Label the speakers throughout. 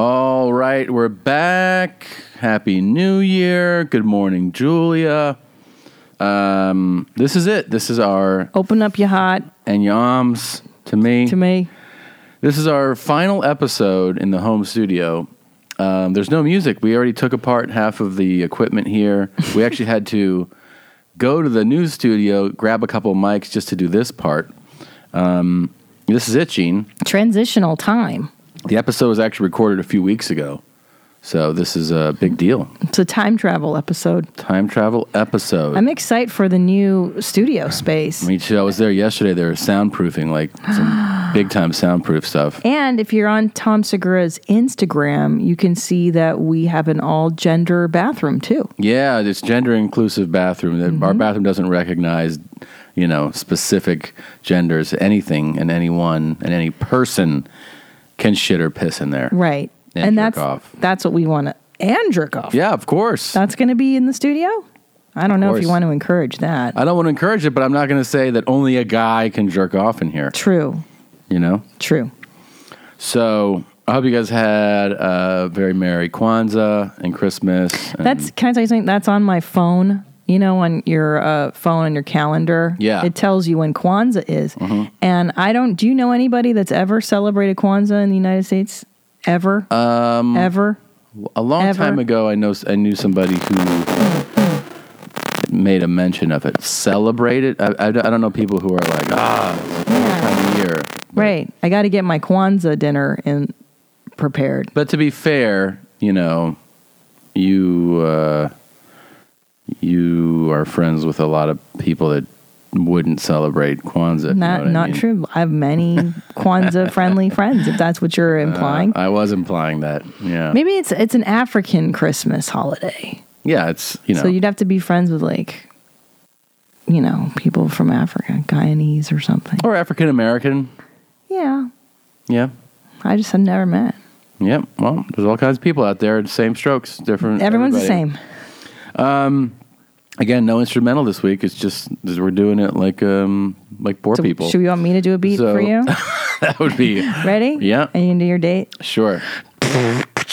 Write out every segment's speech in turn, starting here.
Speaker 1: All right, we're back. Happy New Year. Good morning, Julia. Um, this is it. This is our
Speaker 2: Open up your heart
Speaker 1: and yams to me.
Speaker 2: to me.
Speaker 1: This is our final episode in the home studio. Um, there's no music. We already took apart half of the equipment here. We actually had to go to the news studio, grab a couple mics just to do this part. Um, this is it, Gene.
Speaker 2: Transitional time.
Speaker 1: The episode was actually recorded a few weeks ago, so this is a big deal.
Speaker 2: It's a time travel episode.
Speaker 1: Time travel episode.
Speaker 2: I'm excited for the new studio space.
Speaker 1: Me too. I was there yesterday. They were soundproofing, like some big time soundproof stuff.
Speaker 2: And if you're on Tom Segura's Instagram, you can see that we have an all gender bathroom too.
Speaker 1: Yeah, it's gender inclusive bathroom. That
Speaker 2: Mm-hmm.
Speaker 1: Our bathroom doesn't recognize, you know, specific genders. Anything and anyone and any person can shit or piss in there.
Speaker 2: Right.
Speaker 1: And jerk
Speaker 2: that's
Speaker 1: off.
Speaker 2: that's what we want to and jerk off.
Speaker 1: Yeah, of course.
Speaker 2: That's going to be in the studio? I don't know if
Speaker 1: course.
Speaker 2: you
Speaker 1: Uh,
Speaker 2: want to encourage that.
Speaker 1: I don't want to encourage it, but I'm not going to say that only a guy can jerk off in here.
Speaker 2: true.
Speaker 1: You know.
Speaker 2: True.
Speaker 1: So I hope you guys had a very merry Kwanzaa and Christmas. and-
Speaker 2: That's can I tell you something? That's on my phone. You know, on your uh, phone on your calendar,
Speaker 1: Yeah. Mm-hmm.
Speaker 2: it tells you when Kwanzaa is. And I don't. Do you know anybody that's ever celebrated Kwanzaa in the United States? Ever? Um, ever?
Speaker 1: a long
Speaker 2: ever.
Speaker 1: time ago. I know I knew somebody who made a mention of it. Celebrate it. I, I, I don't know people who are like ah
Speaker 2: Yeah.
Speaker 1: time of year.
Speaker 2: Right. I got to get my Kwanzaa dinner in prepared.
Speaker 1: But to be fair, you know, you uh, you are friends with a lot of people that wouldn't celebrate Kwanzaa. if you know
Speaker 2: Not
Speaker 1: what I
Speaker 2: not
Speaker 1: mean.
Speaker 2: true. I have many Kwanzaa friendly friends. If that's what you're implying.
Speaker 1: Uh, I was implying that. Yeah.
Speaker 2: Maybe it's it's an African Christmas holiday.
Speaker 1: Yeah, it's you know.
Speaker 2: So you'd have to be friends with like, you know, people from Africa, Guyanese or something.
Speaker 1: or African American.
Speaker 2: Yeah,
Speaker 1: Yeah.
Speaker 2: I just have never met.
Speaker 1: Yep. Well, there's all kinds of people out there. Same strokes, different.
Speaker 2: Everyone's
Speaker 1: Mm, everybody.
Speaker 2: the same.
Speaker 1: Again, no instrumental this week. It's just we're doing it like um like poor
Speaker 2: So
Speaker 1: people.
Speaker 2: Should you want me to do a beat
Speaker 1: So-
Speaker 2: for you?
Speaker 1: that would be
Speaker 2: Ready?
Speaker 1: Yeah.
Speaker 2: And you can do your date.
Speaker 1: sure.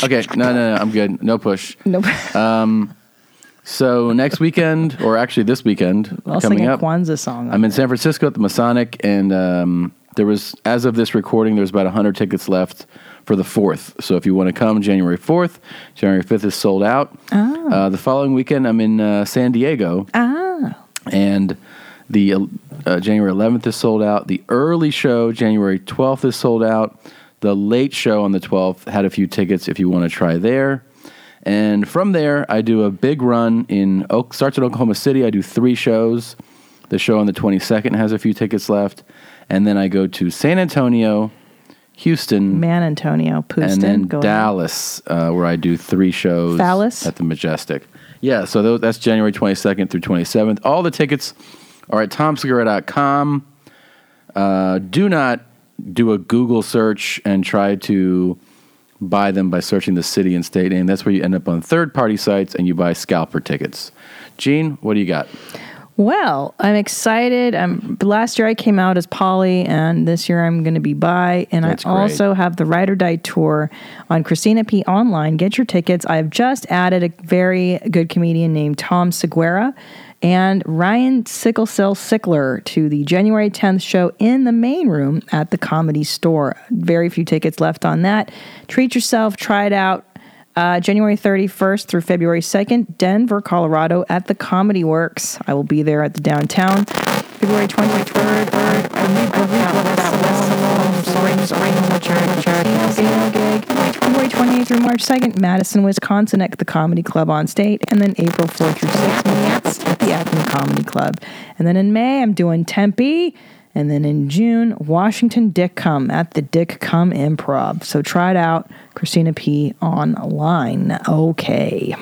Speaker 1: Okay. No, no, no. I'm good. No push. Um,
Speaker 2: Nope.
Speaker 1: So next weekend, or actually this weekend,
Speaker 2: I'll
Speaker 1: coming
Speaker 2: sing a
Speaker 1: up,
Speaker 2: Kwanzaa song.
Speaker 1: I'm in San Francisco at the Masonic, and um, there was, as of this recording, there's about 100 tickets left for the 4th. So if you want to come January 4th, January 5th is sold out.
Speaker 2: Oh.
Speaker 1: Uh, the following weekend, I'm in uh, San Diego.
Speaker 2: ah,
Speaker 1: and the uh, January 11th is sold out. The early show, January 12th, is sold out. The late show on the 12th had a few tickets if you want to try there. And from there, I do a big run in Oak, starts in Oklahoma City. I do three shows. The show on the 22nd has a few tickets left, and then I go to San Antonio, Houston,
Speaker 2: man, Antonio Pustin.
Speaker 1: and then
Speaker 2: go ahead.
Speaker 1: Dallas, uh, where I do three shows
Speaker 2: Phallus?
Speaker 1: at the Majestic. Yeah, so tho- that's January 22nd through 27th. All the tickets are at tomsegura.com. Uh, do not do a Google search and try to buy them by searching the city and state name. That's where you end up on third party sites and you buy scalper tickets. Gene, what do you got?
Speaker 2: Well, I'm excited. I'm last year I came out as Polly, and this year I'm going to be bi. And
Speaker 1: That's
Speaker 2: I
Speaker 1: great.
Speaker 2: also have the Ride or Die tour on Christina P online. Get your tickets. I've just added a very good comedian named Tom Seguera and Ryan Sicklesell Sickler to the January 10th show in the main room at the Comedy Store. Very few tickets left on that. Treat yourself. Try it out. Uh, January 31st through February 2nd, Denver, Colorado, at the Comedy Works. I will be there at the downtown. February 23rd, February 28th through March 2nd, Madison, Wisconsin, at the Comedy Club on state, and then April 4th through 6th at the Acme Comedy Club. And then in May, I'm doing Tempe. And then in June, Washington Dick Come at the Dick Come Improv. So try it out, Christina P. online. Okay.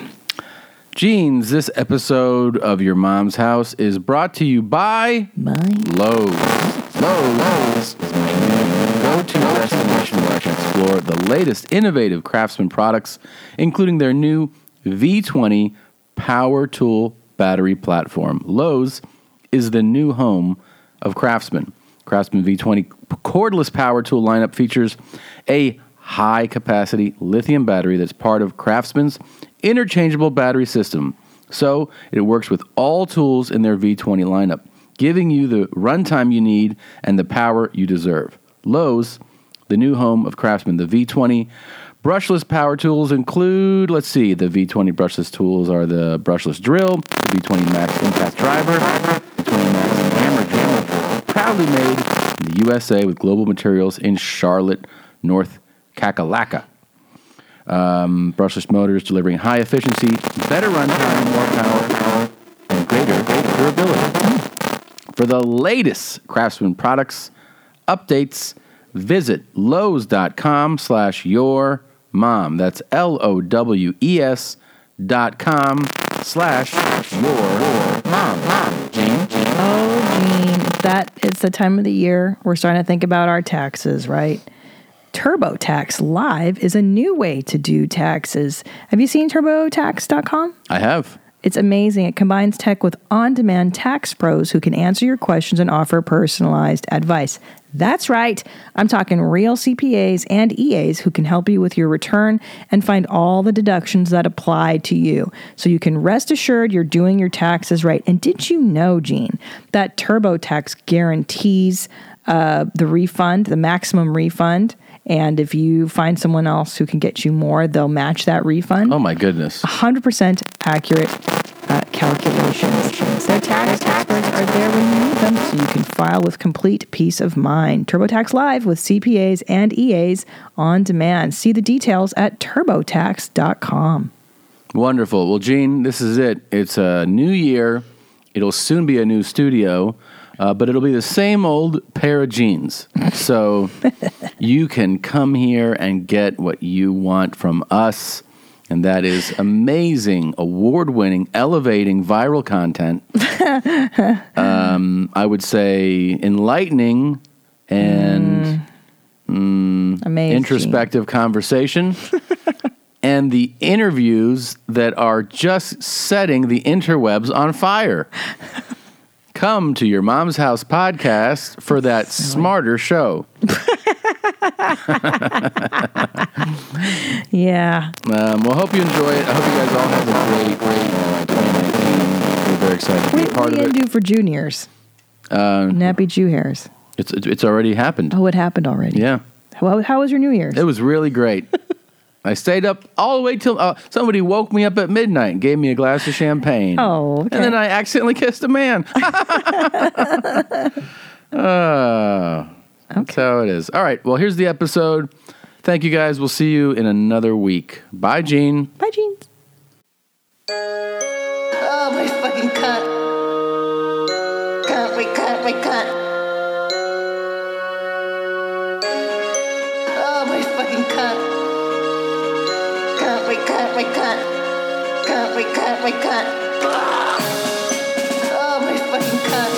Speaker 1: Gene's, this episode of Your Mom's House is brought to you by.
Speaker 2: Bye.
Speaker 1: Lowe's. Lowe's is my new go-to destination where I can explore the latest innovative craftsman products, including their new V20 power tool battery platform. Lowe's is the new home of craftsman. Craftsman V20 cordless power tool lineup features a high capacity lithium battery that's part of Craftsman's interchangeable battery system. So it works with all tools in their V20 lineup, giving you the runtime you need and the power you deserve. Lowe's, the new home of Craftsman, the V20 brushless power tools include, let's see, the V20 brushless tools are the brushless drill, the V20 Max Impact Driver, the 20 Max Hammer Drill, proudly made in the USA with global materials in Charlotte, North Kakalaka. Um, brushless motors delivering high efficiency, better runtime, more power, and greater durability. For the latest Craftsman products, updates, visit lowes.com slash your mom. That's L O W E S dot com slash your mom. Gene?
Speaker 2: Oh, Gene, that it's the time of the year we're starting to think about our taxes, right? TurboTax Live is a new way to do taxes. Have you seen TurboTax.com?
Speaker 1: I have.
Speaker 2: It's amazing. It combines tech with on demand tax pros who can answer your questions and offer personalized advice. That's right. I'm talking real CPAs and EAs who can help you with your return and find all the deductions that apply to you. So you can rest assured you're doing your taxes right. And did you know, Gene, that TurboTax guarantees uh, the refund, the maximum refund? And if you find someone else who can get you more, they'll match that refund.
Speaker 1: Oh my goodness.
Speaker 2: 100% accurate uh, calculations. Their tax experts are there when you need them, so you can file with complete peace of mind. TurboTax Live with CPAs and EAs on demand. See the details at turbotax.com.
Speaker 1: Wonderful. Well, Gene, this is it. It's a new year. It'll soon be a new studio, uh, but it'll be the same old pair of jeans. So you can come here and get what you want from us. And that is amazing, award winning, elevating viral content. um, I would say enlightening and
Speaker 2: Amazing.
Speaker 1: introspective conversation and the interviews that are just setting the interwebs on fire. Come to your mom's house podcast for that smarter show.
Speaker 2: Yeah.
Speaker 1: Um, well, hope you enjoy it. I hope you guys all have a great, great uh, 2019. We're very excited to
Speaker 2: What
Speaker 1: be a
Speaker 2: what are
Speaker 1: part
Speaker 2: you
Speaker 1: of it.
Speaker 2: going
Speaker 1: Uh,
Speaker 2: to do for juniors? Nappy Jew hairs.
Speaker 1: It's it's already happened.
Speaker 2: Oh, it happened already.
Speaker 1: Yeah.
Speaker 2: How, how was your New Year's?
Speaker 1: It was really great. I stayed up all the way till uh, somebody woke me up at midnight and gave me a glass of champagne.
Speaker 2: Oh, okay.
Speaker 1: And then I accidentally kissed a man. uh, That's how it is. All right. Well, here's the episode. Thank you guys. We'll see you in another week. Bye, Gene.
Speaker 2: Bye, jeans.
Speaker 3: Oh, my fucking cunt. Cunt, my cunt, my cunt. Oh, my fucking cunt. Cunt, my cunt, my cunt. Cunt, my cunt, my cunt. Oh, my fucking cunt.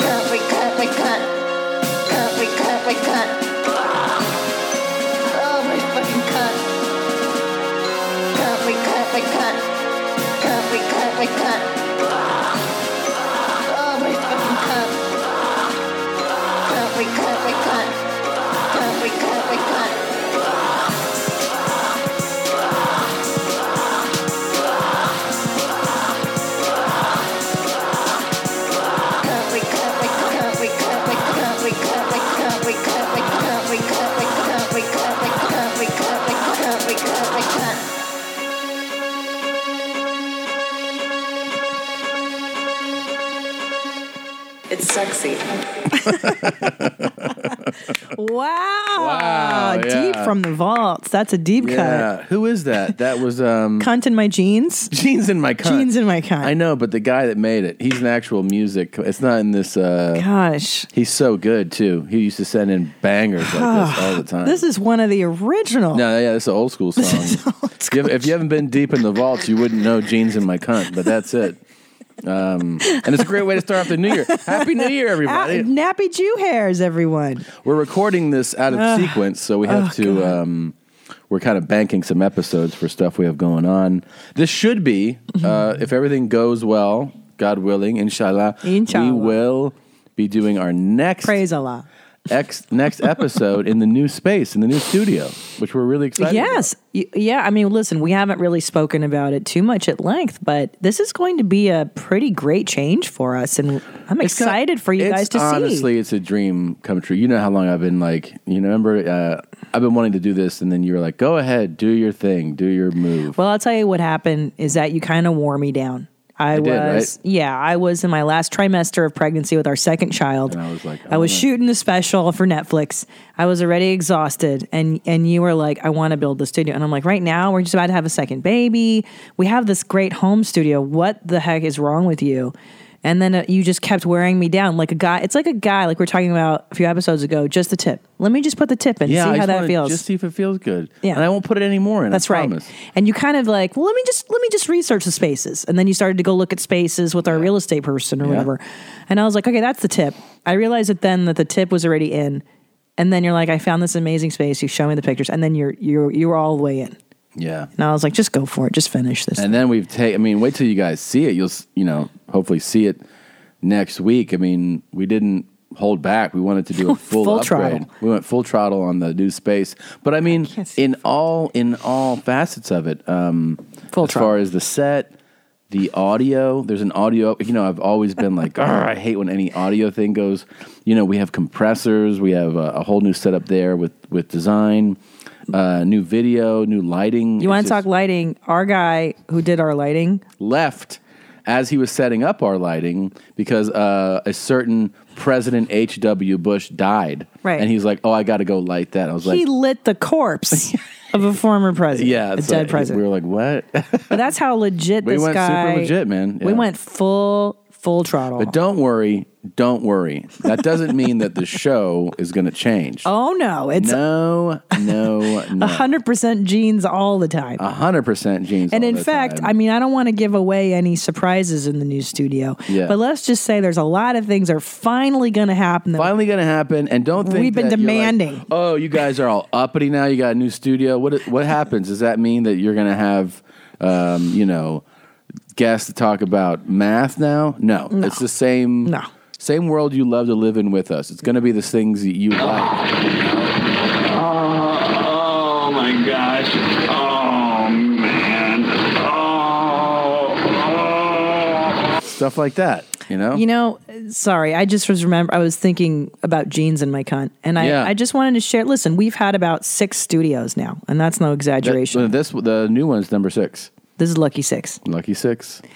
Speaker 3: Cunt, my cunt, my cunt. Cunt, my cunt, my cunt. Oh, my fucking cunt. Cunt, my cunt, my cunt. Cunt, my cunt, my cunt. Oh, my fucking cunt. Cunt, my cunt, my cunt. Cunt, my cunt, my cunt.
Speaker 4: It's sexy.
Speaker 2: Wow.
Speaker 1: Wow,
Speaker 2: Deep
Speaker 1: yeah.
Speaker 2: from the vaults. That's a deep cut.
Speaker 1: Who is that? That was um,
Speaker 2: Cunt in my jeans.
Speaker 1: Gene's in my cunt.
Speaker 2: Jeans in my cunt.
Speaker 1: I know, but the guy that made it, he's an actual music. It's not in this. Uh,
Speaker 2: Gosh.
Speaker 1: He's so good too. He used to send in bangers like this all the time.
Speaker 2: This is one of the original.
Speaker 1: no, yeah, it's an old school song.
Speaker 2: is old
Speaker 1: If you haven't- If you haven't been deep in the vaults, you wouldn't know "Jeans in My Cunt," but that's it. Um, and it's a great way to start off the new year. Happy New Year,
Speaker 2: Ah,
Speaker 1: everybody!
Speaker 2: nappy Jew hairs, everyone.
Speaker 1: We're recording this out of sequence, so we have to. Um, we're kind of banking some episodes for stuff we have going on. This should be, uh, if everything goes well, God willing, inshallah,
Speaker 2: Inshallah.
Speaker 1: we will be doing our next
Speaker 2: Praise Allah.
Speaker 1: ex- next episode in the new space, in the new studio, which we're really excited about.
Speaker 2: Yes. Y- Yeah. I mean, listen, we haven't really spoken about it too much at length, but this is going to be a pretty great change for us. And I'm
Speaker 1: It's kinda-
Speaker 2: excited for you
Speaker 1: it's-
Speaker 2: guys to see.
Speaker 1: Honestly, it's a dream come true. You know how long I've been like, you know, remember, uh, I've been wanting to do this, and then you were like, go ahead, do your thing, do your move.
Speaker 2: Well, I'll tell you what happened is that you kind of wore me down. I was,
Speaker 1: did, right?
Speaker 2: yeah, I was in my last trimester of pregnancy with our second child.
Speaker 1: And I was like, "Oh, I
Speaker 2: I was
Speaker 1: wanna-
Speaker 2: shooting the special for Netflix. I was already exhausted, and and you were like, I want to build the studio, and I'm like, right now we're just about to have a second baby. We have this great home studio. What the heck is wrong with you? And then uh, you just kept wearing me down like a guy. It's like a guy, like we are talking about a few episodes ago. Just the tip. Let me just put the tip in.
Speaker 1: yeah, I
Speaker 2: see how
Speaker 1: just
Speaker 2: that
Speaker 1: wanna
Speaker 2: feels.
Speaker 1: Just see if it feels good.
Speaker 2: Yeah.
Speaker 1: And I won't put it anymore in.
Speaker 2: That's
Speaker 1: I
Speaker 2: right.
Speaker 1: promise.
Speaker 2: And you kind of like, well, let me just let me just research the spaces, and then you started to go look at spaces with our real estate person or whatever. And I was like, okay, that's the tip. I realized that then that the tip was already in, and then you're like, I found this amazing space. You show me the pictures, and then you're you're you're all the way in.
Speaker 1: Yeah.
Speaker 2: And I was like, just go for it, just finish this.
Speaker 1: And then we've taken. I mean, wait till you guys see it. You'll, s- you know, hopefully see it next week. I mean, we didn't hold back. We wanted to do a full,
Speaker 2: Full
Speaker 1: upgrade.
Speaker 2: throttle.
Speaker 1: We went full throttle on the new space. But I mean,
Speaker 2: can't see
Speaker 1: in all in all facets of it, um,
Speaker 2: Full
Speaker 1: as
Speaker 2: throttle.
Speaker 1: far as the set. The audio, there's an audio. You know, I've always been like, "Arr, I hate when any audio thing goes. You know, we have compressors, we have a, a whole new setup there with with design, uh, new video, new lighting.
Speaker 2: you want
Speaker 1: It's
Speaker 2: to
Speaker 1: just-
Speaker 2: talk lighting? Our guy who did our lighting,
Speaker 1: left as he was setting up our lighting because uh, a certain President H.W. Bush died.
Speaker 2: Right.
Speaker 1: And he's like, oh, I got to go light that. I was
Speaker 2: he
Speaker 1: like,
Speaker 2: lit the corpse of a former president,
Speaker 1: yeah,
Speaker 2: a
Speaker 1: it's
Speaker 2: dead
Speaker 1: like-
Speaker 2: president.
Speaker 1: We were like, what?
Speaker 2: but that's how legit
Speaker 1: We
Speaker 2: this
Speaker 1: went super
Speaker 2: guy.
Speaker 1: legit, man. Yeah.
Speaker 2: We went full full throttle.
Speaker 1: but don't worry, don't worry. That doesn't mean that the show is going to change.
Speaker 2: Oh no, it's
Speaker 1: No, no, no.
Speaker 2: hundred percent jeans all the time.
Speaker 1: A hundred percent jeans.
Speaker 2: and
Speaker 1: all
Speaker 2: in
Speaker 1: the
Speaker 2: fact,
Speaker 1: time.
Speaker 2: I mean, I don't want to give away any surprises in the new studio.
Speaker 1: Yeah.
Speaker 2: But let's just say there's a lot of things are finally going to happen. That
Speaker 1: finally going to happen. And don't think
Speaker 2: We've been
Speaker 1: that you're like,
Speaker 2: demanding.
Speaker 1: oh, you guys are all uppity now. You got a new studio. What what happens? Does that mean that you're going to have, um, you know, guests to talk about math now? No, it's the same.
Speaker 2: No.
Speaker 1: Same world you love to live in with us. It's going to be the things that you like.
Speaker 4: Oh my gosh. Oh man. Oh. oh.
Speaker 1: Stuff like that, you know?
Speaker 2: You know, sorry, I just was remember I was thinking about jeans and my cunt, and I,
Speaker 1: Yeah.
Speaker 2: I just wanted to share. Listen, we've had about six studios now, and that's no exaggeration.
Speaker 1: That- uh, this the new one's number 6.
Speaker 2: this is lucky six.
Speaker 1: Lucky 6. Do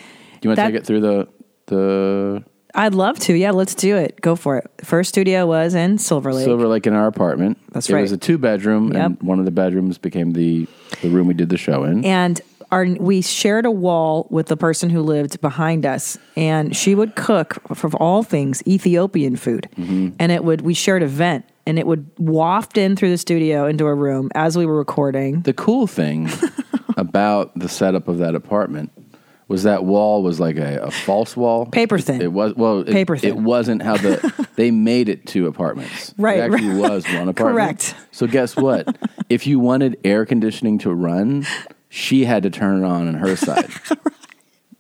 Speaker 1: you want to
Speaker 2: That-
Speaker 1: take it through the the
Speaker 2: I'd love to. Yeah, let's do it. Go for it. First studio was in Silver Lake.
Speaker 1: Silver Lake in our apartment.
Speaker 2: That's
Speaker 1: it
Speaker 2: right.
Speaker 1: was a two bedroom, and
Speaker 2: Yep.
Speaker 1: one of the bedrooms became the the room we did the show in.
Speaker 2: and our we shared a wall with the person who lived behind us and she would cook for all things Ethiopian food
Speaker 1: Mm-hmm.
Speaker 2: and it would we shared a vent and it would waft in through the studio into a room as we were recording
Speaker 1: the cool thing about the setup of that apartment was that wall was like a, a false wall,
Speaker 2: Paper thin.
Speaker 1: It, was well, it,
Speaker 2: Paper thin.
Speaker 1: It wasn't how the they made it two apartments.
Speaker 2: Right,
Speaker 1: it actually
Speaker 2: right.
Speaker 1: was one apartment.
Speaker 2: Correct.
Speaker 1: So guess what? if you wanted air conditioning to run, she had to turn it on on her side.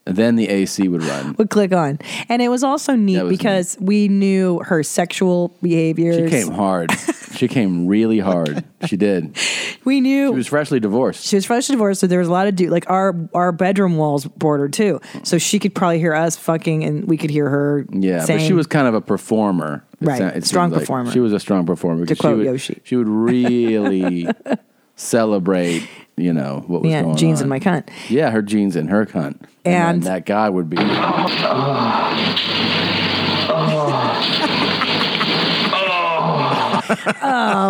Speaker 1: And then the AC would run.
Speaker 2: would click on and it was also neat
Speaker 1: That was
Speaker 2: because we knew her sexual
Speaker 1: She
Speaker 2: behaviors
Speaker 1: came hard. she came really hard. She did.
Speaker 2: we knew
Speaker 1: She was freshly divorced.
Speaker 2: she was freshly divorced, so there was a lot of dude. Like our our bedroom walls bordered too, so she could probably hear us fucking, and we could hear her.
Speaker 1: Yeah,
Speaker 2: saying,
Speaker 1: but she was kind of a performer. It
Speaker 2: Right,
Speaker 1: sou- it
Speaker 2: strong
Speaker 1: seems like.
Speaker 2: performer.
Speaker 1: She was a strong performer. because
Speaker 2: quote
Speaker 1: she would,
Speaker 2: Yoshi.
Speaker 1: She would really celebrate, you know, what was
Speaker 2: yeah
Speaker 1: going
Speaker 2: jeans
Speaker 1: on.
Speaker 2: and my cunt.
Speaker 1: Yeah, her jeans and her cunt. And, then
Speaker 2: And-
Speaker 1: that guy would be.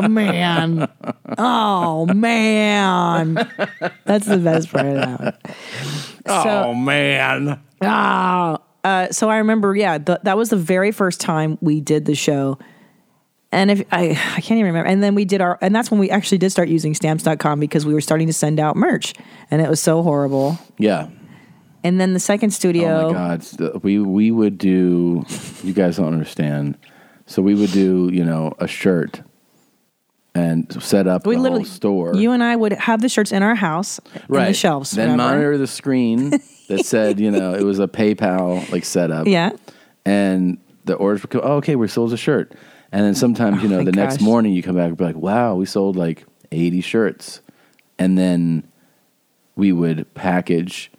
Speaker 2: man. Oh man. That's the best part of that. One.
Speaker 1: Oh.
Speaker 2: So,
Speaker 1: man.
Speaker 2: ah. Uh, so I remember, yeah, th- that was the very first time we did the show. And if I, I can't even remember. And then we did our, and that's when we actually did start using stamps.com because we were starting to send out merch and it was so horrible.
Speaker 1: Yeah.
Speaker 2: And then the second studio,
Speaker 1: Oh my god. So We we would do you guys don't understand. So we would do, you know, a shirt and set up
Speaker 2: we
Speaker 1: the
Speaker 2: literally,
Speaker 1: whole store.
Speaker 2: you and I would have the shirts in our house, on the shelves.
Speaker 1: Then
Speaker 2: whatever.
Speaker 1: monitor the screen that said, you know, it was a PayPal like setup.
Speaker 2: Yeah.
Speaker 1: And the orders would go, oh, okay, we sold a shirt. And then sometimes, you
Speaker 2: Oh
Speaker 1: know,
Speaker 2: my
Speaker 1: the next
Speaker 2: gosh.
Speaker 1: morning you come back and be like, wow, we sold like 80 shirts. And then we would package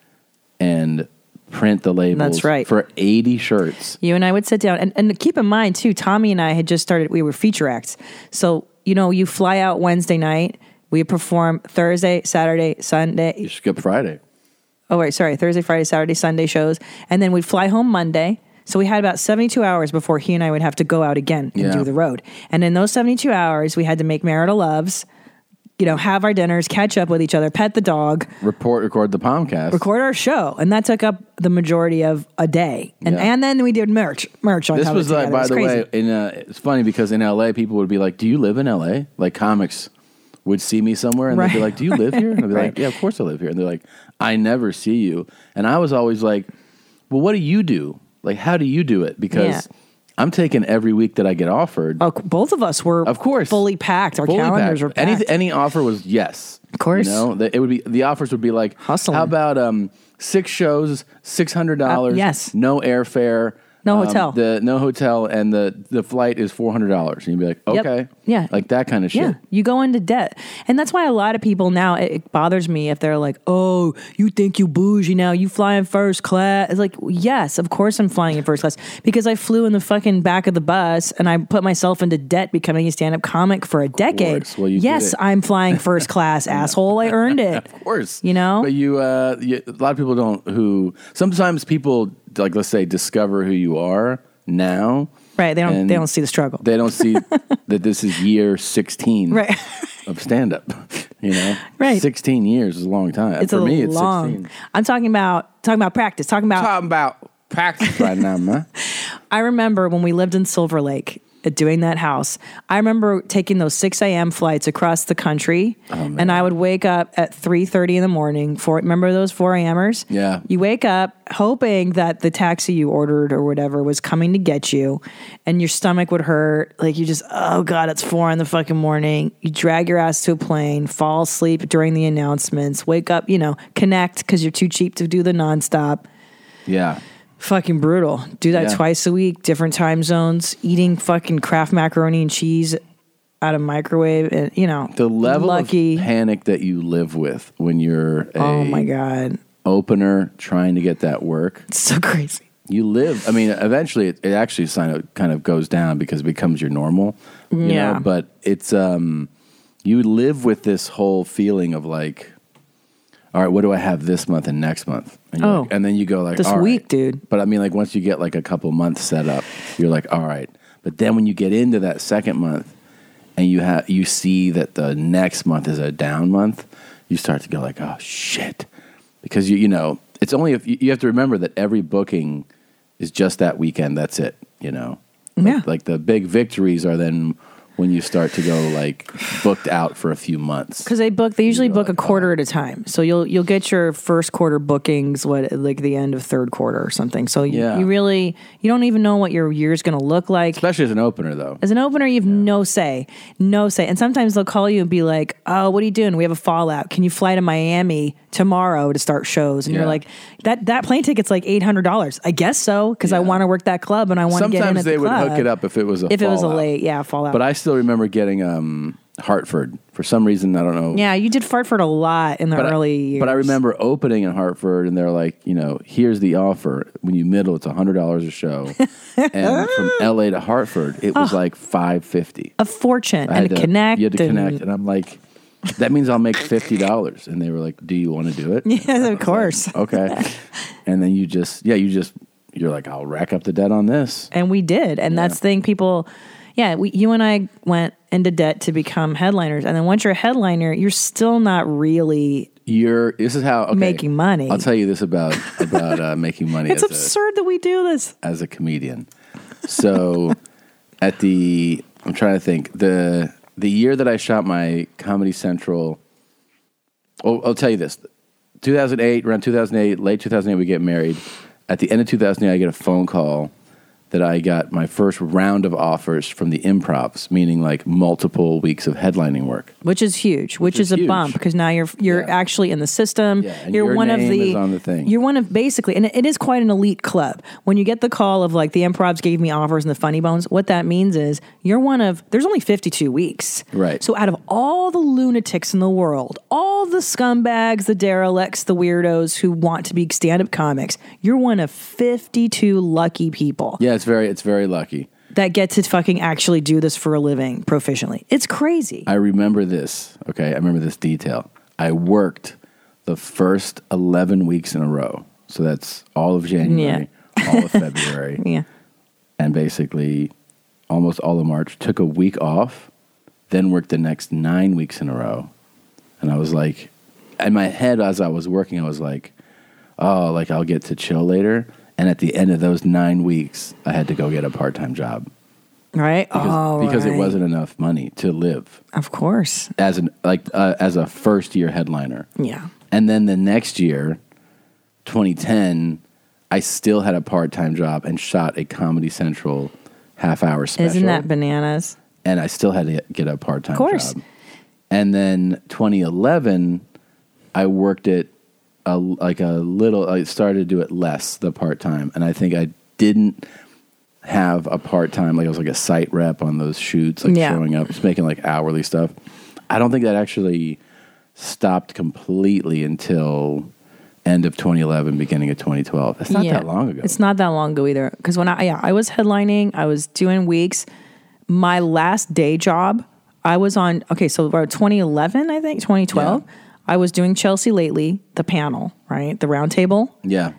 Speaker 1: and print the labels
Speaker 2: right.
Speaker 1: for 80 shirts.
Speaker 2: You and I would sit down, and, and keep in mind too, Tommy and I had just started. We were feature acts, so you know, you fly out Wednesday night. We perform Thursday, Saturday, Sunday.
Speaker 1: You skip Friday.
Speaker 2: Oh, wait, sorry, Thursday, Friday, Saturday, Sunday shows, and then we'd fly home Monday. So we had about seventy-two hours before he and I would have to go out again and
Speaker 1: Yeah.
Speaker 2: do the road. And in those seventy-two hours, we had to make marital loves, you know, have our dinners, catch up with each other, pet the dog,
Speaker 1: Report, record the podcast.
Speaker 2: record our show, and that took up the majority of a day. And
Speaker 1: Yeah.
Speaker 2: and then we did merch, merch on
Speaker 1: This
Speaker 2: how
Speaker 1: was
Speaker 2: together.
Speaker 1: like, by
Speaker 2: It was
Speaker 1: the
Speaker 2: crazy.
Speaker 1: way, in uh, it's funny because in LA, people would be like, "Do you live in LA?" Like comics would see me somewhere and they'd be
Speaker 2: Right.
Speaker 1: like, "Do you live here?" And I'd be
Speaker 2: Right.
Speaker 1: like, "Yeah, of course I live here." And they're like, "I never see you." And I was always like, "Well, what do you do? Like, how do you do it?" Because
Speaker 2: Yeah.
Speaker 1: I'm taking every week that I get offered.
Speaker 2: Oh, both of us were
Speaker 1: Of course.
Speaker 2: fully packed. Our
Speaker 1: fully
Speaker 2: calendars
Speaker 1: packed.
Speaker 2: were packed.
Speaker 1: Any, any offer was yes. Of
Speaker 2: course.
Speaker 1: You know, The- it would be the offers would be like
Speaker 2: Hustling.
Speaker 1: How about um six shows, six hundred dollars.
Speaker 2: Uh, yes.
Speaker 1: No airfare.
Speaker 2: No
Speaker 1: um,
Speaker 2: hotel.
Speaker 1: The no hotel and the the flight is four hundred dollars. And you'd be like,
Speaker 2: Yep.
Speaker 1: okay,
Speaker 2: Yeah.
Speaker 1: like that kind of shit.
Speaker 2: yeah, you go into debt, and that's why a lot of people now it, it bothers me if they're like, "Oh, you think you bougie now? You fly in first class?" It's like, yes, of course I'm flying in first class because I flew in the fucking back of the bus and I put myself into debt becoming a stand-up comic for a decade.
Speaker 1: course. Well, you did
Speaker 2: yes,
Speaker 1: it.
Speaker 2: I'm flying first class, asshole. I earned it.
Speaker 1: Of course,
Speaker 2: You know?
Speaker 1: But you, uh, you, a lot of people don't. Who sometimes people like, let's say, discover who you are now.
Speaker 2: Right? They don't.
Speaker 1: And
Speaker 2: they don't see the struggle.
Speaker 1: They don't see that this is year sixteen.
Speaker 2: right.
Speaker 1: of stand up. You know,
Speaker 2: Right.
Speaker 1: Sixteen years is a long time.
Speaker 2: It's
Speaker 1: For
Speaker 2: a
Speaker 1: me, it's
Speaker 2: long.
Speaker 1: sixteen.
Speaker 2: I'm talking about talking about practice. Talking about
Speaker 1: Talking about practice right now, man.
Speaker 2: I remember when we lived in Silver Lake uh, doing that house. I remember taking those 6 a.m. flights across the country and I would wake up at 3.30 in the morning. For, remember those 4 a.m.ers?
Speaker 1: Yeah.
Speaker 2: You wake up hoping that the taxi you ordered or whatever was coming to get you and your stomach would hurt. Like you just, oh God, it's 4 in the fucking morning. You drag your ass to a plane, fall asleep during the announcements, wake up, you know, connect because you're too cheap to do the nonstop
Speaker 1: Yeah.
Speaker 2: fucking brutal. Do that
Speaker 1: Yeah.
Speaker 2: twice a week, different time zones, eating fucking Kraft macaroni and cheese out of microwave, and you know
Speaker 1: The level
Speaker 2: lucky.
Speaker 1: of panic that you live with when you're a
Speaker 2: oh my god,
Speaker 1: opener trying to get that work.
Speaker 2: it's so crazy.
Speaker 1: You live. I mean, eventually it, it actually sign of- kind of goes down because it becomes your normal. You
Speaker 2: Yeah.
Speaker 1: Know? But it's um, you live with this whole feeling of like, all right, what do I have this month and next month? And, you're
Speaker 2: Oh.
Speaker 1: like- and then you go like
Speaker 2: This
Speaker 1: all right.
Speaker 2: week, dude.
Speaker 1: But I mean, like once you get like a couple months set up, you're like, all right. But then when you get into that second month, and you have you see that the next month is a down month, you start to go like, oh shit, because you you know it's only if you, you have to remember that every booking is just that weekend. That's it. You know, Like-
Speaker 2: Yeah.
Speaker 1: Like the big victories are then when you start to go like booked out for a few months.
Speaker 2: Because they book, they usually
Speaker 1: go
Speaker 2: book a
Speaker 1: like,
Speaker 2: quarter at a time. So you'll you'll get your first quarter bookings what like the end of third quarter or something. So you,
Speaker 1: Yeah.
Speaker 2: you really you don't even know what your year's going to look like.
Speaker 1: Especially as an opener, though.
Speaker 2: As an opener, you have no say, no say. And sometimes they'll call you and be like, "Oh, what are you doing? We have a fallout. Can you fly to Miami tomorrow to start shows?" And you're
Speaker 1: Yeah.
Speaker 2: like, "That that plane ticket's like eight hundred dollars. I guess so because I
Speaker 1: Yeah.
Speaker 2: want to work that club and I want to get in
Speaker 1: Sometimes
Speaker 2: at
Speaker 1: they
Speaker 2: the
Speaker 1: would
Speaker 2: club."
Speaker 1: hook it up if it was a
Speaker 2: if it was a
Speaker 1: fallout.
Speaker 2: late, yeah, fallout.
Speaker 1: But I still remember getting um, Hartford for some reason. I don't know.
Speaker 2: yeah, you did Fartford a lot in the
Speaker 1: but
Speaker 2: early.
Speaker 1: I,
Speaker 2: years.
Speaker 1: but I remember opening in Hartford, and they're like, you know, here's the offer. When you middle, it's hundred dollars a show, and from L.A. to Hartford, it was like five fifty.
Speaker 2: a fortune
Speaker 1: I
Speaker 2: Ah. and a connect.
Speaker 1: You had to
Speaker 2: and-
Speaker 1: connect, and I'm like, that means I'll make fifty dollars. And they were like, Do you want to do it?
Speaker 2: Yes, of course.
Speaker 1: okay. and then you just, yeah, you just, you're like, I'll rack up the debt on this.
Speaker 2: and we did and that's the thing people yeah we, you and i went into debt to become headliners and then once you're a headliner you're still not really
Speaker 1: You're. This is how okay,
Speaker 2: Making money.
Speaker 1: I'll tell you this about about uh, making money.
Speaker 2: it's
Speaker 1: as a-
Speaker 2: absurd that we do this
Speaker 1: as a comedian. So at the I'm trying to think the the year that I shot my Comedy Central. Oh, I'll tell you this: 2008, around 2008, late 2008, we get married. At the end of 2008, I get a phone call that I got my first round of offers from the improvs, meaning like multiple weeks of headlining work.
Speaker 2: which is huge, which,
Speaker 1: is
Speaker 2: is, a
Speaker 1: huge.
Speaker 2: bump because now you're you're actually in the system.
Speaker 1: Yeah, and
Speaker 2: you're
Speaker 1: your
Speaker 2: one of
Speaker 1: name
Speaker 2: the,
Speaker 1: is on the thing.
Speaker 2: You're one of basically, and it- it is quite an elite club. When you get the call of like the Improvs gave me offers and the Funny Bones, what that means is you're one of. There's only 52 weeks,
Speaker 1: Right.
Speaker 2: So out of all the lunatics in the world, all the scumbags, the derelicts, the weirdos who want to be stand-up comics, you're one of 52 lucky people
Speaker 1: Yeah, it's very it's very lucky.
Speaker 2: that get to fucking actually do this for a living proficiently. It's crazy.
Speaker 1: I remember this. Okay, I remember this detail. I worked the first 11 weeks in a row. So that's all of January, all of February,
Speaker 2: yeah.
Speaker 1: and basically almost all of March. Took a week off, then worked the next nine weeks in a row. And I was like, in my head, as I was working, I was like, oh, like I'll get to chill later. And at the end of those nine weeks, I had to go get a part time job
Speaker 2: Right?
Speaker 1: because,
Speaker 2: oh,
Speaker 1: because
Speaker 2: right.
Speaker 1: it wasn't enough money to live
Speaker 2: Of course.
Speaker 1: as an like uh, as a first year headliner.
Speaker 2: Yeah.
Speaker 1: And then the next year, 2010, I still had a part time job and shot a Comedy Central half hour special.
Speaker 2: Isn't that bananas?
Speaker 1: and I still had to get a part time
Speaker 2: Of course.
Speaker 1: job. And then 2011, I worked it a, like a little. I started to do it less the part time, and I think I didn't have a part time. Like I was like a site rep on those shoots, like
Speaker 2: Yeah.
Speaker 1: showing up, just making like hourly stuff. I don't think that actually stopped completely until end of 2011, beginning of 2012. That's not
Speaker 2: Yeah.
Speaker 1: that long ago.
Speaker 2: It's not that long ago either. Because when I yeah, I was headlining, I was doing weeks. My last day job, I was on okay, so about 2011, I think 2012. I was doing Chelsea lately, the panel, right, the round table.
Speaker 1: yeah.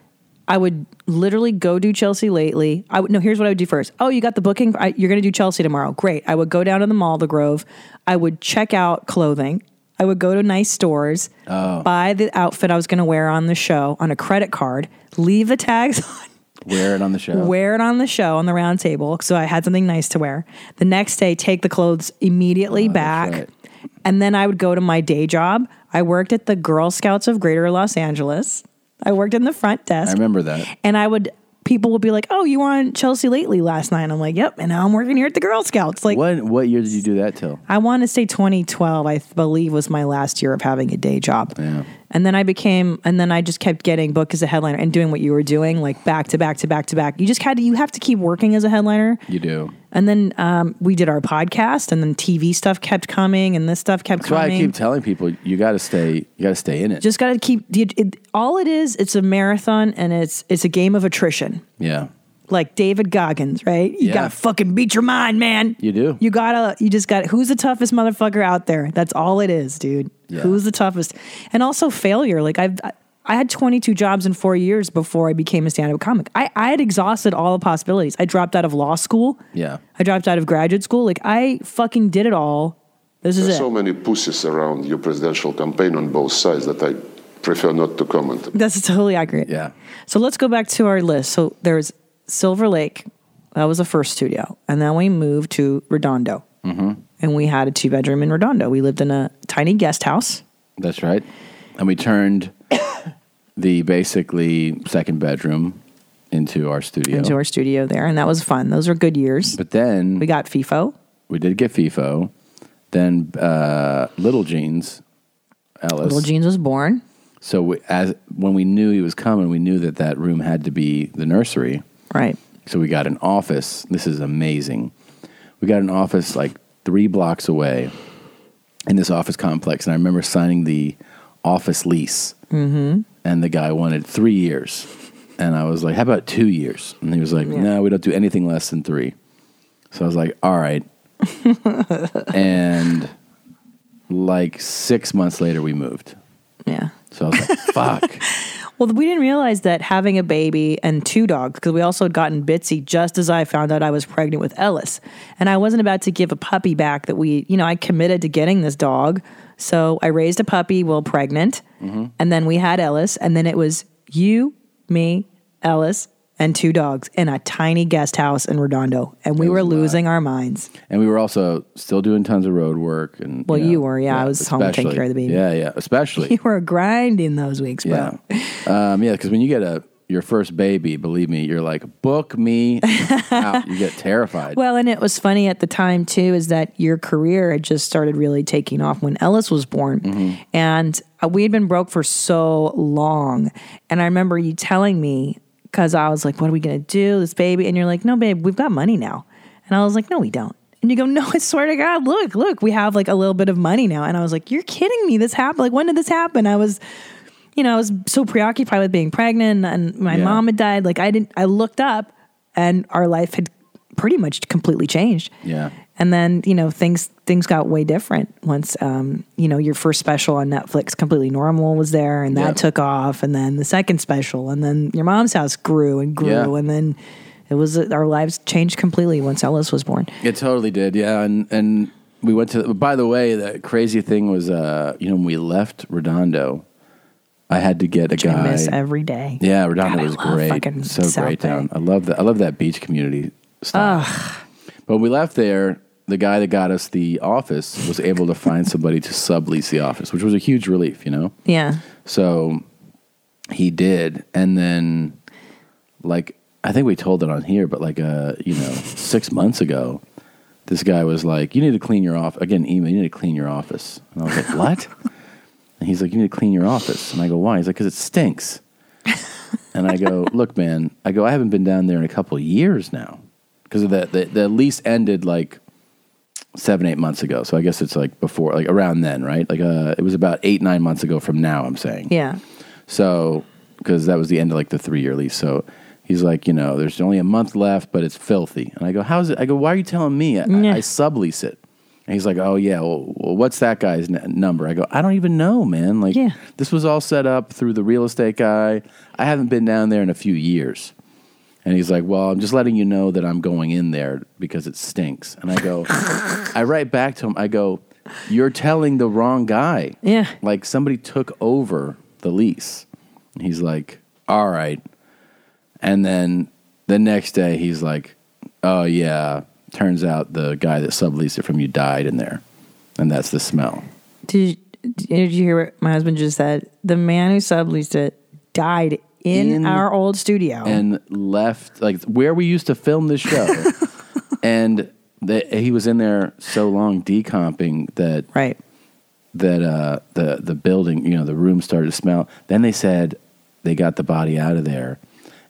Speaker 2: I would literally go do Chelsea lately. I would no. Here's what I would do first. Oh, you got the booking. I, you're going to do Chelsea tomorrow. Great. I would go down to the mall, the Grove. I would check out clothing. I would go to nice stores, buy the outfit I was going to wear on the show on a credit card, leave the tags on,
Speaker 1: Wear it on the show.
Speaker 2: wear it on the show on the round table. So I had something nice to wear. The next day, take the clothes immediately back.
Speaker 1: right.
Speaker 2: And then I would go to my day job. I worked at the Girl Scouts of Greater Los Angeles. I worked in the front
Speaker 1: I
Speaker 2: desk
Speaker 1: remember that.
Speaker 2: and I would people would be like, "Oh, you were on Chelsea lately last night." I'm like, "Yep," and now I'm working here at the Girl Scouts. Like,
Speaker 1: What what year did you do that till?
Speaker 2: I want to say 2012, I th- believe, was my last year of having a day job.
Speaker 1: Yeah.
Speaker 2: And then I became, and then I just kept getting booked as a headliner and doing what you were doing, like back to back to back to back. You just had to, you have to keep working as a headliner.
Speaker 1: You do.
Speaker 2: And then um, we did our podcast, and then TV stuff kept coming, and this stuff kept
Speaker 1: That's why
Speaker 2: coming.
Speaker 1: I keep telling people you got to stay. You got to stay in it.
Speaker 2: just got to keep. It, all it is, it's a marathon, and it's it's a game of attrition.
Speaker 1: yeah,
Speaker 2: like David Goggins, right? You
Speaker 1: Yeah.
Speaker 2: gotta fucking beat your mind, man.
Speaker 1: You do.
Speaker 2: You gotta. You just got. Who's the toughest motherfucker out there? That's all it is, dude.
Speaker 1: Yeah.
Speaker 2: Who's the toughest? And also failure. Like I've. I had 22 jobs in four years before I became a stand-up comic. I, I had exhausted all the possibilities. I dropped out of law school.
Speaker 1: yeah.
Speaker 2: I dropped out of graduate school. Like I fucking did it all. This is
Speaker 5: There
Speaker 2: it.
Speaker 5: are so many pussies around your presidential campaign on both sides that I prefer not to comment.
Speaker 2: That's totally accurate.
Speaker 1: Yeah.
Speaker 2: So let's go back to our list. So there's Silver Lake. That was the first studio. And then we moved to Redondo. Mm-hmm. And we had a two bedroom in Redondo. We lived in a tiny guest house.
Speaker 1: That's right. And we turned the basically second bedroom into our studio.
Speaker 2: into our studio there. And that was fun. Those were good years.
Speaker 1: but then
Speaker 2: we
Speaker 1: we,
Speaker 2: got FIFO.
Speaker 1: did get FIFO. Then uh, Little Jeans, Ellis.
Speaker 2: Little Jeans was born.
Speaker 1: So we, as when we knew he was coming, we knew that that room had to be the nursery.
Speaker 2: Right.
Speaker 1: So we got an office. This is amazing. We got an office like three blocks away in this office complex. And I remember signing the office lease. Mm-hmm. And the guy wanted three years. And I was like, how about two years? And he was like, no, we don't do anything less than three. So I was like, all right. and like six months later, we moved.
Speaker 2: Yeah.
Speaker 1: So I was like, fuck.
Speaker 2: Well, we didn't realize that having a baby and two dogs, because we also had gotten Bitsy just as I found out I was pregnant with Ellis. And I wasn't about to give a puppy back that we, you know, I committed to getting this dog. So I raised a puppy while pregnant. And then we had Ellis. And then it was you, me, Ellis, and two dogs in a tiny guest house in Redondo. And we were losing our minds.
Speaker 1: And we were also still doing tons of road work. And
Speaker 2: Well, you were, yeah, I was home taking
Speaker 1: especially.
Speaker 2: care of the baby.
Speaker 1: Yeah, yeah, especially.
Speaker 2: We were grinding those weeks, bro.
Speaker 1: yeah, um, yeah, because when you get a your first baby, believe me, you're like, book me out. You get terrified.
Speaker 2: Well, and it was funny at the time too, is that your career had just started really taking off when Ellis was born, and uh, we had been broke for so long. And I remember you telling me because I was like, "What are we gonna do, this baby?" And you're like, "No, babe, we've got money now." And I was like, "No, we don't." And you go, "No, I swear to God, look, look, we have like a little bit of money now." And I was like, "You're kidding me? This happened? Like, when did this happen?" I was. You know, I was so preoccupied with being pregnant and my
Speaker 1: Yeah.
Speaker 2: mom had died. Like, I didn't, I looked up and our life had pretty much completely changed.
Speaker 1: yeah.
Speaker 2: And then you know things things got way different once um, you know your first special on Netflix, completely normal, was there, and that
Speaker 1: Yeah.
Speaker 2: took off, and then the second special, and then your mom's house grew and grew,
Speaker 1: Yeah.
Speaker 2: and then it was our lives changed completely once Ellis was born.
Speaker 1: It totally did. Yeah, and and we went to. By the way, the crazy thing was, uh, you know, when we left Redondo, I had to get a
Speaker 2: I
Speaker 1: guy.
Speaker 2: miss every day.
Speaker 1: yeah, Redondo
Speaker 2: God, I
Speaker 1: was
Speaker 2: love fucking
Speaker 1: great. So
Speaker 2: South
Speaker 1: great
Speaker 2: Bay.
Speaker 1: down. I love that. I love that beach community stuff. But when we left there, the guy that got us the office was able to find somebody to sublease the office, which was a huge relief. You know.
Speaker 2: Yeah.
Speaker 1: So he did, and then like I think we told it on here, but like uh you know six months ago, this guy was like, "You need to clean your off again." Email, you need to clean your office, and I was like, "What?" and he's like, "You need to clean your office," and I go, "Why?" He's like, "Cause it stinks." and I go, "Look, man," I go, "I haven't been down there in a couple of years now because the, the the lease ended like." Seven eight months ago, so I guess it's like before, like around then, right? Like, uh, it was about eight nine months ago from now. I'm saying,
Speaker 2: Yeah.
Speaker 1: so, because that was the end of like the three year lease. So he's like, you know, there's only a month left, but it's filthy. And I go, how's it? I go, why are you telling me? I,
Speaker 2: Yeah.
Speaker 1: I, I sublease it. And he's like, oh, yeah, well, well, what's that guy's n- number? I go, I don't even know, man. Like,
Speaker 2: Yeah.
Speaker 1: this was all set up through the real estate guy. I haven't been down there in a few years. And he's like, Well, I'm just letting you know that I'm going in there because it stinks. And I go, I write back to him, I go, You're telling the wrong guy.
Speaker 2: Yeah.
Speaker 1: Like somebody took over the lease. And he's like, All right. And then the next day he's like, Oh yeah. Turns out the guy that subleased it from you died in there. And that's the smell.
Speaker 2: Did you, did you hear what my husband just said? The man who subleased it died in,
Speaker 1: In-
Speaker 2: our old studio.
Speaker 1: and left like where we used to film this show and the, he was in there so long decomping that
Speaker 2: right.
Speaker 1: that uh the the building you know the room started to smell then they said they got the body out of there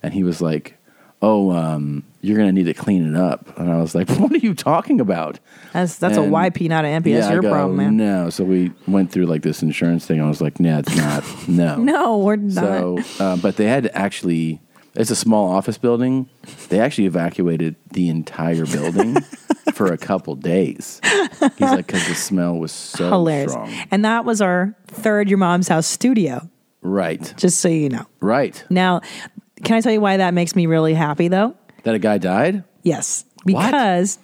Speaker 1: and he was like oh um you're gonna need to clean it up and i was like what are you talking about
Speaker 2: That's that's
Speaker 1: And-
Speaker 2: a YP, not an MP. that's
Speaker 1: I
Speaker 2: your
Speaker 1: go,
Speaker 2: problem, man.
Speaker 1: no so we went through like this insurance thing i was like no it's not no
Speaker 2: No, we're not.
Speaker 1: so, uh, but they had to actually, it's a small office building. They actually evacuated the entire building for a couple days. He's like, because the smell was so
Speaker 2: Hilarious.
Speaker 1: strong.
Speaker 2: And that was our third Your Mom's House studio,
Speaker 1: Right,
Speaker 2: just so you know.
Speaker 1: right.
Speaker 2: Now, can I tell you why that makes me really happy though?
Speaker 1: That a guy died?
Speaker 2: Yes.
Speaker 1: What?
Speaker 2: Because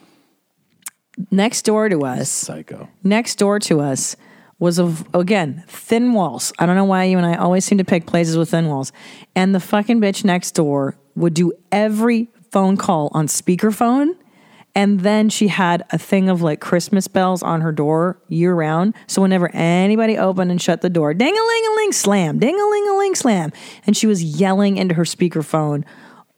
Speaker 2: next door to us,
Speaker 1: Psycho.
Speaker 2: next door to us was a, again thin walls. I don't know why you and I always seem to pick places with thin walls. And the fucking bitch next door would do every phone call on speakerphone. And then she had a thing of like Christmas bells on her door year round. So whenever anybody opened and shut the door, ding a ling a ling slam, ding a ling a ling slam. And she was yelling into her speakerphone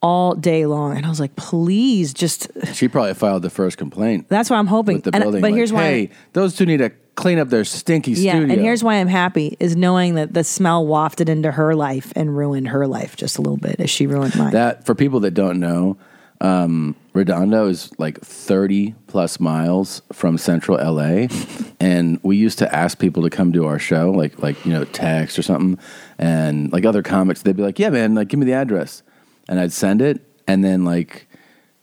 Speaker 2: all day long. And I was like, please just
Speaker 1: She probably filed the first complaint
Speaker 2: that's what I'm hoping.
Speaker 1: with the
Speaker 2: And-
Speaker 1: building.
Speaker 2: but
Speaker 1: like,
Speaker 2: here's why
Speaker 1: Hey, those two need to clean up their stinky
Speaker 2: yeah,
Speaker 1: studio.
Speaker 2: and here's why I'm happy is knowing that the smell wafted into her life and ruined her life just a little bit as she ruined mine.
Speaker 1: that for people that don't know, um, Redondo is like 30 plus miles from central LA. and we used to ask people to come to our show, like, like, you know, text or something. And like other comics, they'd be like, yeah, man, like, give me the address. And I'd send it. And then like,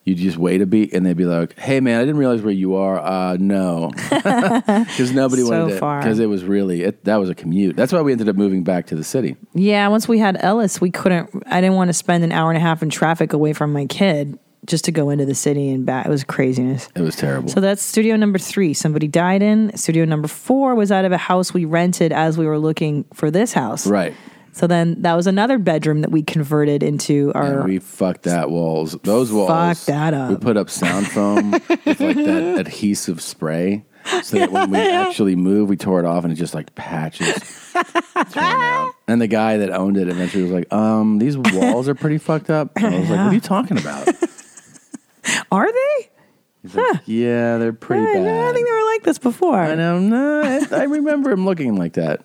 Speaker 1: you'd just wait a beat and they'd be like, hey, man, I didn't realize where you are. Uh, no. Because nobody
Speaker 2: So
Speaker 1: wanted to.
Speaker 2: far.
Speaker 1: Because it was really, it, that was a commute. That's why we ended up moving back to the city.
Speaker 2: yeah, once we had Ellis, we couldn't. I didn't want to spend an hour and a half in traffic away from my kid just to go into the city and back. It was craziness.
Speaker 1: It was terrible.
Speaker 2: So that's studio number three. Somebody died in. Studio number four was out of a house we rented as we were looking for this house.
Speaker 1: right.
Speaker 2: So then that was another bedroom that we converted into our.
Speaker 1: And we fucked that walls. Those walls.
Speaker 2: Fucked that up.
Speaker 1: We put up sound foam with like that adhesive spray. So that when we actually move, we tore it off and it's just like patches. thrown out. And the guy that owned it eventually was like, um, these walls are pretty fucked up. And I was like, what are you talking about?
Speaker 2: Are they?
Speaker 1: He's like, yeah, they're pretty
Speaker 2: I,
Speaker 1: bad.
Speaker 2: no, I think they were like this before.
Speaker 1: I know, no, I, I remember him looking like that.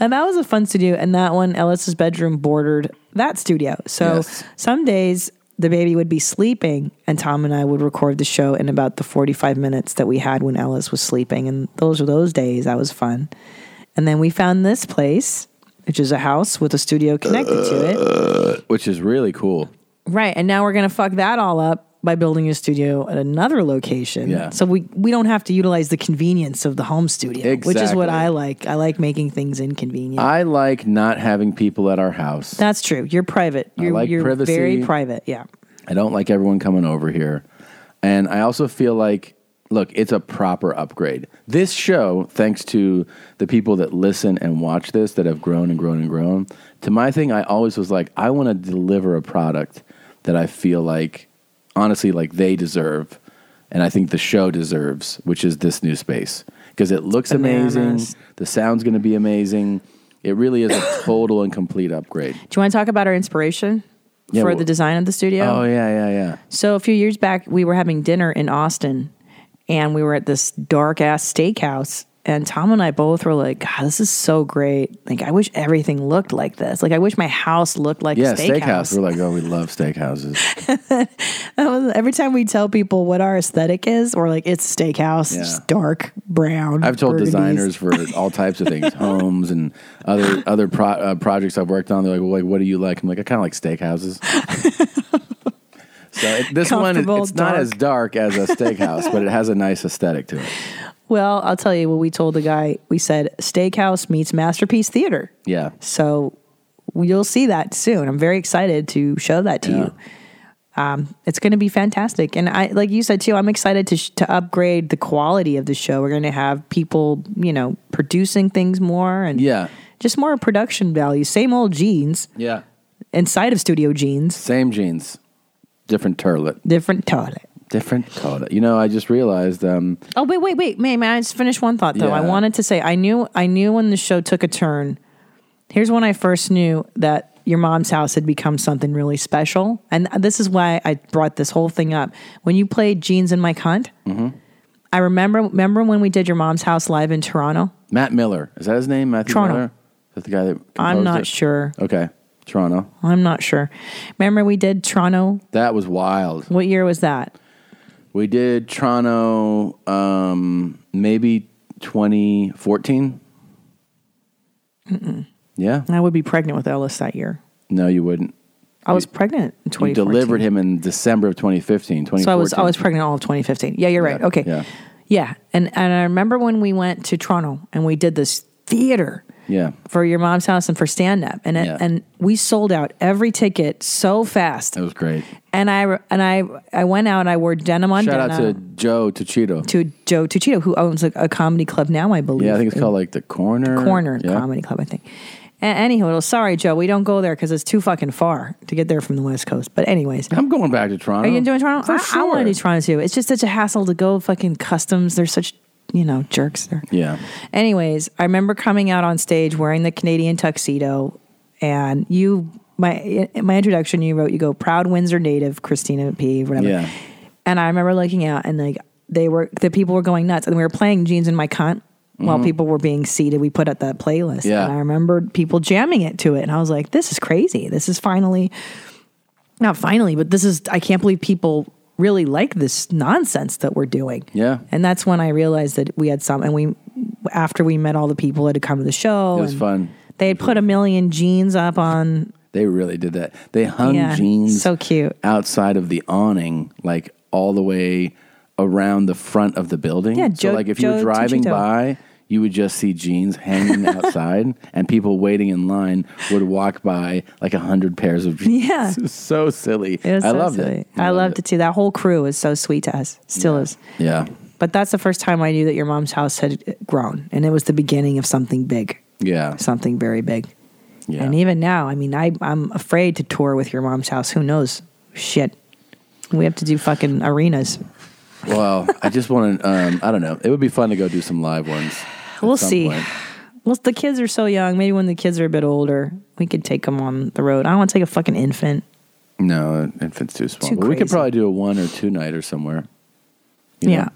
Speaker 2: And that was a fun studio. And that one, Ellis's bedroom bordered that studio. So
Speaker 1: Yes.
Speaker 2: some days the baby would be sleeping, and Tom and I would record the show in about the 45 minutes that we had when Ellis was sleeping. And those were those days. That was fun. And then we found this place, which is a house with a studio connected to it.
Speaker 1: Which is really cool.
Speaker 2: Right. And now we're going to fuck that all up by building a studio at another location.
Speaker 1: Yeah.
Speaker 2: So we, we don't have to utilize the convenience of the home studio, which is
Speaker 1: Exactly.
Speaker 2: what I like. I like making things inconvenient.
Speaker 1: I like not having people at our house.
Speaker 2: That's true. You're private. You're,
Speaker 1: like
Speaker 2: you're
Speaker 1: privacy.
Speaker 2: very private. Yeah.
Speaker 1: I don't like everyone coming over here. And I also feel like, look, it's a proper upgrade. This show, thanks to the people that listen and watch this that have grown and grown and grown, to my thing, I always was like, I want to deliver a product that I feel like, honestly, like they deserve. And I think the show deserves, which is this new space. Because it looks
Speaker 2: Bananas.
Speaker 1: amazing. The sound's going to be amazing. It really is a total and complete upgrade.
Speaker 2: Do you want to talk about our inspiration
Speaker 1: Yeah,
Speaker 2: for
Speaker 1: well-
Speaker 2: the design of the studio?
Speaker 1: Oh, yeah, yeah, yeah.
Speaker 2: So a few years back, we were having dinner in Austin, and we were at this dark ass steakhouse. And Tom and I both were like, "God, this is so great! Like, I wish everything looked like this. Like, I wish my house looked like
Speaker 1: Yeah,
Speaker 2: a steakhouse."
Speaker 1: steakhouse. We're like, oh, we love steakhouses.
Speaker 2: That was- Every time we tell people what our aesthetic is, we're like, "It's a steakhouse,
Speaker 1: Yeah.
Speaker 2: just dark brown."
Speaker 1: I've told
Speaker 2: burgundies."
Speaker 1: designers for all types of things, homes and other other pro, uh, projects I've worked on. They're like, "Well, like, what do you like?" I'm like, "I kind of like steakhouses." so it, this one, is
Speaker 2: Comfortable,
Speaker 1: it's not
Speaker 2: dark.
Speaker 1: as dark as a steakhouse, but it has a nice aesthetic to it.
Speaker 2: Well, I'll tell you what we told the guy. We said, "Steakhouse meets masterpiece theater."
Speaker 1: Yeah,
Speaker 2: So you'll see that soon. I'm very excited to show that to you. Um, it's going to be fantastic, and I like you said too. I'm excited to sh- to upgrade the quality of the show. We're going to have people, you know, producing things more and
Speaker 1: yeah,
Speaker 2: just more production value. Same old jeans
Speaker 1: yeah.
Speaker 2: inside of studio jeans,
Speaker 1: Same jeans, different toilet,
Speaker 2: different toilet.
Speaker 1: different toilet. You know, I just realized. Um,
Speaker 2: Oh wait, wait, wait. May, may I just finish one thought though? I
Speaker 1: Yeah.
Speaker 2: wanted to say I knew I knew when the show took a turn. Here's when I first knew that your mom's house had become something really special. And this is why I brought this whole thing up. When you played Jeans in Mike Hunt,
Speaker 1: Mm-hmm.
Speaker 2: I remember remember when we did your mom's house live in Toronto?
Speaker 1: Matt Miller is that his name? Matthew
Speaker 2: Toronto.
Speaker 1: Miller. Is that the guy that?
Speaker 2: I'm
Speaker 1: composed
Speaker 2: not
Speaker 1: it?
Speaker 2: sure.
Speaker 1: Okay, Toronto.
Speaker 2: I'm not sure. Remember we did Toronto?
Speaker 1: That was wild.
Speaker 2: What year was that?
Speaker 1: We did Toronto, um, maybe 2014. Yeah.
Speaker 2: I would be pregnant with Ellis that year.
Speaker 1: No, you wouldn't.
Speaker 2: I was pregnant in 2014.
Speaker 1: You delivered him in December of 2015. 2014.
Speaker 2: So I was I was pregnant all of 2015. Yeah, you're right.
Speaker 1: Yeah,
Speaker 2: Okay.
Speaker 1: yeah.
Speaker 2: Yeah. And and I remember when we went to Toronto and we did this theater
Speaker 1: Yeah.
Speaker 2: for your mom's house and for stand up and it,
Speaker 1: Yeah.
Speaker 2: and we sold out every ticket so fast.
Speaker 1: That was great.
Speaker 2: And I re- and I I went out and I wore denim on
Speaker 1: Shout
Speaker 2: denim
Speaker 1: out to Joe Tuchito.
Speaker 2: to Joe Tuchito who owns a, a comedy club now I believe.
Speaker 1: Yeah, I think it's called like the Corner.
Speaker 2: Corner
Speaker 1: Yeah.
Speaker 2: Comedy Club I think. A- anyhow, well, sorry Joe, we don't go there cuz it's too fucking far to get there from the West Coast. But anyways,
Speaker 1: I'm going back to Toronto.
Speaker 2: are you doing Toronto?
Speaker 1: Oh, For
Speaker 2: I,
Speaker 1: sure.
Speaker 2: I want to do Toronto too. It's just such a hassle to go fucking customs. They're such, you know, jerks there.
Speaker 1: Yeah.
Speaker 2: Anyways, I remember coming out on stage wearing the Canadian tuxedo, and you, my in my introduction, you wrote, you go, proud Windsor native, Christina P. Whatever.
Speaker 1: Yeah.
Speaker 2: And I remember looking out, and like they were, the people were going nuts, and we were playing jeans in my cunt. While people were being seated, we put up that playlist,
Speaker 1: Mm-hmm. Yeah.
Speaker 2: and I remembered people jamming it to it, and I was like, "This is crazy! This is finally not finally, but this is I can't believe people really like this nonsense that we're doing.
Speaker 1: Yeah.
Speaker 2: And that's when I realized that we had some and we after we met all the people that had come to the show.
Speaker 1: It was
Speaker 2: and
Speaker 1: fun.
Speaker 2: They had put a million jeans up on
Speaker 1: They really did that. They hung
Speaker 2: Yeah,
Speaker 1: jeans
Speaker 2: so cute.
Speaker 1: outside of the awning, like all the way around the front of the building.
Speaker 2: Yeah,
Speaker 1: so
Speaker 2: Joe-
Speaker 1: like if you were
Speaker 2: Joe
Speaker 1: driving
Speaker 2: Tuchito.
Speaker 1: by, you would just see jeans hanging outside, and people waiting in line would walk by like a hundred pairs of jeans.
Speaker 2: Yeah.
Speaker 1: It was so silly.
Speaker 2: it was
Speaker 1: I
Speaker 2: so
Speaker 1: loved
Speaker 2: silly.
Speaker 1: it.
Speaker 2: I, loved it. too. That whole crew was so sweet to us. Still is.
Speaker 1: Yeah,
Speaker 2: But that's the first time I knew that your mom's house had grown and it was the beginning of something big.
Speaker 1: yeah,
Speaker 2: Something very big.
Speaker 1: yeah.
Speaker 2: And even now, I mean, I, I'm afraid to tour with your mom's house. Who knows? Shit. We have to do fucking arenas.
Speaker 1: well, I just want to. Um, I don't know. It would be fun to go do some live ones. at
Speaker 2: We'll
Speaker 1: some
Speaker 2: see.
Speaker 1: point.
Speaker 2: well, the kids are so young. Maybe when the kids are a bit older, we could take them on the road. I don't want to take a fucking infant.
Speaker 1: No, infant's too small.
Speaker 2: Too
Speaker 1: but we could
Speaker 2: crazy.
Speaker 1: probably do a one or two night or somewhere. You know?
Speaker 2: Yeah.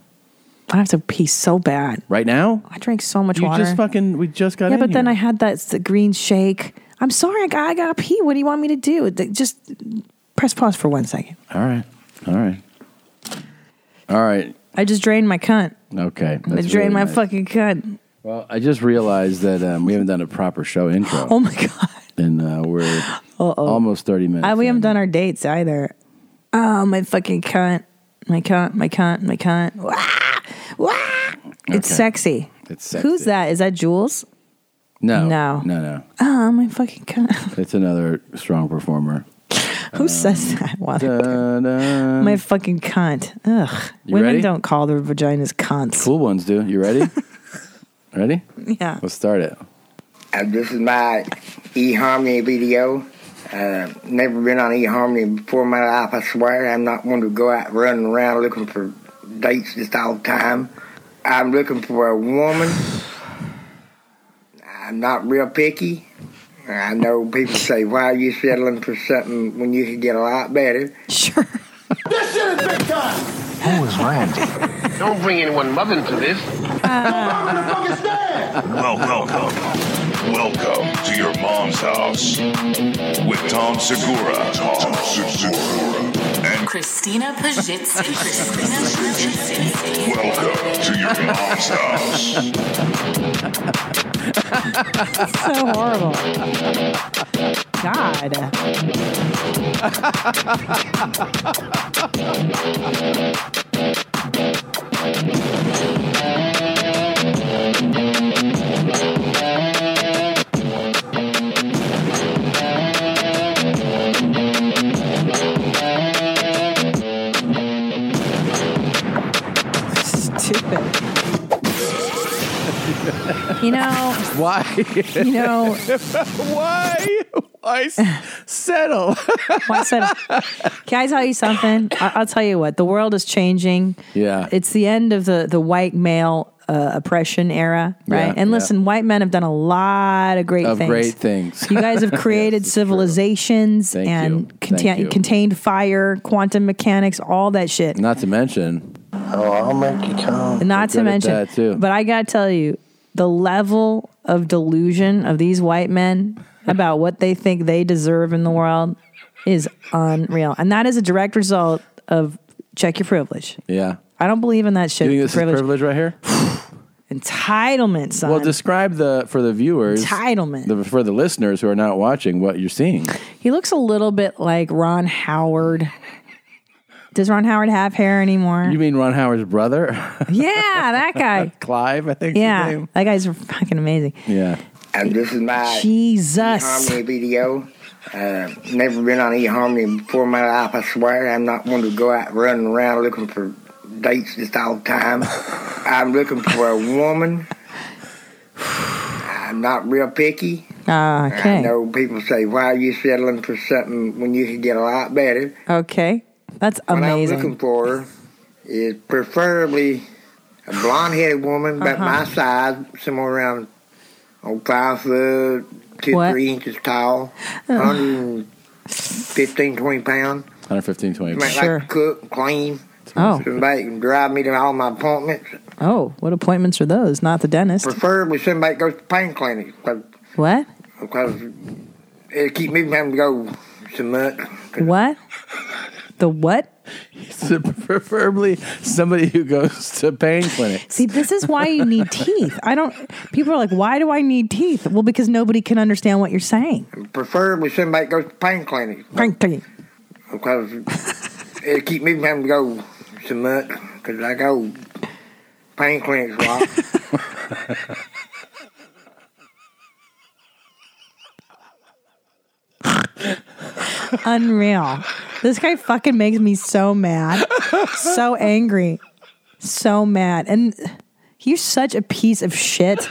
Speaker 2: I have to pee so bad.
Speaker 1: Right now?
Speaker 2: I drank so much
Speaker 1: you
Speaker 2: water.
Speaker 1: just fucking we just got
Speaker 2: yeah,
Speaker 1: in
Speaker 2: but then I
Speaker 1: here.
Speaker 2: had that s- green shake. I'm sorry, I got, I got to pee. What do you want me to do? Th- Just press pause for one second.
Speaker 1: All right. All right. All right.
Speaker 2: I just drained my cunt.
Speaker 1: Okay.
Speaker 2: I
Speaker 1: that's
Speaker 2: drained
Speaker 1: really
Speaker 2: my
Speaker 1: nice.
Speaker 2: fucking cunt.
Speaker 1: Well, I just realized that um, we haven't done a proper show intro,
Speaker 2: Oh my god.
Speaker 1: and uh, we're
Speaker 2: Uh-oh.
Speaker 1: almost thirty minutes.
Speaker 2: I, we
Speaker 1: in.
Speaker 2: haven't done our dates either. Oh, my fucking cunt. My cunt, my cunt, my cunt. Wah! Wah! It's
Speaker 1: Okay.
Speaker 2: sexy.
Speaker 1: It's sexy.
Speaker 2: Who's that? Is that Jules?
Speaker 1: No,
Speaker 2: No.
Speaker 1: no, no.
Speaker 2: Oh, my fucking cunt.
Speaker 1: It's another strong performer. Um,
Speaker 2: Who says that? Wow.
Speaker 1: Da-da.
Speaker 2: My fucking cunt. Ugh.
Speaker 1: um, You
Speaker 2: Women
Speaker 1: ready?
Speaker 2: don't call their vaginas cunts.
Speaker 1: Cool ones, do you ready? ready?
Speaker 2: Yeah.
Speaker 1: Let's start it.
Speaker 6: Uh, this is my eHarmony video. Uh, never been on eHarmony before in my life, I swear. I'm not one to go out running around looking for dates just all the time. I'm looking for a woman. I'm not real picky. I know people say, why are you settling for something when you could get a lot better?
Speaker 2: Sure.
Speaker 7: Don't bring anyone loving to this.
Speaker 8: Welcome. Welcome to your mom's house with Tom Segura. Tom Segura. And
Speaker 9: Christina Pajitsin. Christina Pajitsin.
Speaker 8: welcome to your mom's house.
Speaker 2: so horrible. God. Stupid. You know,
Speaker 1: Why?
Speaker 2: you know,
Speaker 1: Why? Why s- settle?
Speaker 2: why settle? Can I tell you something? I- I'll tell you what. The world is changing.
Speaker 1: Yeah.
Speaker 2: It's the end of the the white male uh, oppression era, right?
Speaker 1: Yeah,
Speaker 2: and
Speaker 1: yeah.
Speaker 2: listen, white men have done a lot of great
Speaker 1: of
Speaker 2: things.
Speaker 1: great things.
Speaker 2: You guys have created civilizations
Speaker 1: Thank you.
Speaker 2: and
Speaker 1: Thank
Speaker 2: contain-
Speaker 1: you.
Speaker 2: contained fire, quantum mechanics, all that shit.
Speaker 1: Not to mention,
Speaker 2: Not to
Speaker 1: good at
Speaker 2: mention,
Speaker 1: that, too.
Speaker 2: but I gotta tell you, the level of delusion of these white men about what they think they deserve in the world is unreal, and that is a direct result of check your privilege.
Speaker 1: yeah.
Speaker 2: I don't believe in that shit.
Speaker 1: You think this is privilege right here?
Speaker 2: entitlement, son.
Speaker 1: Well, describe the for the viewers,
Speaker 2: entitlement.
Speaker 1: the, for the listeners who are not watching, what you're seeing.
Speaker 2: he looks a little bit like Ron Howard. Does Ron Howard have hair anymore?
Speaker 1: You mean Ron Howard's brother,
Speaker 2: yeah, that guy.
Speaker 1: Clive? I think. is his
Speaker 2: Yeah,
Speaker 1: name.
Speaker 2: that guy's fucking amazing.
Speaker 1: Yeah.
Speaker 6: Uh, this is my
Speaker 2: Jesus.
Speaker 6: eHarmony video. Uh, never been on eHarmony before in my life, I swear. I'm not one to go out running around looking for dates just all the time. I'm looking for a woman. I'm not real picky.
Speaker 2: Ah,
Speaker 6: I
Speaker 2: okay.
Speaker 6: know people say, why are you settling for something when you could get a lot better?
Speaker 2: Okay. That's
Speaker 6: What I'm looking
Speaker 2: amazing.
Speaker 6: for is preferably a blonde headed woman
Speaker 2: Uh-huh.
Speaker 6: about my size, somewhere around oh, five foot, two,
Speaker 2: What? Uh.
Speaker 6: three inches tall, 115, 20 pounds.
Speaker 1: 115, 20.
Speaker 6: Might
Speaker 2: Sure.
Speaker 6: like to cook, clean.
Speaker 2: Oh.
Speaker 6: Somebody can drive me to all my appointments.
Speaker 2: Oh, what appointments are those? Not the dentist.
Speaker 6: Preferably somebody that goes to pain clinics because,
Speaker 2: What?
Speaker 6: it'll keep me from having to go so much.
Speaker 2: What? The what?
Speaker 1: Preferably somebody who goes to pain clinic.
Speaker 2: See, this is why you need teeth. I don't. People are like, why do I need teeth? Well, because nobody can understand what you're saying.
Speaker 6: Preferably somebody that goes to pain clinics.
Speaker 2: Prank teeth.
Speaker 6: because it keep me from having to go so much because I go pain clinics a lot.
Speaker 2: Unreal. This guy fucking makes me so mad, so angry, so mad. And you're such a piece of shit.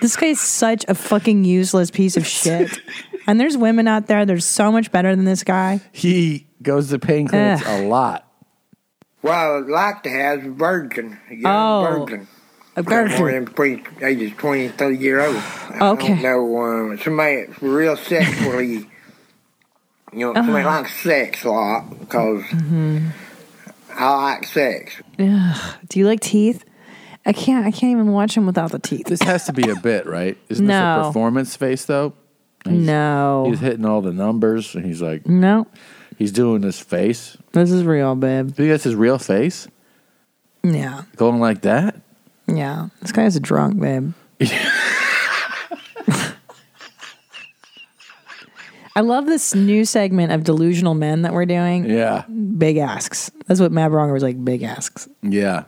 Speaker 2: This guy's such a fucking useless piece of shit. And there's women out there that are so much better than this guy.
Speaker 1: He goes to pain clinics a lot.
Speaker 6: well, I'd like to have a virgin, a young
Speaker 2: Oh.
Speaker 6: virgin.
Speaker 2: I've got
Speaker 6: more
Speaker 2: to.
Speaker 6: than pre ages 20, 30 year old. I
Speaker 2: Okay.
Speaker 6: don't know. Um, somebody that's real sexually, you know, somebody
Speaker 2: Uh-huh.
Speaker 6: likes sex a lot because
Speaker 2: Mm-hmm.
Speaker 6: I like sex.
Speaker 2: Ugh. Do you like teeth? I can't. I can't even watch them without the teeth.
Speaker 1: This has to be a bit, right? Isn't this
Speaker 2: No.
Speaker 1: a performance face though?
Speaker 2: No,
Speaker 1: He's hitting all the numbers, and he's like,
Speaker 2: no.
Speaker 1: he's doing his face.
Speaker 2: This is real, babe.
Speaker 1: Do you think that's his real face?
Speaker 2: Yeah,
Speaker 1: Going like that?
Speaker 2: yeah. This guy's a drunk, babe. I love this new segment of delusional men that we're doing.
Speaker 1: Yeah,
Speaker 2: Big asks. That's what Matt Bronger was like. Big asks.
Speaker 1: yeah,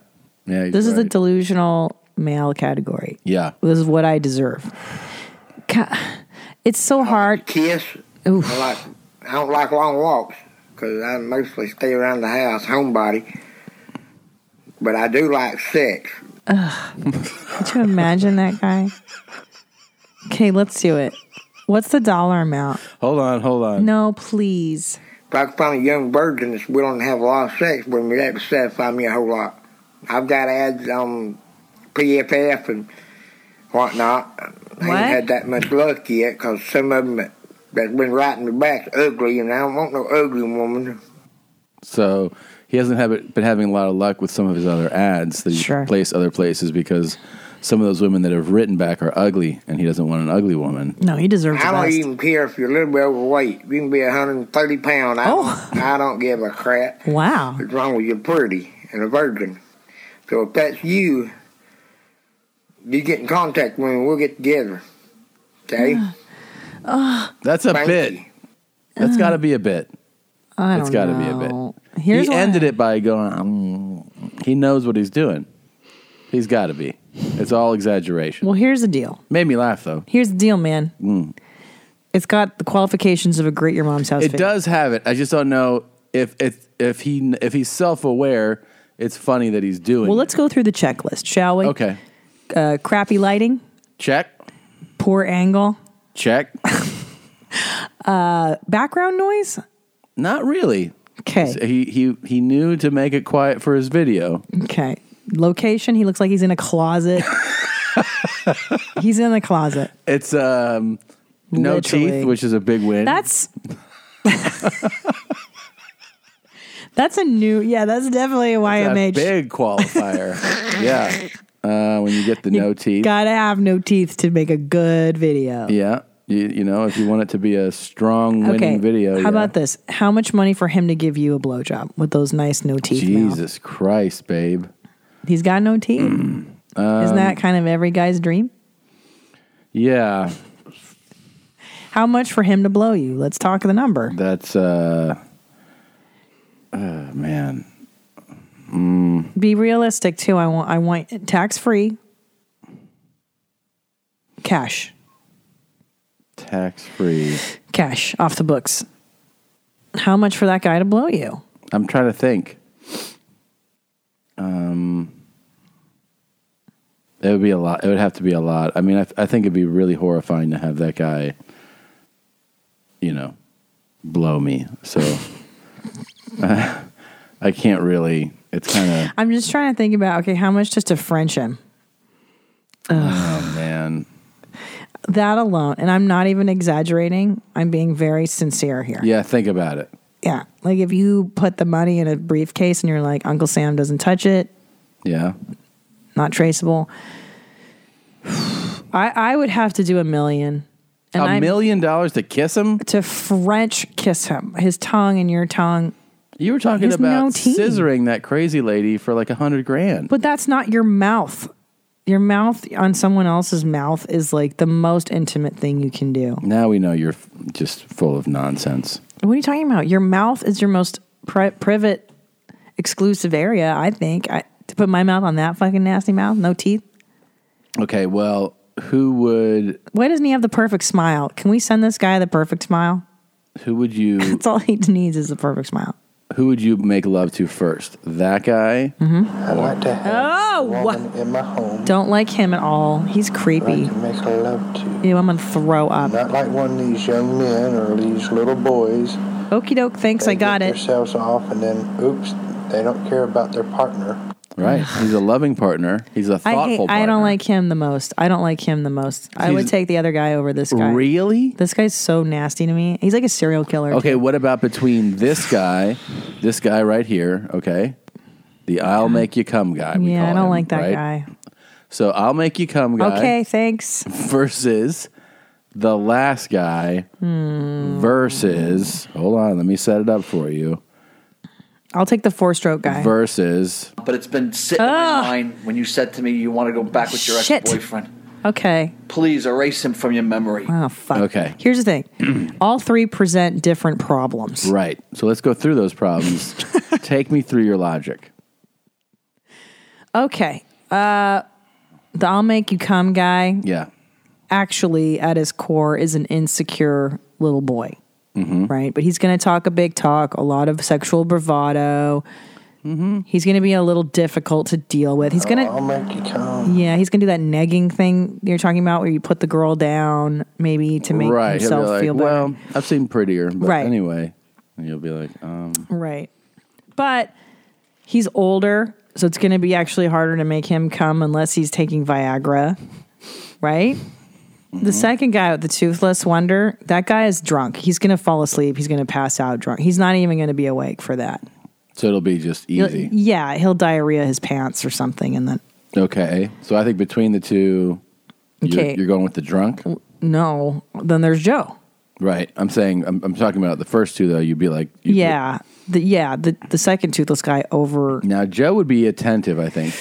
Speaker 1: yeah. he's
Speaker 2: This is the
Speaker 1: right.
Speaker 2: delusional male category.
Speaker 1: yeah.
Speaker 2: This is what I deserve. Ca- It's so hard.
Speaker 6: Kiss.
Speaker 2: Oof.
Speaker 6: I like. I don't like long walks because I mostly stay around the house, homebody. But I do like sex.
Speaker 2: Could you imagine that guy? Okay, let's do it. What's the dollar amount?
Speaker 1: Hold on, hold on.
Speaker 2: No, please.
Speaker 6: If I can find a young virgin that's willing to have a lot of sex with me, that would satisfy me a whole lot. I've got ads on PFF and whatnot. I
Speaker 2: What?
Speaker 6: ain't had that much luck yet because some of them that's been writing me back ugly, and I don't want no ugly woman.
Speaker 1: So he hasn't have, been having a lot of luck with some of his other ads that he
Speaker 2: Sure.
Speaker 1: placed other places because some of those women that have written back are ugly, and he doesn't want an ugly woman.
Speaker 2: No, he deserves
Speaker 6: I
Speaker 2: the
Speaker 6: don't
Speaker 2: best.
Speaker 6: even care if you're a little bit overweight. You can be 130 pounds. I,
Speaker 2: Oh.
Speaker 6: I don't give a crap.
Speaker 2: Wow.
Speaker 6: What's wrong with you pretty and a virgin? So if that's you, you get in contact with me. We'll get together. Okay?
Speaker 1: That's a
Speaker 6: Thank
Speaker 1: bit.
Speaker 6: you.
Speaker 1: That's got to be a bit.
Speaker 2: I don't
Speaker 1: It's got to be a
Speaker 2: know.
Speaker 1: bit.
Speaker 2: Here's
Speaker 1: he
Speaker 2: why-
Speaker 1: ended it by going. "Mm." he knows what he's doing. He's got to be. It's all exaggeration.
Speaker 2: Well, here's the deal.
Speaker 1: Made me laugh though.
Speaker 2: Here's the deal, man. It's got the qualifications of a great your mom's house.
Speaker 1: Mm. It
Speaker 2: video.
Speaker 1: does have it. I just don't know if if if he if he's self aware. It's funny that he's doing.
Speaker 2: Well, let's go through the checklist, shall we?
Speaker 1: it. okay.
Speaker 2: Uh, crappy lighting,
Speaker 1: Check.
Speaker 2: poor angle,
Speaker 1: Check.
Speaker 2: background noise.
Speaker 1: Not really.
Speaker 2: Okay.
Speaker 1: He he he knew to make it quiet for his video.
Speaker 2: Okay. Location, he looks like he's in a closet. he's in the closet.
Speaker 1: It's um no
Speaker 2: Literally.
Speaker 1: teeth, which is a big win.
Speaker 2: That's That's a new yeah, that's definitely a
Speaker 1: a
Speaker 2: YMH.
Speaker 1: big qualifier. yeah. Uh, when you get the no teeth.
Speaker 2: Gotta have no teeth to make a good video.
Speaker 1: yeah. You, you know, if you want it to be a strong winning
Speaker 2: okay.
Speaker 1: video.
Speaker 2: How
Speaker 1: yeah.
Speaker 2: about this? How much money for him to give you a blowjob with those nice no teeth? mouth?
Speaker 1: Jesus Mm, Christ, babe.
Speaker 2: He's got no teeth. Isn't
Speaker 1: um,
Speaker 2: that kind of every guy's dream?
Speaker 1: Yeah.
Speaker 2: How much for him to blow you? Let's talk the number.
Speaker 1: That's uh, uh man.
Speaker 2: Be realistic too. I want I want tax free cash.
Speaker 1: Tax free.
Speaker 2: Cash off the books. How much for that guy to blow you?
Speaker 1: I'm trying to think. Um, it would be a lot. It would have to be a lot. I mean, I, I think it'd be really horrifying to have that guy, you know, blow me. So I can't really. It's kind of
Speaker 2: I'm just trying to think about okay, how much just to French him?
Speaker 1: oh man.
Speaker 2: That alone, and I'm not even exaggerating. I'm being very sincere here.
Speaker 1: Yeah, think about it.
Speaker 2: Yeah. Like if you put the money in a briefcase and you're like, Uncle Sam doesn't touch it,
Speaker 1: Yeah,
Speaker 2: not traceable. I I would have to do a million.
Speaker 1: a
Speaker 2: And I'm-
Speaker 1: million dollars to kiss him.
Speaker 2: to French kiss him, his tongue and your tongue.
Speaker 1: You were talking
Speaker 2: There's
Speaker 1: about
Speaker 2: no teeth.
Speaker 1: scissoring that crazy lady for like a hundred grand.
Speaker 2: But that's not your mouth. Your mouth on someone else's mouth is like the most intimate thing you can do.
Speaker 1: now we know you're f- just full of nonsense.
Speaker 2: What are you talking about? Your mouth is your most pri- private, exclusive area, I think. I, to put my mouth on that fucking nasty mouth, no teeth.
Speaker 1: Okay, well, who would
Speaker 2: Why doesn't he have the perfect smile? Can we send this guy the perfect smile?
Speaker 1: who would you
Speaker 2: That's all he needs is the perfect smile.
Speaker 1: who would you make love to first? That guy?
Speaker 2: Mm-hmm.
Speaker 10: I like to have
Speaker 2: Oh,
Speaker 10: a
Speaker 2: wha-
Speaker 10: woman in my home
Speaker 2: don't like him at all. He's creepy.
Speaker 10: I can make her love to.
Speaker 2: Ew, I'm gonna throw up.
Speaker 10: Not like one of these young men or these little boys.
Speaker 2: Okie doke, thanks,
Speaker 10: They
Speaker 2: I got
Speaker 10: get
Speaker 2: it.
Speaker 10: Themselves off and then oops, they don't care about their partner.
Speaker 1: Right. He's a loving partner. He's a
Speaker 2: I, hate,
Speaker 1: thoughtful partner.
Speaker 2: I don't like him the most. I don't like him the most. I would
Speaker 1: He's-
Speaker 2: take the other guy over this guy.
Speaker 1: Really?
Speaker 2: This guy's so nasty to me. He's like a serial killer.
Speaker 1: Okay, what about between this guy, this guy right here, okay? The I'll make you come guy. we
Speaker 2: yeah,
Speaker 1: call
Speaker 2: I don't
Speaker 1: him,
Speaker 2: like that
Speaker 1: right?
Speaker 2: guy.
Speaker 1: So I'll make you come guy
Speaker 2: Okay, thanks.
Speaker 1: versus the last guy
Speaker 2: Hmm.
Speaker 1: versus hold on, let me set it up for you.
Speaker 2: I'll take the four stroke guy.
Speaker 1: Versus
Speaker 11: But it's been sitting in
Speaker 2: Ah.
Speaker 11: my mind when you said to me you want to go back with your ex
Speaker 2: Shit.
Speaker 11: boyfriend.
Speaker 2: okay.
Speaker 11: Please erase him from your memory.
Speaker 2: Oh, fuck. Okay. Here's the thing all three present different problems.
Speaker 1: Right. So let's go through those problems. Take me through your logic.
Speaker 2: Okay. Uh, the I'll make you come guy
Speaker 1: Yeah.
Speaker 2: actually, at his core, is an insecure little boy.
Speaker 1: Mhm.
Speaker 2: Right. But he's going to talk a big talk, a lot of sexual bravado.
Speaker 1: Mm-hmm.
Speaker 2: He's going to be a little difficult to deal with. He's
Speaker 1: Oh.
Speaker 2: going to.
Speaker 10: Oh, I'll make you come.
Speaker 2: Yeah, he's gonna do that negging thing you're talking about, where you put the girl down, maybe to make
Speaker 1: right. He'll be
Speaker 2: himself
Speaker 1: like,
Speaker 2: feel better.
Speaker 1: well, I've seen prettier, but
Speaker 2: Right.
Speaker 1: anyway. And you'll be like, um,
Speaker 2: Right. But he's older, so it's going to be actually harder to make him come unless he's taking Viagra. Right?
Speaker 1: Mm-hmm.
Speaker 2: The second guy with the toothless wonder, that guy is drunk. He's going to fall asleep. He's going to pass out drunk. He's not even going to be awake for that.
Speaker 1: so it'll be just
Speaker 2: He'll-
Speaker 1: easy.
Speaker 2: yeah, he'll diarrhea his pants or something and then
Speaker 1: Okay. So I think between the two, you're,
Speaker 2: Okay.
Speaker 1: you're going with the drunk.
Speaker 2: no, then there's Joe.
Speaker 1: Right. I'm saying, I'm, I'm talking about the first two, though. You'd be like,
Speaker 2: yeah. The, yeah, the the second toothless guy over
Speaker 1: now Joe would be attentive, I think.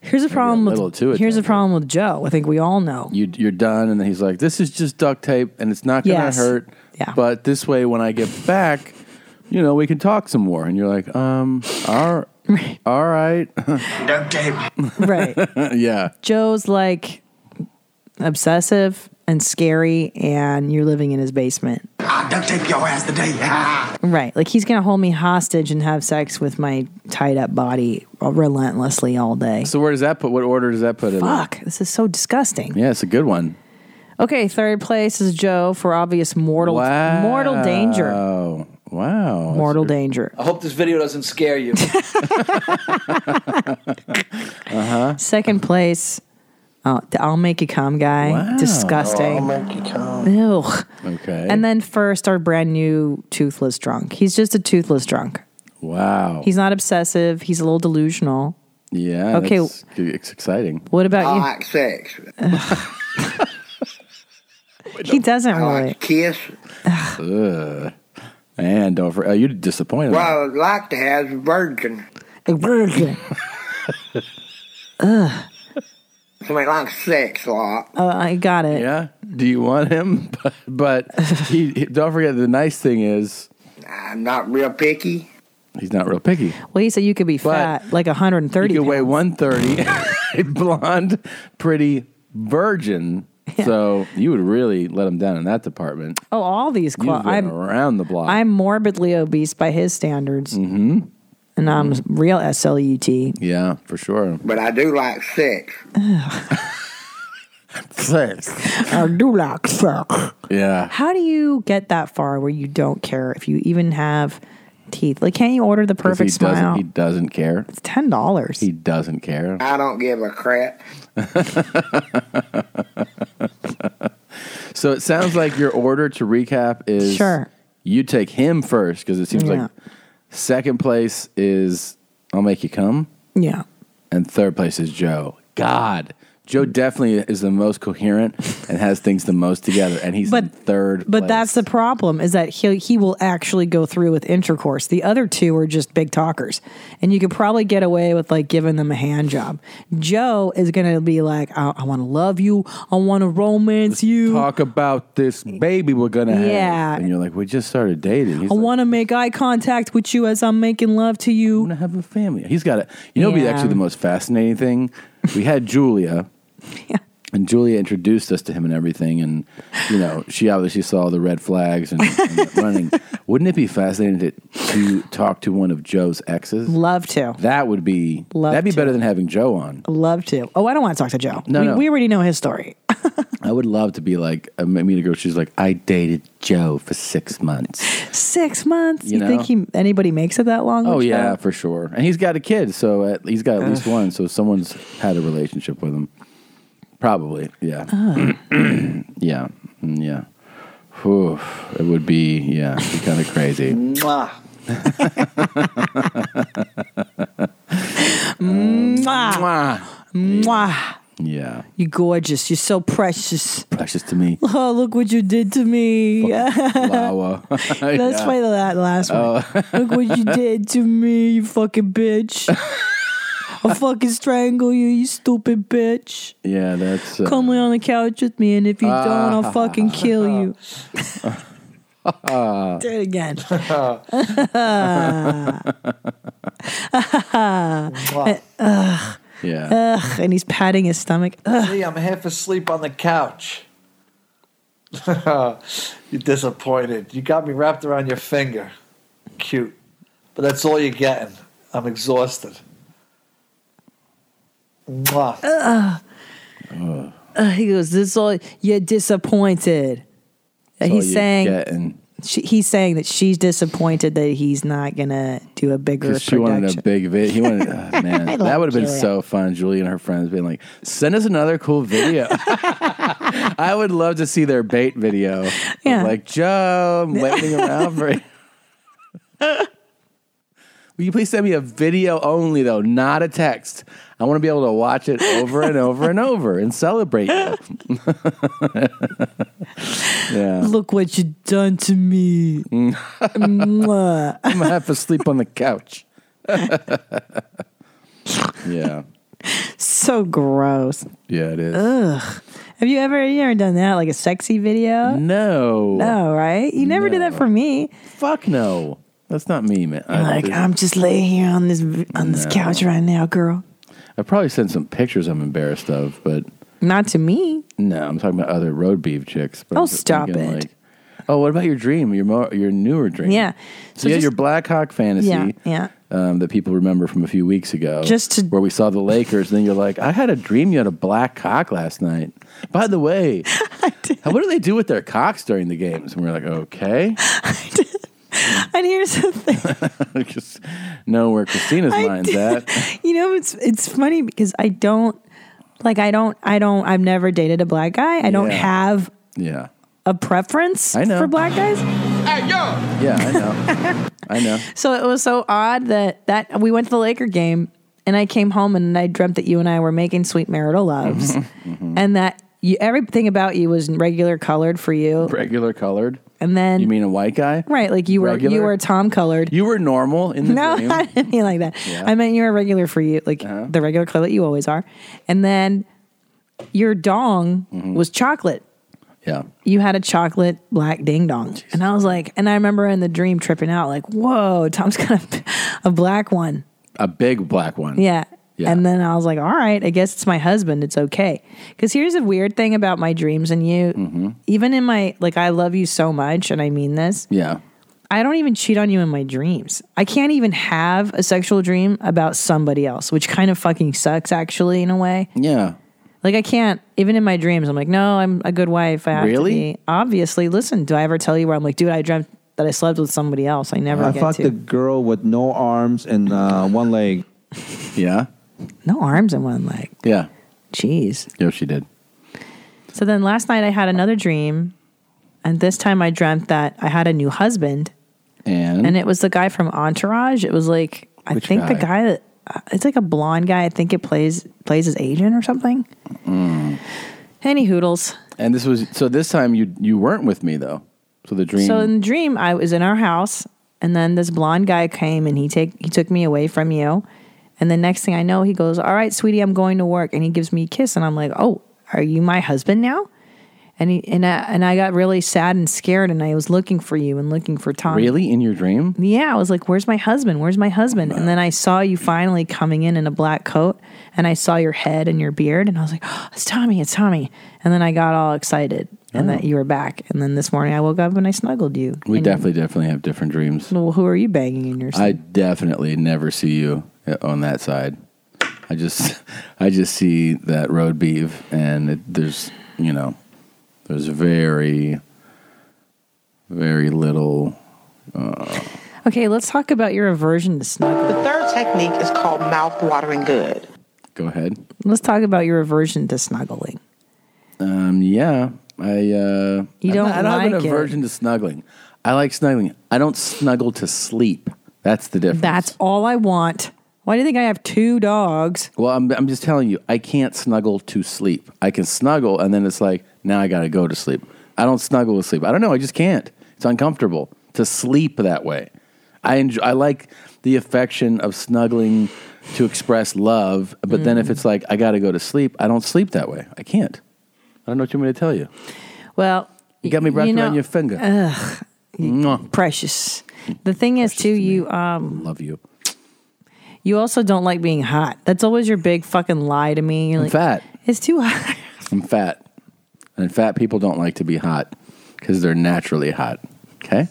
Speaker 2: Here's a problem
Speaker 1: little
Speaker 2: with
Speaker 1: too
Speaker 2: Here's a problem with Joe. I think we all know.
Speaker 1: You, you're done. And then he's like, this is just duct tape and it's not going to
Speaker 2: Yes.
Speaker 1: hurt. Yeah. But this way, when I get back, you know, we can talk some more. And you're like, um, all, all right.
Speaker 11: Duct tape.
Speaker 2: Right.
Speaker 1: yeah.
Speaker 2: Joe's like obsessive and scary, and you're living in his basement.
Speaker 12: I'll duct tape your ass today. Ah.
Speaker 2: Right. Like he's going to hold me hostage and have sex with my tied up body relentlessly all day.
Speaker 1: So where does that put? What order does that put it? in?
Speaker 2: Fuck. This is so disgusting.
Speaker 1: Yeah, it's a good one.
Speaker 2: Okay. Third place is Joe for obvious mortal mortal danger.
Speaker 1: Wow. Wow.
Speaker 2: Mortal danger.
Speaker 11: I hope this video doesn't scare you.
Speaker 1: Uh-huh.
Speaker 2: Second place. Oh, the I'll make you come guy. Disgusting.
Speaker 10: Oh, I'll make you come.
Speaker 2: Ew.
Speaker 1: Okay.
Speaker 2: And then first, our brand new toothless drunk. He's just a toothless drunk.
Speaker 1: Wow.
Speaker 2: He's not obsessive. He's a little delusional.
Speaker 1: yeah.
Speaker 2: Okay.
Speaker 1: that's- It's exciting.
Speaker 2: What about
Speaker 6: I
Speaker 2: you?
Speaker 6: like sex.
Speaker 2: he doesn't really.
Speaker 6: Kiss.
Speaker 1: Ugh. Man, don't for, oh, you disappointed.
Speaker 6: What I would like to have is a virgin.
Speaker 2: A virgin.
Speaker 1: Ugh.
Speaker 6: Somebody likes sex a lot.
Speaker 2: Oh, I got it.
Speaker 1: Yeah. Do you want him? But, but he, he- don't forget the nice thing is
Speaker 6: I'm not real picky.
Speaker 1: he's not real picky.
Speaker 2: Well, he said you could be fat, like 130.
Speaker 1: You could weigh 130, blonde, pretty virgin. So you would really let him down in that department.
Speaker 2: Oh, all these.
Speaker 1: You
Speaker 2: Qual-
Speaker 1: went
Speaker 2: I'm,
Speaker 1: around the block.
Speaker 2: I'm morbidly obese by his standards. Mm-hmm. And I'm
Speaker 1: Mm-hmm.
Speaker 2: real E SLUT.
Speaker 1: yeah, for sure.
Speaker 6: But I do like sex.
Speaker 1: Sex.
Speaker 2: I do like sex.
Speaker 1: Yeah.
Speaker 2: How do you get that far where you don't care if you even have teeth? Like, can't you order the
Speaker 1: 'Cause
Speaker 2: perfect
Speaker 1: he doesn't-
Speaker 2: smile?
Speaker 1: He doesn't care. It's
Speaker 2: ten dollars.
Speaker 1: He doesn't care.
Speaker 6: I don't give a crap.
Speaker 1: so it sounds like your order to recap is
Speaker 2: Sure.
Speaker 1: You take him first because it seems
Speaker 2: Yeah.
Speaker 1: like second place is I'll make you come,
Speaker 2: Yeah.
Speaker 1: and third place is Joe. God, Joe definitely is the most coherent and has things the most together, and he's in third.
Speaker 2: But
Speaker 1: place.
Speaker 2: that's the problem is that he he will actually go through with intercourse. The other two are just big talkers, and you could probably get away with like giving them a hand job. Joe is gonna be like, I, I want to love you, I want to romance you,
Speaker 1: talk about this baby we're gonna have.
Speaker 2: Yeah.
Speaker 1: and you're like, we just started dating. He's
Speaker 2: I want to make eye contact with you as I'm making love to you. I want
Speaker 1: to have a family. He's got it. You know, it'd be
Speaker 2: Yeah.
Speaker 1: actually the most fascinating thing. We had Julia, and Julia introduced us to him and everything, and you know, she obviously saw the red flags and, and running. Wouldn't it be fascinating to, to talk to one of Joe's exes?
Speaker 2: Love to.
Speaker 1: That would be.
Speaker 2: Love
Speaker 1: that'd be
Speaker 2: to.
Speaker 1: better than having Joe on.
Speaker 2: Love to. Oh, I don't want to talk to Joe.
Speaker 1: No,
Speaker 2: we,
Speaker 1: no.
Speaker 2: we already know his story.
Speaker 1: I would love to be like a meet a girl. She's like, I dated Joe for six months.
Speaker 2: Six months.
Speaker 1: You
Speaker 2: You,
Speaker 1: know?
Speaker 2: think he anybody makes it that long?
Speaker 1: Oh
Speaker 2: with
Speaker 1: yeah,
Speaker 2: Joe?
Speaker 1: for sure. And he's got a kid, so at, he's got at least
Speaker 2: Ugh.
Speaker 1: one. So someone's had a relationship with him, probably. Yeah,
Speaker 2: Ugh.
Speaker 1: yeah, Mm, yeah. Whew. It would be yeah, kind of crazy.
Speaker 11: Mwah.
Speaker 2: Mwah. Mwah.
Speaker 1: yeah,
Speaker 2: You're gorgeous. You're so precious.
Speaker 1: precious to me.
Speaker 2: Oh, look what you did to me.
Speaker 1: Flower. That's
Speaker 2: Let's play that last one.
Speaker 1: Oh.
Speaker 2: Look what you did to me, you fucking bitch. I'll fucking strangle you, you stupid bitch.
Speaker 1: Yeah, that's. uh,
Speaker 2: Come lay on the couch with me, and if you don't, I'll fucking kill you. Do it again. Ugh. Uh, Ugh. And he's patting his stomach. Ugh.
Speaker 13: See, I'm half asleep on the couch. you disappointed. You got me wrapped around your finger. Cute. But that's all you're getting. I'm exhausted. Mwah.
Speaker 2: Ugh. Ugh. He goes, "This is all you're disappointed."
Speaker 1: That's all
Speaker 2: he's
Speaker 1: you're
Speaker 2: saying
Speaker 1: getting.
Speaker 2: she, he's saying that she's disappointed that he's not gonna do a bigger
Speaker 1: Because she wanted
Speaker 2: production.
Speaker 1: a big video. He wanted, oh, man,
Speaker 2: I
Speaker 1: that
Speaker 2: love
Speaker 1: would have been
Speaker 2: Julia.
Speaker 1: so fun. Julie and her friends being like, "Send us another cool video." I would love to see their bait video. of,
Speaker 2: Yeah.
Speaker 1: like Joe, I'm waiting around for. Will you please send me a video only though, not a text? I want to be able to watch it over and over and over and celebrate. you. yeah.
Speaker 2: Look what you done to me.
Speaker 1: Mm.
Speaker 2: Mwah.
Speaker 1: I'm gonna have to sleep on the couch. yeah,
Speaker 2: so gross.
Speaker 1: yeah, it is.
Speaker 2: Ugh. Have you ever you ever done that like a sexy video?
Speaker 1: No,
Speaker 2: No, right? You never did that for me.
Speaker 1: Fuck no, that's not me, man. I,
Speaker 2: Like "Ah." I'm just laying here on this on this
Speaker 1: No.
Speaker 2: couch right now, girl.
Speaker 1: I probably sent some pictures I'm embarrassed of, but
Speaker 2: Not to me.
Speaker 1: no, I'm talking about other road beef chicks. But
Speaker 2: Oh,
Speaker 1: I'm just
Speaker 2: stop
Speaker 1: thinking,
Speaker 2: it.
Speaker 1: Like, oh, what about your dream? Your mo- your newer dream?
Speaker 2: Yeah.
Speaker 1: So,
Speaker 2: So
Speaker 1: you had
Speaker 2: just-
Speaker 1: your Black Hawk fantasy.
Speaker 2: Yeah, yeah.
Speaker 1: Um, that people remember from a few weeks ago,
Speaker 2: Just to-
Speaker 1: where we saw the Lakers, and then you're like, "I had a dream you had a black cock last night." By the way, what do they do with their cocks during the games? And we're like, "Okay,"
Speaker 2: And here's the thing.
Speaker 1: just know where Christina's
Speaker 2: I
Speaker 1: mind's
Speaker 2: did-
Speaker 1: at.
Speaker 2: You know, it's it's funny because I don't like I don't I don't I've never dated a black guy. I don't
Speaker 1: Yeah.
Speaker 2: have
Speaker 1: Yeah,
Speaker 2: a preference
Speaker 1: I know.
Speaker 2: for black guys.
Speaker 7: Hey, yo!
Speaker 1: yeah, I know, I know.
Speaker 2: So it was so odd that that we went to the Laker game and I came home and I dreamt that you and I were making sweet marital loves and that you everything about you was regular colored for you.
Speaker 1: Regular colored.
Speaker 2: And then
Speaker 1: You mean a white guy?
Speaker 2: right, like you were you
Speaker 1: Regular?
Speaker 2: were Tom colored.
Speaker 1: You were normal in the
Speaker 2: no,
Speaker 1: dream.
Speaker 2: I didn't mean like that.
Speaker 1: Yeah. Uh-huh.
Speaker 2: I meant you're a regular for you, like the regular color that you always are. And then your dong
Speaker 1: Mm-hmm.
Speaker 2: was chocolate.
Speaker 1: Yeah.
Speaker 2: You had a chocolate black ding dong. And I was like, and I remember in the dream tripping out, like, whoa, Tom's got a, a black one.
Speaker 1: A big black one.
Speaker 2: Yeah.
Speaker 1: Yeah.
Speaker 2: And then I was like, all right, I guess it's my husband. It's okay. Because here's a weird thing about my dreams and you, even in my, like, I love you so much, and I mean this.
Speaker 1: Yeah.
Speaker 2: I don't even cheat on you in my dreams. I can't even have a sexual dream about somebody else, which kind of fucking sucks, actually, in a way.
Speaker 1: Yeah.
Speaker 2: Like, I can't, even in my dreams, I'm like, no, I'm a good wife. I have
Speaker 1: Really?
Speaker 2: to be. Obviously, listen, do I ever tell you where I'm like, dude, I dreamt that I slept with somebody else? I never
Speaker 14: I
Speaker 2: get
Speaker 14: fucked
Speaker 2: to.
Speaker 14: a girl with no arms and uh, one leg.
Speaker 1: Yeah.
Speaker 2: no arms and one leg.
Speaker 1: Yeah.
Speaker 2: Jeez.
Speaker 1: Yeah, she did.
Speaker 2: So then last night I had another dream, and this time I dreamt that I had a new husband,
Speaker 1: and
Speaker 2: and it was the guy from Entourage. It was like I
Speaker 1: Which
Speaker 2: think the
Speaker 1: guy?
Speaker 2: guy that uh, it's like a blonde guy. I think it plays plays his agent or something.
Speaker 1: Mm.
Speaker 2: Any hoodles.
Speaker 1: And this was so. This time you you weren't with me though. So the dream.
Speaker 2: So in the dream, I was in our house, and then this blonde guy came and he take he took me away from you, and the next thing I know, he goes, "All right, sweetie, I'm going to work," and he gives me a kiss, and I'm like, "Oh, are you my husband now?" And he and I and I got really sad and scared, and I was looking for you and looking for Tom.
Speaker 1: really in your dream?
Speaker 2: Yeah, I was like, "Where's my husband? Where's my husband?" And then I saw you finally coming in in a black coat, and I saw your head and your beard, and I was like, oh, "It's Tommy! It's Tommy!" And then I got all excited, and that you were back. And then this morning I woke up and I snuggled you.
Speaker 1: Oh. We
Speaker 2: And you-
Speaker 1: definitely definitely have different dreams.
Speaker 2: Well, who are you banging in your?
Speaker 1: I definitely never see you on that side. I just I just see that road beef, and it, there's you know There's very, very little. Uh,
Speaker 2: Okay, let's talk about your aversion to snuggle.
Speaker 15: The third technique is called mouth watering good.
Speaker 1: go ahead.
Speaker 2: Let's talk about your aversion to snuggling.
Speaker 1: Um, yeah, I. Uh, I'm
Speaker 2: You don't
Speaker 1: not- I don't have
Speaker 2: like
Speaker 1: an
Speaker 2: it.
Speaker 1: aversion to snuggling. I like snuggling. I don't snuggle to sleep. That's the difference.
Speaker 2: That's all I want. Why do you think I have two dogs?
Speaker 1: Well, I'm, I'm just telling you, I can't snuggle to sleep. I can snuggle, and then it's like, now I got to go to sleep. I don't snuggle to sleep. I don't know. I just can't. It's uncomfortable to sleep that way. I enjoy, I like the affection of snuggling to express love, but then if it's like, I got to go to sleep, I don't sleep that way. I can't. I don't know what you want me to tell you.
Speaker 2: Well,
Speaker 1: You got me wrapped around your finger.
Speaker 2: Ugh,
Speaker 1: Mwah.
Speaker 2: precious. The thing is, too, you um,
Speaker 1: love you.
Speaker 2: You also don't like being hot. That's always your big fucking lie to me. You're
Speaker 1: I'm
Speaker 2: like,
Speaker 1: fat.
Speaker 2: It's too hot.
Speaker 1: I'm fat. And fat people don't like to be hot because they're naturally hot. Okay?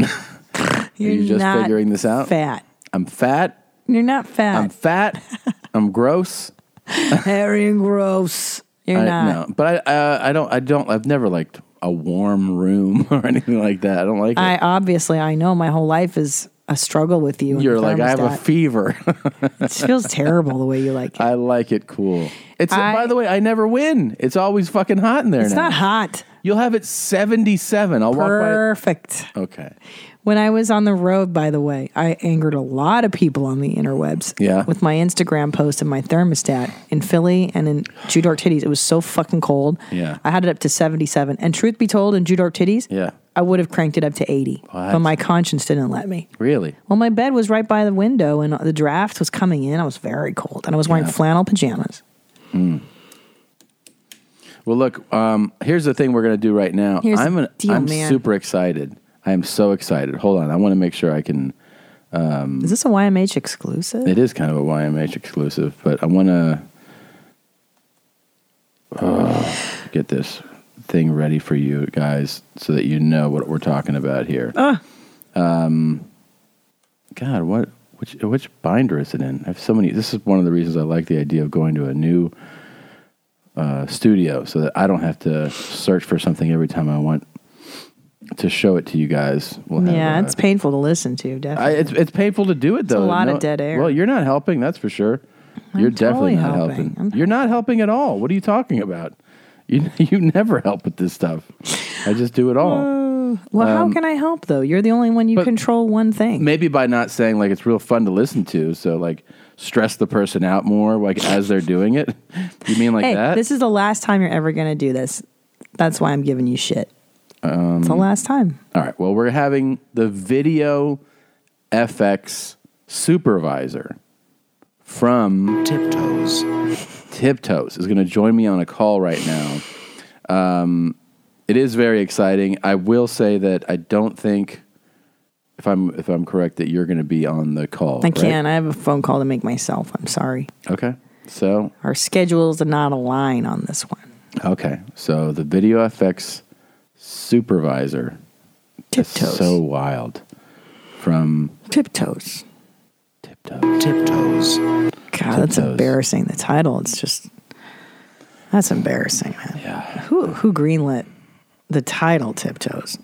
Speaker 1: Are
Speaker 2: You're
Speaker 1: you just
Speaker 2: not
Speaker 1: figuring this out?
Speaker 2: Fat.
Speaker 1: I'm fat.
Speaker 2: You're not fat.
Speaker 1: I'm fat. I'm gross.
Speaker 2: Hairy and gross. You're
Speaker 1: I-
Speaker 2: not.
Speaker 1: No, but I, uh, I don't. I don't. I've never liked a warm room or anything like that. I don't like
Speaker 2: I obviously I know my whole life is a struggle with you.
Speaker 1: it.
Speaker 2: and
Speaker 1: You're
Speaker 2: the
Speaker 1: like I have a
Speaker 2: thermostat.
Speaker 1: fever.
Speaker 2: it feels terrible the way you like it.
Speaker 1: I like it cool. It's
Speaker 2: I-
Speaker 1: by the way, I never win. It's always fucking hot in there.
Speaker 2: It's
Speaker 1: now.
Speaker 2: not hot.
Speaker 1: You'll have it 77. I'll
Speaker 2: Perfect.
Speaker 1: walk by. Okay.
Speaker 2: When I was on the road, by the way, I angered a lot of people on the interwebs.
Speaker 1: Yeah.
Speaker 2: With my Instagram post and my thermostat in Philly and in Jew Dark Titties. It was so fucking cold.
Speaker 1: Yeah.
Speaker 2: I had it up to 77. And truth be told, in Jew Dark Titties,
Speaker 1: Yeah.
Speaker 2: I would have cranked it up to 80. But my conscience didn't let me.
Speaker 1: Really?
Speaker 2: Well, my bed was right by the window and the draft was coming in. I was very cold and I was wearing
Speaker 1: Yeah.
Speaker 2: flannel pajamas.
Speaker 1: Mm. Well, look. Um, here's the thing we're gonna do right now.
Speaker 2: Here's
Speaker 1: I'm
Speaker 2: the
Speaker 1: an-
Speaker 2: deal,
Speaker 1: I'm
Speaker 2: man.
Speaker 1: super excited. I am so excited. Hold on. I want to make sure I can. Um,
Speaker 2: Is this a YMH exclusive?
Speaker 1: It is kind of a YMH exclusive, but I want to uh, get this thing ready for you guys so that you know what we're talking about here. Um, God, what which which binder is it in? I have so many. This is one of the reasons I like the idea of going to a new uh, studio so that I don't have to search for something every time I want to show it to you guys. We'll have,
Speaker 2: yeah,
Speaker 1: uh,
Speaker 2: it's painful to listen to,
Speaker 1: I,
Speaker 2: definitely.
Speaker 1: it's it's painful to do it
Speaker 2: It's a
Speaker 1: though.
Speaker 2: lot of dead air.
Speaker 1: Well, you're not helping, that's for sure. you're definitely
Speaker 2: totally
Speaker 1: not
Speaker 2: helping.
Speaker 1: helping. You're not helping at all. What are you talking about? You you never help with this stuff. I just do it all.
Speaker 2: Oh, well, how
Speaker 1: Um,
Speaker 2: can I help though? You're the only one you control one thing.
Speaker 1: Maybe by not saying like it's real fun to listen to, so like stress the person out more like as they're doing it. You mean like
Speaker 2: hey,
Speaker 1: that?
Speaker 2: this is the last time you're ever going to do this. That's why I'm giving you shit.
Speaker 1: um,
Speaker 2: It's the last time.
Speaker 1: All right. Well, we're having the video FX supervisor from Tiptoes. Tiptoes is going to join me on a call right now. Um, it is very exciting. I will say that I don't think, if I'm if I'm correct, that you're going to be on the call.
Speaker 2: I
Speaker 1: right?
Speaker 2: can't. I have a phone call to make myself. I'm sorry.
Speaker 1: Okay. So
Speaker 2: Our schedules are not aligned on this one.
Speaker 1: Okay, so the video effects supervisor. That's So wild. From
Speaker 2: tiptoes.
Speaker 1: Tiptoes.
Speaker 2: Tiptoes. God, that's embarrassing. The title. It's just that's embarrassing, man.
Speaker 1: Yeah.
Speaker 2: Who who greenlit the title Tiptoes?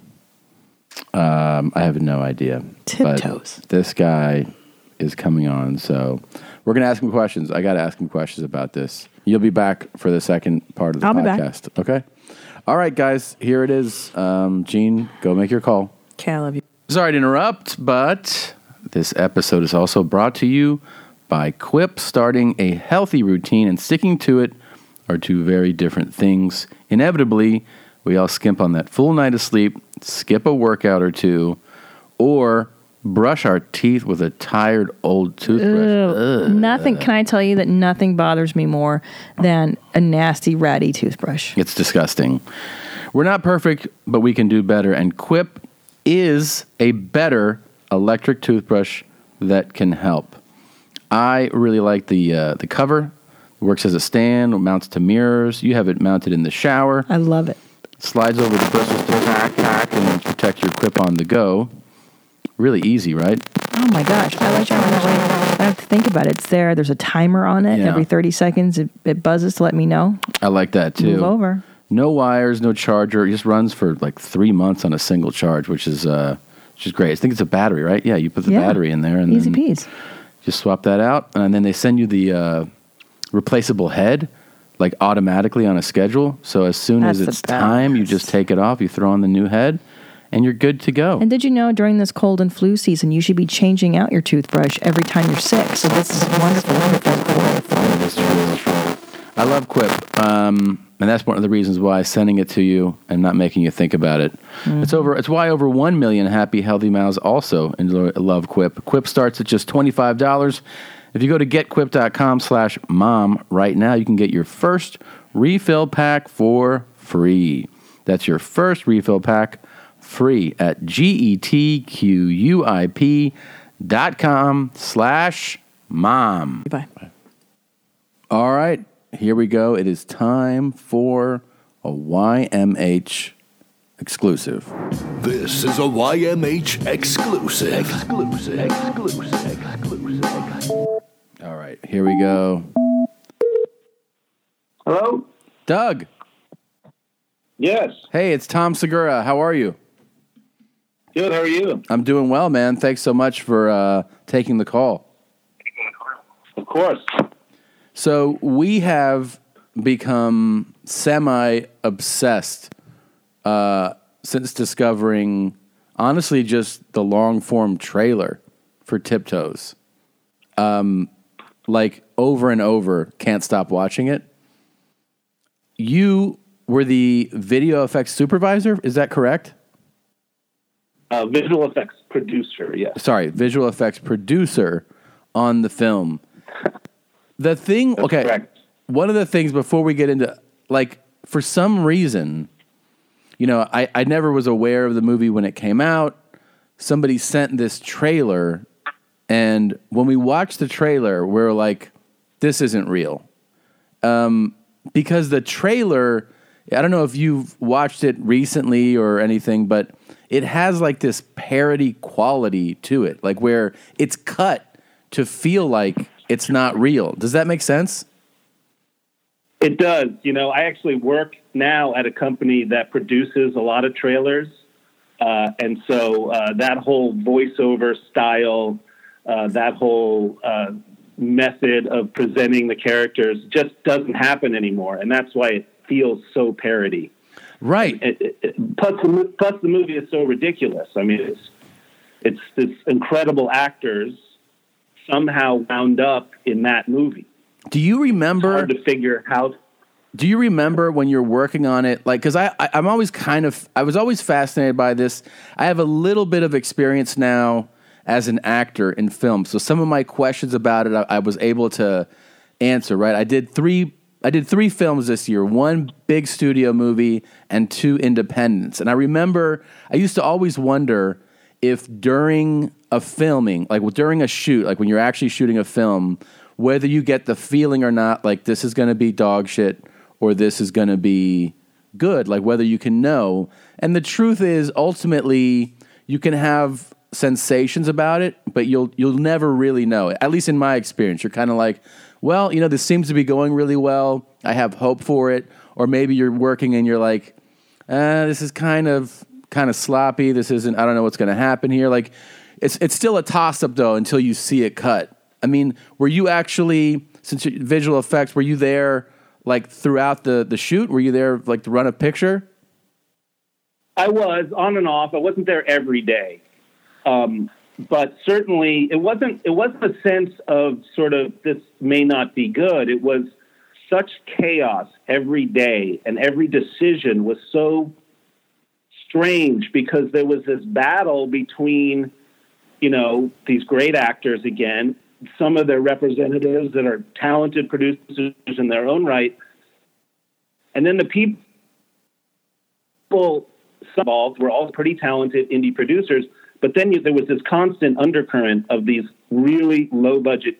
Speaker 1: Um, I have no idea.
Speaker 2: Tiptoes.
Speaker 1: But this guy is coming on, so we're gonna ask him questions. I got to ask him questions about this. You'll be back for the second part of the
Speaker 2: I'll be back.
Speaker 1: podcast. Okay. All right, guys. Here it is. Um, Gene, go make your call.
Speaker 2: Okay, I love you.
Speaker 1: Sorry to interrupt, but this episode is also brought to you by Quip. Starting a healthy routine and sticking to it are two very different things. Inevitably, we all skimp on that full night of sleep, skip a workout or two, or brush our teeth with a tired old toothbrush. Ugh.
Speaker 2: Nothing. Can I tell you that nothing bothers me more than a nasty, ratty toothbrush?
Speaker 1: It's disgusting. We're not perfect, but we can do better. And Quip is a better electric toothbrush that can help. I really like the uh, the cover. It works as a stand, mounts to mirrors. You have it mounted in the shower.
Speaker 2: I love it.
Speaker 1: Slides over the bristles to and protect your Quip on the go. Really easy, right?
Speaker 2: Oh my gosh, I like that way. I have to think about it. It's there. There's a timer on it.
Speaker 1: Yeah.
Speaker 2: Every 30 seconds, it, it buzzes to let me know.
Speaker 1: I like that too.
Speaker 2: Move over.
Speaker 1: No wires, no charger. It just runs for like three months on a single charge, which is uh, which is great. I think it's a battery, right? Yeah, you put the
Speaker 2: Yeah.
Speaker 1: battery in there and
Speaker 2: Easy
Speaker 1: then
Speaker 2: peas.
Speaker 1: just swap that out, and then they send you the uh, replaceable head like automatically on a schedule. So as soon as
Speaker 2: That's the
Speaker 1: it's time, you just take it off, you throw on the new head, and you're good to go.
Speaker 2: And did you know during this cold and flu season, you should be changing out your toothbrush every time you're sick? So this is wonderful.
Speaker 1: I love Quip, um, and that's one of the reasons why sending it to you and not making you think about it. It's over. It's why over one million happy, healthy mouths also enjoy, love Quip. Quip starts at just twenty five dollars. If you go to getquip.com/mom right now, you can get your first refill pack for free. That's your first refill pack free at E getquip.com slash mom.
Speaker 2: Goodbye.
Speaker 1: All right, here we go. It is time for a YMH exclusive.
Speaker 16: This is a YMH exclusive. Exclusive.
Speaker 1: All right, here we go. Hello? Doug. Yes. Hey, it's Tom Segura. How are you? Good. How are you? I'm doing well, man. Thanks so much for uh, taking the call. Of course. So we have become semi obsessed uh, since discovering, honestly, just the long form trailer for Tiptoes. Um, like over and over, can't stop watching it. You were the video effects supervisor, is that correct?
Speaker 17: Uh, visual effects producer, yes.
Speaker 1: Sorry, visual effects producer on the film. The thing, okay, one of the things before we get into, like, for some reason, you know, I, I never was aware of the movie when it came out. Somebody sent this trailer, and when we watched the trailer, we are like, this isn't real. Um, because the trailer, I don't know if you've watched it recently or anything, but it has like this parody quality to it, like where it's cut to feel like it's not real. Does that make sense?
Speaker 17: It does. You know, I actually work now at a company that produces a lot of trailers. Uh, and so uh, that whole voiceover style, uh, that whole uh, method of presenting the characters just doesn't happen anymore. And that's why it feels so parody.
Speaker 1: Right.
Speaker 17: It, it, it, plus, the, mo- plus, the movie is so ridiculous. I mean, it's, it's this incredible actors somehow wound up in that movie.
Speaker 1: Do you remember?
Speaker 17: hard to figure how
Speaker 1: Do you remember when you're working on it? Like, because I, I, I'm always kind of, I was always fascinated by this. I have a little bit of experience now as an actor in film, so some of my questions about it, I, I was able to answer. Right, I did three, I did three films this year: one big studio movie and two independents. And I remember, I used to always wonder if during a filming, like well, during a shoot, like when you're actually shooting a film, whether you get the feeling or not, like this is going to be dog shit or this is going to be good, like whether you can know. And the truth is, ultimately, you can have sensations about it, but you'll you'll never really know. At least in my experience, you're kind of like, well, you know, this seems to be going really well. I have hope for it. Or maybe you're working and you're like, uh, this is kind of kind of sloppy. This isn't. I don't know what's going to happen here. Like, it's it's still a toss up though until you see it cut. I mean, were you actually since you- visual effects? Were you there like throughout the the shoot? Were you there like to run a picture?
Speaker 17: I was on and off. I wasn't there every day, um, but certainly it wasn't. It wasn't a sense of sort of this may not be good. It was such chaos every day, and every decision was so strange because there was this battle between, you know, these great actors again, some of their representatives that are talented producers in their own right, and then the people people involved were all pretty talented indie producers, but then you- there was this constant undercurrent of these really low budget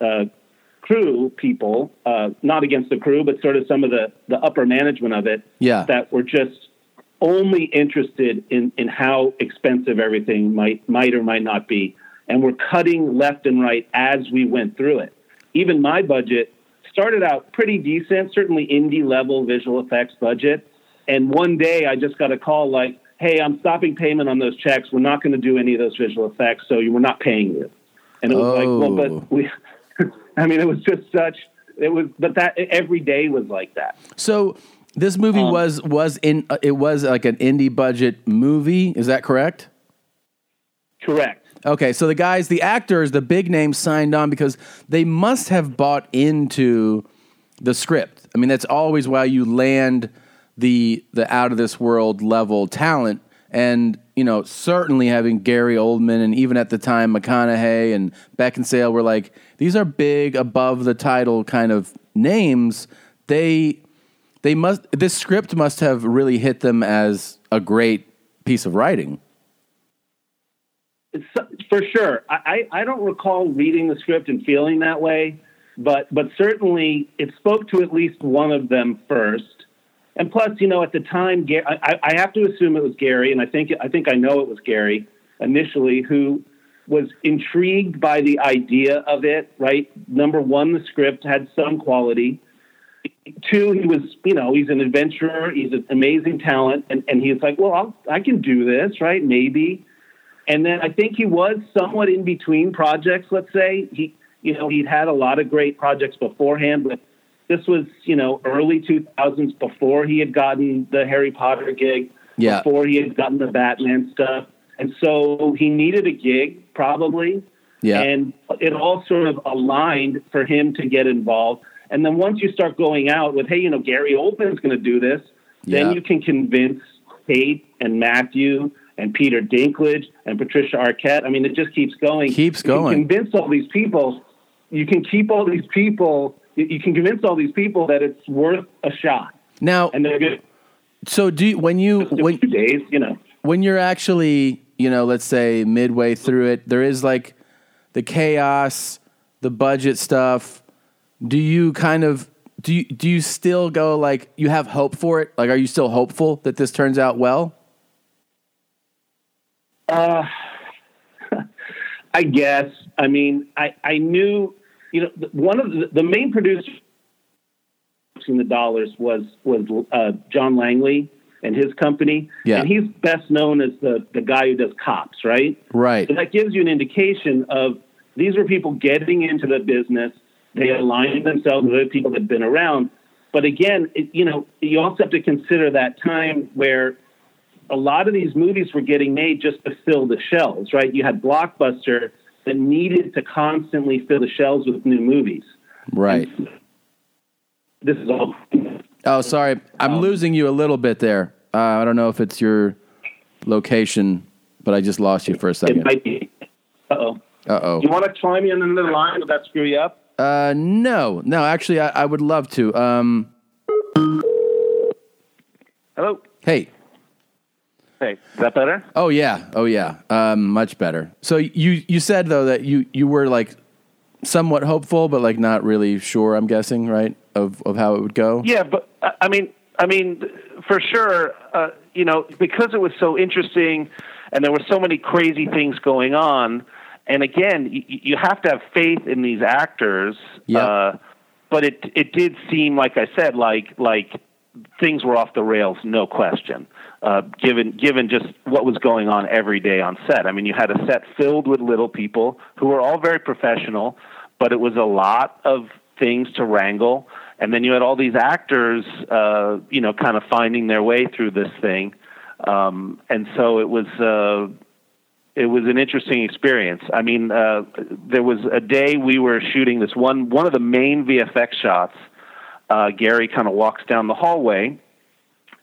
Speaker 17: uh, crew people, uh, not against the crew, but sort of some of the, the upper management of it,
Speaker 1: Yeah.
Speaker 17: that were just only interested in, in how expensive everything might, might or might not be. And were cutting left and right as we went through it. Even my budget started out pretty decent, certainly indie level visual effects budget. And one day I just got a call like, hey, I'm stopping payment on those checks. We're not going to do any of those visual effects, so you, we're not paying you. And it was like, well, but we, I mean, it was just such, it was, but that every day was like that.
Speaker 1: So this movie was was in uh, it was like an indie budget movie. Is that correct?
Speaker 17: Correct.
Speaker 1: Okay, so the guys, the actors, the big names signed on because they must have bought into the script. I mean, that's always why you land the the out of this world level talent. And you know, certainly having Gary Oldman and even at the time McConaughey and Beckinsale were like these are big above the title kind of names. They they must this script must have really hit them as a great piece of writing.
Speaker 17: So- for sure. I, I I don't recall reading the script and feeling that way, but but certainly it spoke to at least one of them first. And plus, you know, at the time, Ga- I, I- I have to assume it was Gary, and I think I think I know it was Gary initially who was intrigued by the idea of it. Right, number one, the script had some quality. Two, he was, you know, he's an adventurer, he's an amazing talent, and, and he's like, well, I'll, I can do this, right? Maybe. And then I think he was somewhat in between projects. Let's say he, you know, he'd had a lot of great projects beforehand, but this was, you know, early 2000s before he had gotten the Harry Potter gig,
Speaker 1: Yeah.
Speaker 17: before he had gotten the Batman stuff, and so he needed a gig probably.
Speaker 1: Yeah.
Speaker 17: And it all sort of aligned for him to get involved. And then once you start going out with, hey, you know, Gary Oldman's going to do this,
Speaker 1: Yeah.
Speaker 17: then you can convince Kate and Matthew and Peter Dinklage and Patricia Arquette. I mean, it just keeps going.
Speaker 1: Keeps
Speaker 17: You can
Speaker 1: going.
Speaker 17: convince all these people. You can keep all these people. You you can convince all these people that it's worth a shot,
Speaker 1: Now,
Speaker 17: and they're good.
Speaker 1: so do you, when you when
Speaker 17: two days, you know,
Speaker 1: when you're actually you know let's say midway through it there is like the chaos the budget stuff do you kind of do you, do you still go like you have hope for it like are you still hopeful that this turns out well
Speaker 17: Uh, I guess. I mean, I, I knew, you know, th- one of the, the main producers in the dollars was was uh, John Langley and his company,
Speaker 1: Yeah.
Speaker 17: and he's best known as the the guy who does cops, right?
Speaker 1: right
Speaker 17: So that gives you an indication of these were people getting into the business. They aligned themselves with other people that had been around. But again, it, you know, you also have to consider that time where a lot of these movies were getting made just to fill the shelves, right? You had Blockbuster that needed to constantly fill the shelves with new movies.
Speaker 1: right
Speaker 17: This is all
Speaker 1: oh sorry i'm losing you a little bit there uh, i don't know if it's your location but i just lost you for a
Speaker 17: it
Speaker 1: second
Speaker 17: might be. Uh oh.
Speaker 1: uh-oh
Speaker 17: You want to try me on another line? Would that screw you up?
Speaker 1: Uh, no, no. Actually, I, I would love to. Um,
Speaker 17: Hello.
Speaker 1: Hey.
Speaker 17: Hey, is that better?
Speaker 1: Oh yeah. Oh yeah. Um, much better. So you you said though that you you were like somewhat hopeful, but like not really sure. I'm guessing right of of how it would go.
Speaker 18: Yeah, but I I mean, I mean, for sure, uh, you know, because it was so interesting, and there were so many crazy things going on. And again, you, you have to have faith in these actors. Uh, but it it did seem, like I said, like like things were off the rails, no question. Uh, given given just what was going on every day on set. I mean, you had a set filled with little people who were all very professional, but it was a lot of things to wrangle. And then you had all these actors, uh, you know, kind of finding their way through this thing. Um, and so it was. Uh, it was an interesting experience. I mean, uh, there was a day we were shooting this one one of the main VFX shots. Uh, Gary kind of walks down the hallway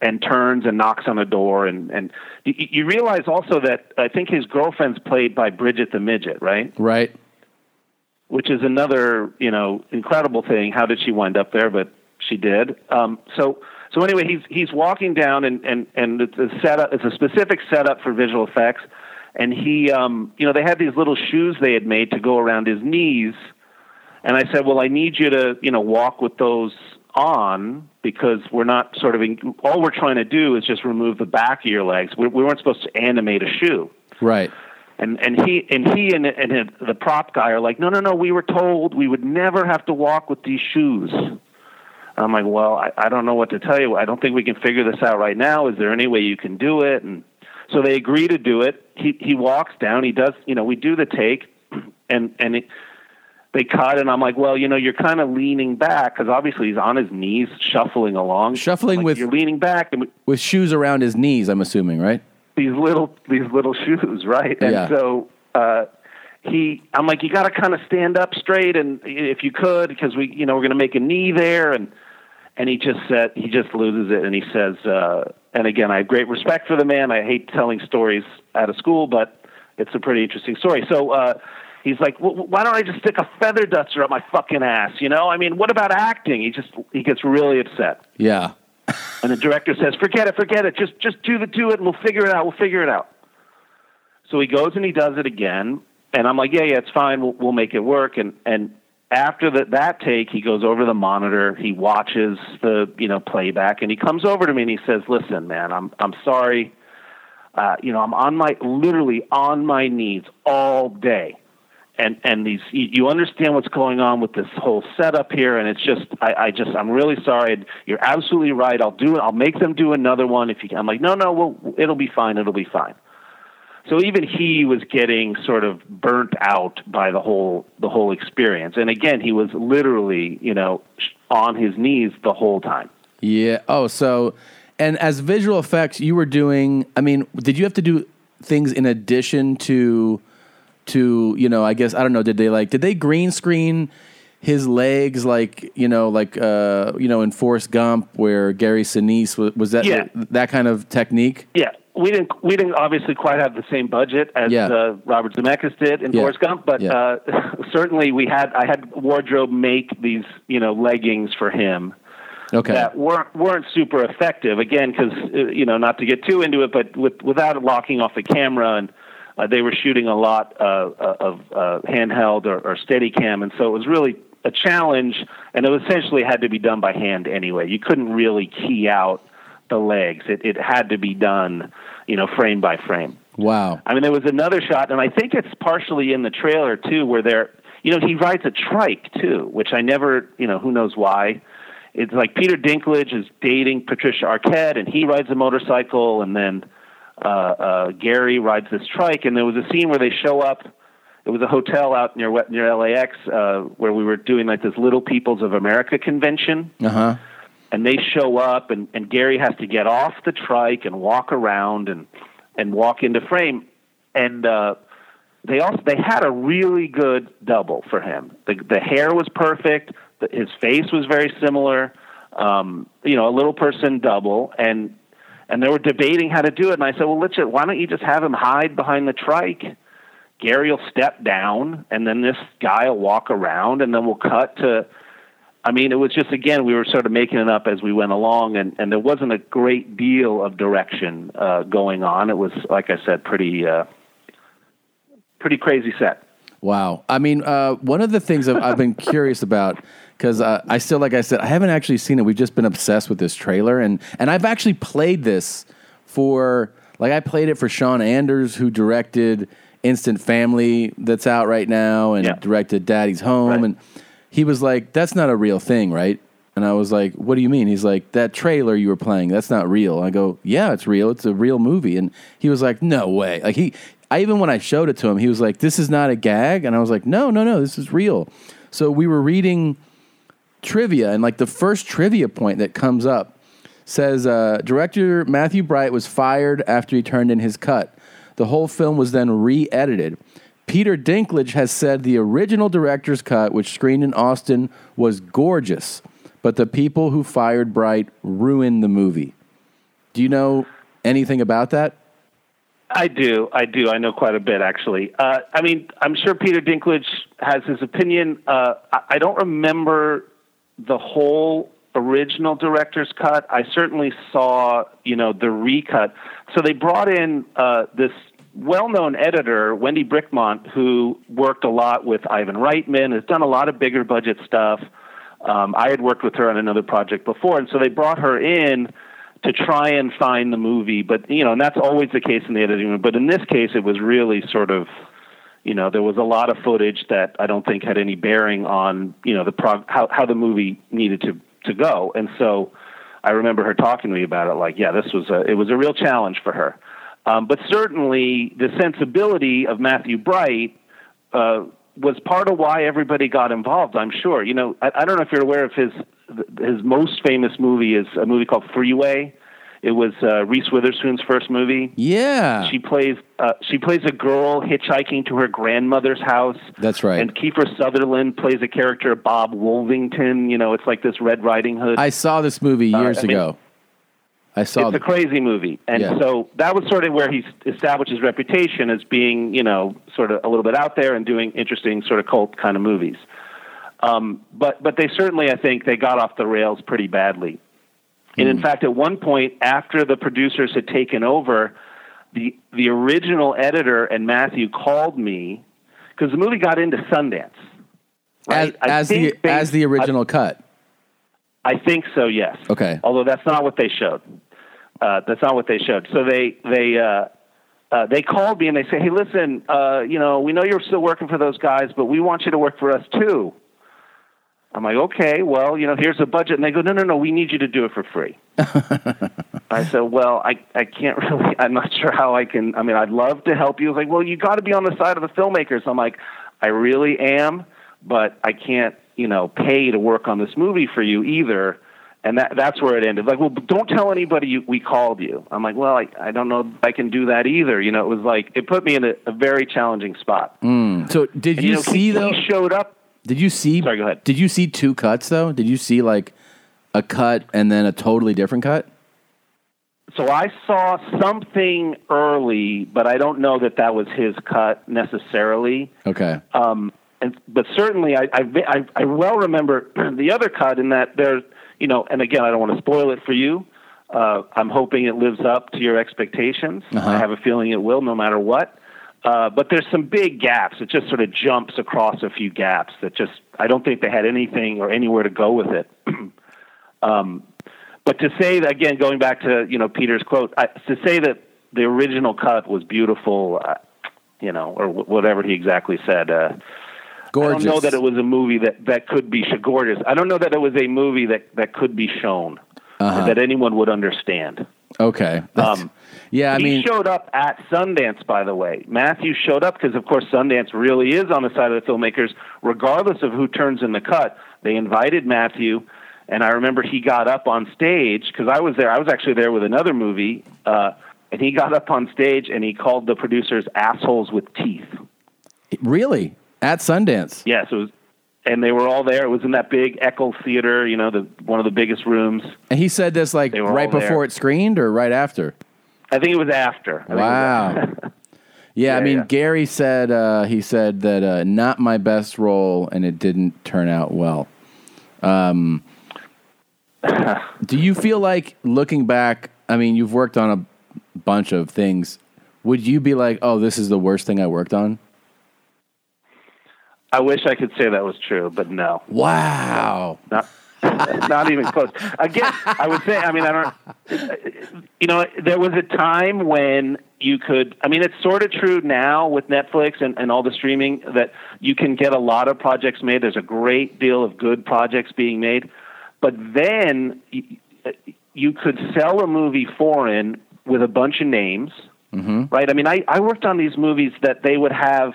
Speaker 18: and turns and knocks on a door, and and you, you realize also that I think his girlfriend's played by Bridget the midget, right?
Speaker 1: Right.
Speaker 18: Which is another you know incredible thing. How did she wind up there? But she did. Um, so so anyway, he's he's walking down, and and and it's a setup. It's a specific setup for visual effects and he um you know they had these little shoes they had made to go around his knees and i said well i need you to you know walk with those on because we're not sort of in, all we're trying to do is just remove the back of your legs we, we weren't supposed to animate a shoe
Speaker 1: Right.
Speaker 17: and and he and he and and the prop guy are like, no, no, no, we were told we would never have to walk with these shoes. I'm like, well, I, I don't know what to tell you. I don't think we can figure this out right now. Is there any way you can do it? And so they agree to do it. He he walks down. He does. You know, we do the take, and and it, they cut. And I'm like, well, you know, you're kind of leaning back because obviously he's on his knees shuffling along,
Speaker 1: shuffling
Speaker 17: with you're leaning back and
Speaker 1: with shoes around his knees. I'm assuming, right?
Speaker 17: these little these little shoes, right? And
Speaker 1: Yeah.
Speaker 17: so uh, he, I'm like, you got to kind of stand up straight, and if you could, because we, you know, we're going to make a knee there, and and he just said he just loses it, and he says, uh, and again, I have great respect for the man. I hate telling stories out of school, but it's a pretty interesting story. So. Uh, He's like, well, why don't I just stick a feather duster up my fucking ass? You know, I mean, what about acting? He just he gets really upset.
Speaker 1: Yeah.
Speaker 17: And the director says, "Forget it, forget it. Just just do the do it, and we'll figure it out. We'll figure it out." So he goes and he does it again, and I'm like, "Yeah, yeah, it's fine. We'll, we'll make it work." And and after that that take, he goes over the monitor, he watches the you know playback, and he comes over to me and he says, "Listen, man, I'm I'm sorry. Uh, you know, I'm on my literally on my knees all day." and and these you, you understand what's going on with this whole setup here and it's just I, I just I'm really sorry you're absolutely right I'll do it I'll make them do another one if you can. I'm like no no well it'll be fine it'll be fine so even he was getting sort of burnt out by the whole the whole experience and again he was literally you know on his knees the whole time
Speaker 1: Yeah. Oh, so and as visual effects, you were doing. I mean, did you have to do things in addition to to you know? I guess I don't know. Did they like? Did they green screen his legs like you know like uh you know in Forrest Gump where Gary Sinise was, was that
Speaker 17: Yeah.
Speaker 1: that kind of technique?
Speaker 17: Yeah, we didn't we didn't obviously quite have the same budget as
Speaker 1: Yeah.
Speaker 17: uh, Robert Zemeckis did in
Speaker 1: Yeah.
Speaker 17: Forrest Gump, but
Speaker 1: Yeah.
Speaker 17: uh, certainly we had I had wardrobe make these you know leggings for him
Speaker 1: Okay.
Speaker 17: that weren't weren't super effective. Again, because you know not to get too into it, but with, without locking off the camera and. Uh, they were shooting a lot uh, of uh, handheld or, or Steadicam, and so it was really a challenge. And it essentially had to be done by hand anyway. You couldn't really key out the legs. It, it had to be done, you know, frame by frame.
Speaker 1: Wow.
Speaker 17: I mean, there was another shot, and I think it's partially in the trailer too, where they're, you know, he rides a trike too, which I never, you know, who knows why. It's like Peter Dinklage is dating Patricia Arquette, and he rides a motorcycle, and then uh, uh, Gary rides this trike. And there was a scene where they show up. It was a hotel out near near LAX uh, where we were doing like this Little Peoples of America convention
Speaker 1: Uh huh.
Speaker 17: and they show up and, and Gary has to get off the trike and walk around and and walk into frame and uh they also they had a really good double for him the the hair was perfect the, his face was very similar um you know a little person double and and they were debating how to do it and I said well let's just, why don't you just have him hide behind the trike Gary will step down and then this guy will walk around and then we'll cut to I mean, it was just again we were sort of making it up as we went along, and and there wasn't a great deal of direction uh, going on. It was like I said, pretty uh, pretty crazy set.
Speaker 1: Wow. I mean, uh, one of the things I've, I've been curious about because uh, I still, like I said, I haven't actually seen it. We've just been obsessed with this trailer, and and I've actually played this for like I played it for Sean Anders, who directed Instant Family, that's out right now, and directed Daddy's Home, and he was like, "That's not a real thing, right?" And I was like, "What do you mean?" He's like, "That trailer you were playing, that's not real." I go, "Yeah, it's real. It's a real movie." And he was like, "No way!" Like he, I even when I showed it to him, he was like, "This is not a gag," and I was like, "No, no, no, this is real." So we were reading trivia, and like the first trivia point that comes up says uh, director Matthew Bright was fired after he turned in his cut. The whole film was then re edited. Peter Dinklage has said the original director's cut, which screened in Austin, was gorgeous, but the people who fired Bright ruined the movie. Do you know anything about that?
Speaker 17: I do, I do, I know quite a bit actually. Uh, I mean, I'm sure Peter Dinklage has his opinion. Uh, I, I don't remember the whole original director's cut. I certainly saw, you know, the recut. So they brought in uh, this well-known editor, Wendy Brickmont, who worked a lot with Ivan Reitman, has done a lot of bigger budget stuff. Um, I had worked with her on another project before, and so they brought her in to try and find the movie. But you know, and that's always the case in the editing room. But in this case, it was really sort of, you know, there was a lot of footage that I don't think had any bearing on you know the prog- how how the movie needed to to go. And so, I remember her talking to me about it. Like, yeah, this was a it was a real challenge for her. Um, but certainly, the sensibility of Matthew Bright. Uh, was part of why everybody got involved. I'm sure. You know, I, I don't know if you're aware of his his most famous movie is a movie called Freeway. It was uh, Reese Witherspoon's first movie.
Speaker 1: Yeah.
Speaker 17: She plays uh, she plays a girl hitchhiking to her grandmother's house,
Speaker 1: That's right.
Speaker 17: and Kiefer Sutherland plays a character Bob Wolvington. You know, it's like this Red Riding Hood.
Speaker 1: I saw this movie
Speaker 17: Uh,
Speaker 1: years
Speaker 17: I mean-
Speaker 1: ago. I saw
Speaker 17: it's
Speaker 1: the
Speaker 17: a crazy movie, and
Speaker 1: Yeah.
Speaker 17: so that was sort of where he s- established his reputation as being, you know, sort of a little bit out there and doing interesting sort of cult kind of movies. Um, but but they certainly, I think, they got off the rails pretty badly. And
Speaker 1: Hmm.
Speaker 17: in fact, at one point, after the producers had taken over, the the original editor and Matthew called me because the movie got into Sundance.
Speaker 1: as,
Speaker 17: I
Speaker 1: as the
Speaker 17: think they-
Speaker 1: as the original cut.
Speaker 17: I think so. Yes.
Speaker 1: Okay.
Speaker 17: Although that's not what they showed. Uh, that's not what they showed. So they they uh, uh, they called me and they say, "Hey, listen, uh, you know, we know you're still working for those guys, but we want you to work for us too." I'm like, "Okay, well, you know, here's the budget," and they go, "No, no, no, we need you to do it for free." I said, "Well, I I can't really. I'm not sure how I can. I mean, I'd love to help you." I was like, "Well, you got to be on the side of the filmmakers." I'm like, "I really am, but I can't, you know, pay to work on this movie for you either." And that that's where it ended. Like, well, don't tell anybody you, we called you. I'm like, well, I, I don't know if I can do that either. You know, it was like it put me in a, a very challenging spot.
Speaker 1: Mm. So did
Speaker 17: And,
Speaker 1: you,
Speaker 17: you know,
Speaker 1: see
Speaker 17: he-
Speaker 1: though?
Speaker 17: he showed up.
Speaker 1: Did you see? Sorry, go ahead. Did you see two cuts though? Did you see like a cut and then a totally different cut?
Speaker 17: So I saw something early, but I don't know that that was his cut necessarily.
Speaker 1: Okay.
Speaker 17: Um, and, but certainly, I, I, I, I well remember the other cut in that there's, you know, and again, I don't want to spoil it for you. Uh, I'm hoping it lives up to your expectations. I have a feeling it will, no matter what. Uh, but there's some big gaps. It just sort of jumps across a few gaps that just, I don't think they had anything or anywhere to go with it. um, but to say that, again, going back to, you know, Peter's quote, I, to say that the original cut was beautiful, uh, you know, or wh- whatever he exactly said, uh, I
Speaker 1: Gorgeous.
Speaker 17: don't know that it was a movie that, that could be sh- gorgeous. I don't know that it was a movie that, that could be shown
Speaker 1: Uh-huh.
Speaker 17: or that anyone would understand.
Speaker 1: Okay. That's- yeah, I
Speaker 17: um, he
Speaker 1: mean,
Speaker 17: showed up at Sundance, by the way. Matthew showed up because, of course, Sundance really is on the side of the filmmakers, regardless of who turns in the cut. They invited Matthew, and I remember he got up on stage because I was there. I was actually there with another movie, uh, and he got up on stage and he called the producers assholes with teeth.
Speaker 1: really at Sundance.
Speaker 17: Yes, it was, and they were all there. It was in that big Eccles Theater, you know, the one of the biggest rooms.
Speaker 1: And he said this like
Speaker 17: They were
Speaker 1: right
Speaker 17: all there.
Speaker 1: before it screened or right after.
Speaker 17: I think it was after. I think it was
Speaker 1: Wow. Yeah, I mean, Gary said uh, he said that uh, not my best role, and it didn't turn out well. Um, do you feel like looking back? I mean, you've worked on a bunch of things. Would you be like, "Oh, this is the worst thing I worked on"?
Speaker 17: I wish I could say that was true, but no.
Speaker 1: Wow.
Speaker 17: Not, not even close. Again, I would say, I mean, I don't, you know, there was a time when you could, I mean, it's sort of true now with Netflix and, and all the streaming that you can get a lot of projects made. There's a great deal of good projects being made. But then y- you could sell a movie foreign with a bunch of names,
Speaker 19: Mm-hmm.
Speaker 17: right? I mean, I, I worked on these movies that they would have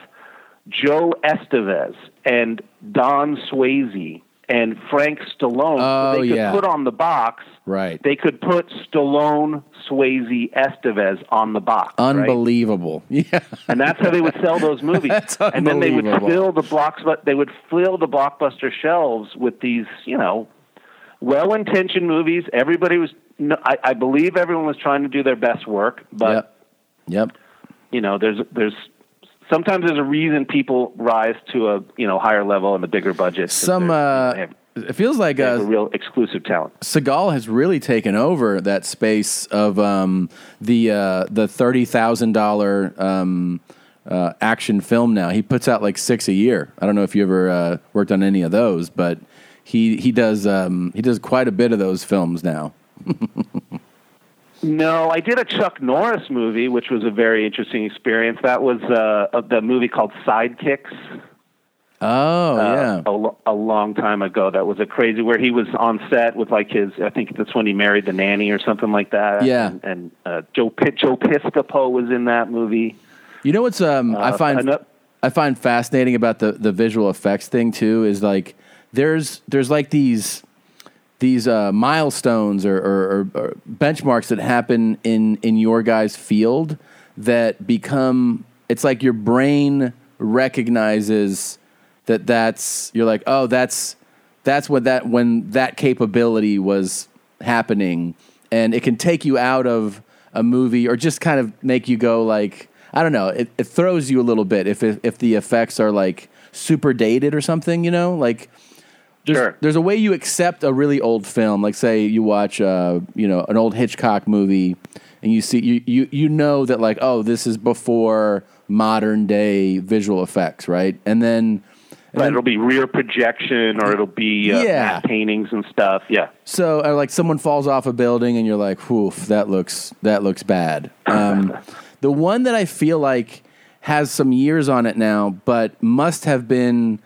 Speaker 17: Joe Estevez and Don Swayze and Frank Stallone. so
Speaker 1: Oh,
Speaker 17: they could
Speaker 1: yeah.
Speaker 17: put on the box.
Speaker 1: Right.
Speaker 17: They could put Stallone, Swayze, Estevez on the box. right?
Speaker 1: Unbelievable. Yeah.
Speaker 17: and that's how they would sell those movies.
Speaker 1: That's
Speaker 17: and then they would
Speaker 1: unbelievable.
Speaker 17: fill the blocks, but they would fill the blockbuster shelves with these, you know, well-intentioned movies. Everybody was, no, I, I believe, everyone was trying to do their best work, but
Speaker 1: Yep.
Speaker 17: you know, there's there's sometimes there's a reason people rise to a you know higher level and a bigger budget.
Speaker 1: Some. Uh, it feels like
Speaker 17: They have
Speaker 1: uh,
Speaker 17: a real exclusive talent.
Speaker 1: Seagal has really taken over that space of um, the uh, the thirty thousand dollar um, uh, action film. Now he puts out like six a year. I don't know if you ever uh, worked on any of those, but he he does um, he does quite a bit of those films now.
Speaker 17: No, I did a Chuck Norris movie, which was a very interesting experience. That was uh, of the movie called Sidekicks. uh,
Speaker 1: Oh yeah.
Speaker 17: a, lo- a long time ago. That was a crazy where he was on set with like his. I think that's when he married the nanny or something like that.
Speaker 1: Yeah.
Speaker 17: And, and uh, Joe Pit Joe Piscopo was in that movie.
Speaker 1: You know what's um I
Speaker 17: Uh,
Speaker 1: find
Speaker 17: ano-
Speaker 1: I find fascinating about the the visual effects thing too is like there's there's like these these uh, milestones or, or, or, or benchmarks that happen in in your guys' field that become it's like your brain recognizes that that's you're like oh that's that's what that when that capability was happening and it can take you out of a movie or just kind of make you go like i don't know it, it throws you a little bit if, if if the effects are like super dated or something you know like there's, there's a way you accept a really old film like say you watch uh you know an old hitchcock movie and you see you you, you know that like oh this is before modern day visual effects right and then and
Speaker 17: Right,
Speaker 1: then-
Speaker 17: it'll be rear projection or it'll be uh,
Speaker 1: Yeah.
Speaker 17: matte paintings and stuff. Yeah.
Speaker 1: So, uh, like, someone falls off a building, and you're like, "Whoof, that looks that looks bad." Um, the one that I feel like has some years on it now, but must have been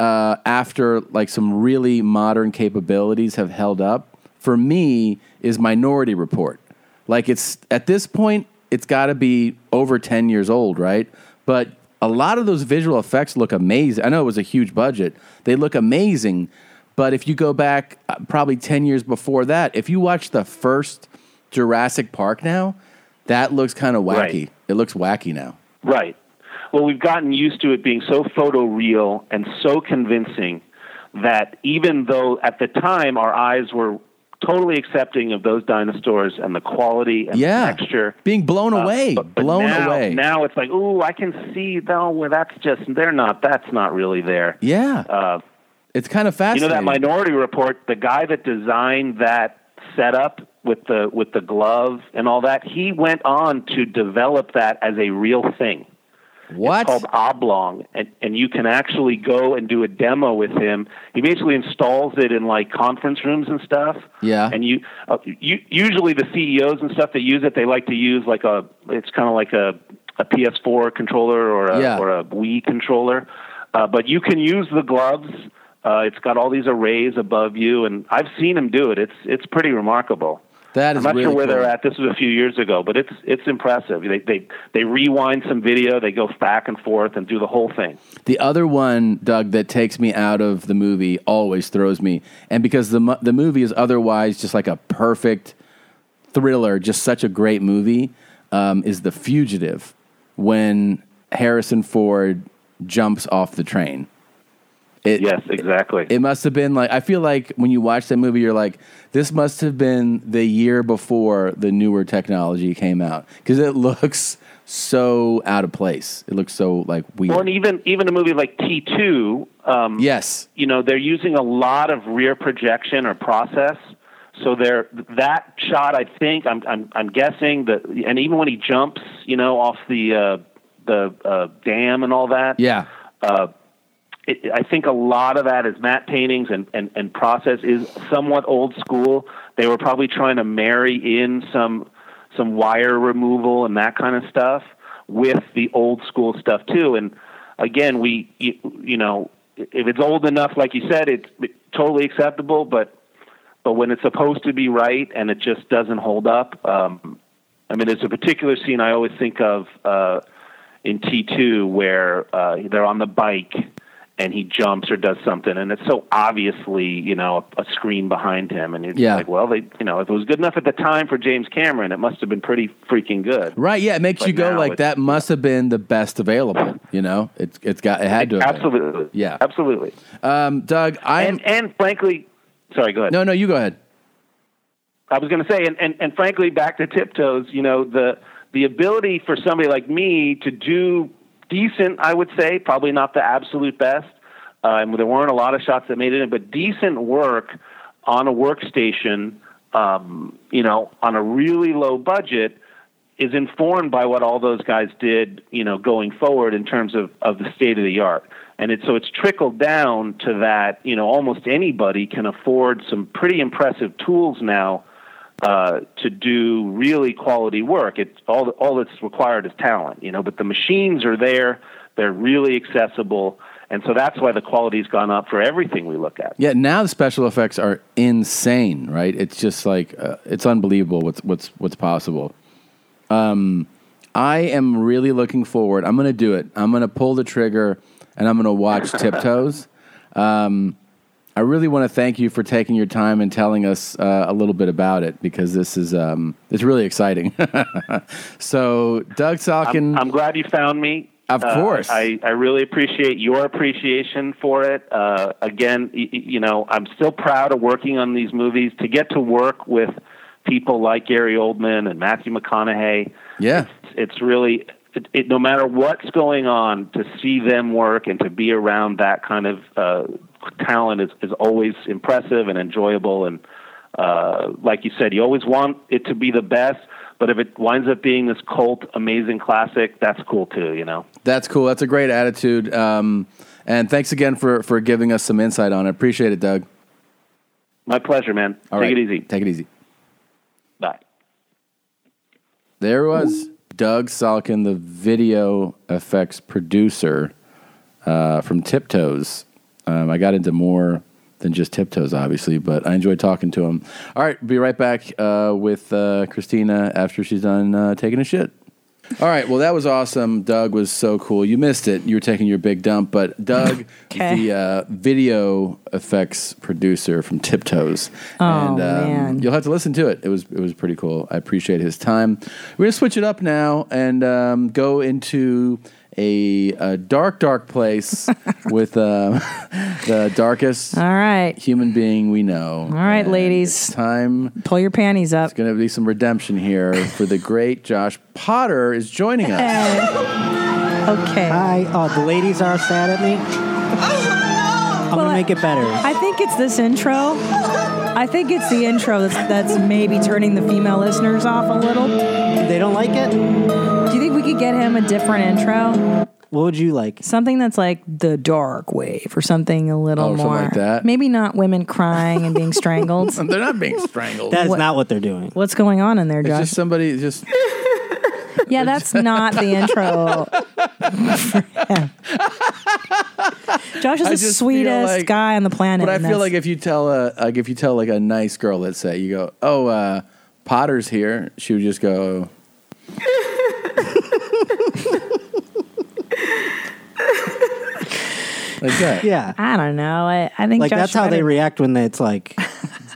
Speaker 1: uh, after like some really modern capabilities have held up for me is Minority Report. Like, it's at this point, it's got to be over ten years old, right? But a lot of those visual effects look amazing. I know it was a huge budget; they look amazing. But if you go back uh, probably 10 years before that, if you watch the first Jurassic Park now, that looks kind of wacky.
Speaker 17: Right.
Speaker 1: It looks wacky now.
Speaker 17: Right. Well, we've gotten used to it being so photoreal and so convincing that even though at the time our eyes were totally accepting of those dinosaurs and the quality and
Speaker 1: Yeah.
Speaker 17: the texture,
Speaker 1: Being blown
Speaker 17: uh,
Speaker 1: away.
Speaker 17: but- but
Speaker 1: blown
Speaker 17: now-
Speaker 1: away.
Speaker 17: Now it's like, ooh, I can see though. Well, that's just they're not. That's not really there.
Speaker 1: yeah.
Speaker 17: Uh,
Speaker 1: it's kind of
Speaker 17: you know
Speaker 1: fascinating.
Speaker 17: that Minority Report, the guy that designed that setup with the with the glove and all that, he went on to develop that as a real thing.
Speaker 1: What?
Speaker 17: It's called Oblong, and, and you can actually go and do a demo with him. He basically installs it in like conference rooms and stuff.
Speaker 1: Yeah.
Speaker 17: And you, uh, you usually the CEOs and stuff that use it, they like to use like a it's kind of like a a PS4 controller or a
Speaker 1: Yeah.
Speaker 17: or a Wii controller. Uh, but you can use the gloves. Uh, it's got all these arrays above you, and I've seen him do it. It's it's pretty remarkable.
Speaker 1: That is
Speaker 17: I'm not
Speaker 1: really
Speaker 17: sure where they're
Speaker 1: cool.
Speaker 17: at. This was a few years ago, but it's it's impressive. They they they rewind some video, they go back and forth, and do the whole thing.
Speaker 1: The other one, Doug, that takes me out of the movie always throws me, and because the mo- the movie is otherwise just like a perfect thriller, just such a great movie, um, is The Fugitive when Harrison Ford jumps off the train. It,
Speaker 17: yes, exactly.
Speaker 1: It must have been like I feel like when you watch that movie, you're like, this must have been the year before the newer technology came out because it looks so out of place. It looks so like weird.
Speaker 17: Well, and even even a movie like T two, um,
Speaker 1: yes,
Speaker 17: you know they're using a lot of rear projection or process. So they're that shot. I think I'm I'm I'm guessing that, and even when he jumps, you know, off the uh, the uh, dam and all that.
Speaker 1: Yeah.
Speaker 17: Uh, it, I think a lot of that is matte paintings and, and, and process is somewhat old school. They were probably trying to marry in some some wire removal and that kind of stuff with the old school stuff too. And again, we you, you know if it's old enough, like you said, it's totally acceptable. But but when it's supposed to be right and it just doesn't hold up, um, I mean, there's a particular scene I always think of uh, in T2 where uh, they're on the bike and he jumps or does something, and it's so obviously, you know, a, a screen behind him, and you're just
Speaker 1: Yeah.
Speaker 17: like, well, they, you know, if it was good enough at the time for James Cameron, it must have been pretty freaking good.
Speaker 1: Right, yeah, it makes
Speaker 17: But
Speaker 1: you go
Speaker 17: now
Speaker 1: like
Speaker 17: it's-
Speaker 1: that must have been the best available, you know? It's it's got it had to have been.
Speaker 17: Absolutely.
Speaker 1: Yeah.
Speaker 17: Absolutely.
Speaker 1: Um Doug, I am
Speaker 17: and, and frankly, sorry, go ahead.
Speaker 1: No, no, you go ahead.
Speaker 17: I was going to say, and, and, and frankly, back to tiptoes, you know, the, the ability for somebody like me to do decent, I would say, probably not the absolute best. Um, there weren't a lot of shots that made it in, but decent work on a workstation, um, you know, on a really low budget is informed by what all those guys did, you know, going forward in terms of, of the state of the art. And it's so it's trickled down to that, you know, almost anybody can afford some pretty impressive tools now uh, to do really quality work. It's all all that's required is talent, you know. But the machines are there; they're really accessible, and so that's why the quality's gone up for everything we look at.
Speaker 1: Yeah, now the special effects are insane, right? It's just like uh, it's unbelievable what's what's what's possible. Um, I am really looking forward. I'm going to do it. I'm going to pull the trigger, and I'm going to watch Tiptoes. Um, I really want to thank you for taking your time and telling us uh, a little bit about it because this is um, it's really exciting. so, Doug Salkin,
Speaker 17: I'm, I'm glad you found me.
Speaker 1: Of
Speaker 17: Uh,
Speaker 1: course.
Speaker 17: I, I really appreciate your appreciation for it. Uh, again, y- y- you know, I'm still proud of working on these movies. To get to work with people like Gary Oldman and Matthew McConaughey,
Speaker 1: yeah,
Speaker 17: it's really, it, it, no matter what's going on, to see them work and to be around that kind of uh, talent is, is always impressive and enjoyable. And uh, like you said, you always want it to be the best. But if it winds up being this cult, amazing classic, that's cool too, you know?
Speaker 1: that's cool. That's a great attitude. Um, and thanks again for for giving us some insight on it. Appreciate it, Doug.
Speaker 17: My pleasure, man.
Speaker 1: All
Speaker 17: Take
Speaker 1: right.
Speaker 17: it easy.
Speaker 1: Take it easy.
Speaker 17: Bye.
Speaker 1: There was Doug Salkin, the video effects producer uh, from Tiptoes. Um, I got into more than just Tiptoes, obviously, but I enjoyed talking to him. All right, be right back uh, with uh, Christina after she's done uh, taking a shit. All right, well, that was awesome. Doug was so cool. You missed it. You were taking your big dump, but Doug, the uh, video effects producer from Tiptoes, um,
Speaker 2: Oh, man.
Speaker 1: you'll have to listen to it. It was it was pretty cool. I appreciate his time. We're gonna switch it up now and um, go into a, a dark, dark place with uh, the darkest all
Speaker 2: right
Speaker 1: human being we know. All
Speaker 2: right, ladies,
Speaker 1: time
Speaker 2: pull your panties up.
Speaker 1: It's gonna be some redemption here for the great Josh Potter is joining us.
Speaker 2: Okay.
Speaker 19: Hi. Oh, the ladies are sad at me. I'm
Speaker 2: Well,
Speaker 19: gonna make it better.
Speaker 2: I think it's this intro. I think it's the intro that's, that's maybe turning the female listeners off a little. They
Speaker 19: don't like it?
Speaker 2: Do you think we could get him a different intro?
Speaker 19: What would you like?
Speaker 2: Something that's like the dark wave or something a little more.
Speaker 19: Oh, something like that?
Speaker 2: Maybe not women crying and being strangled.
Speaker 1: They're not being strangled.
Speaker 19: That is not what they're doing.
Speaker 2: What's going on in there,
Speaker 1: It's
Speaker 2: Josh?
Speaker 1: just somebody just
Speaker 2: yeah, that's not the intro. Josh is
Speaker 1: I
Speaker 2: the
Speaker 1: just feel
Speaker 2: sweetest
Speaker 1: like-
Speaker 2: guy on the planet.
Speaker 1: But I
Speaker 2: and
Speaker 1: feel
Speaker 2: that's-
Speaker 1: like if you tell a like if you tell like a nice girl, let's say you go, oh, uh, Potter's here, she would just go. "Oh." like that.
Speaker 19: Yeah.
Speaker 2: I don't know. I, I think
Speaker 19: like
Speaker 2: Josh
Speaker 19: that's how they
Speaker 2: better-
Speaker 19: react when they, it's like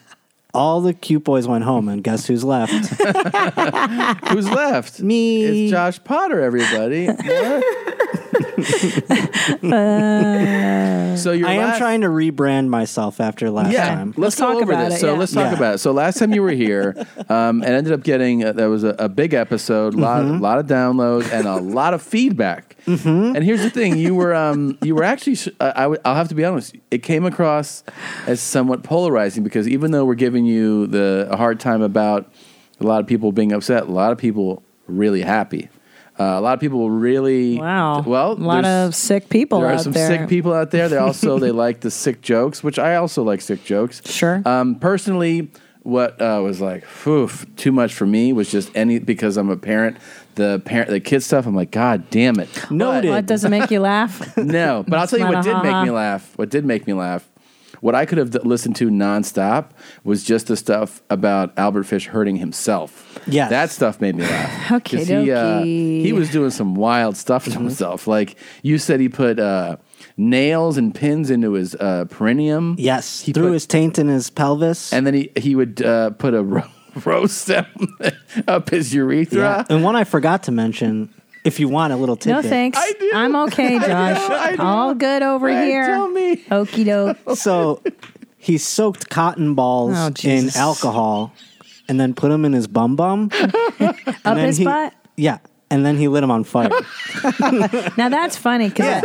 Speaker 19: all the cute boys went home and guess who's left?
Speaker 1: Who's left? Me. It's Josh Potter, everybody. so you're
Speaker 19: Uh, I
Speaker 1: last-
Speaker 19: am trying to rebrand myself after last
Speaker 1: yeah,
Speaker 19: time.
Speaker 1: let's, go over this. So let's talk about it. So last time you were here, um, and ended up getting uh, that was a, a big episode, lot
Speaker 19: Mhm.
Speaker 1: lot of downloads and a lot of feedback. And here's the thing: you were um, you were actually sh- I, I would, I'll have to be honest. It came across as somewhat polarizing because even though we're giving you the a hard time about a lot of people being upset, a lot of people really happy. Uh, a lot of people really wow. Well,
Speaker 2: a lot
Speaker 1: there's-
Speaker 2: of sick people
Speaker 1: there
Speaker 2: out
Speaker 1: are some
Speaker 2: there.
Speaker 1: sick people out there. They also they like the sick jokes, which I also like sick jokes. Sure. Um, personally, what uh, was like, phew, too much for me was just any because I'm a parent. The parent, the kid stuff. I'm like, God damn it.
Speaker 2: What doesn't make you laugh?
Speaker 1: No, but I'll
Speaker 2: It's
Speaker 1: tell you
Speaker 2: not
Speaker 1: what
Speaker 2: a
Speaker 1: did make
Speaker 2: ha-ha.
Speaker 1: me laugh. What did make me laugh. What I could have d- listened to nonstop was just the stuff about Albert Fish hurting himself. Yeah, that stuff made me laugh. 'Cause he, uh,
Speaker 2: Okey-dokey.
Speaker 1: he was doing some wild stuff to
Speaker 2: Mm-hmm.
Speaker 1: himself. Like you said, he put uh, nails and pins into his uh, perineum.
Speaker 19: Yes, he threw his taint in his pelvis,
Speaker 1: and then he he would uh, put a ro- rose stem up his urethra.
Speaker 19: And one I forgot to mention, if you want a little
Speaker 2: No
Speaker 19: tidbit.
Speaker 2: thanks. I'm okay, Josh. All good over here. Tell
Speaker 1: me.
Speaker 2: Okie doke.
Speaker 19: So he soaked cotton balls
Speaker 2: Oh,
Speaker 19: in
Speaker 2: Jesus.
Speaker 19: alcohol and then put them in his bum bum.
Speaker 2: Up his
Speaker 19: he,
Speaker 2: butt?
Speaker 19: Yeah. And then he lit them on fire.
Speaker 2: now that's funny because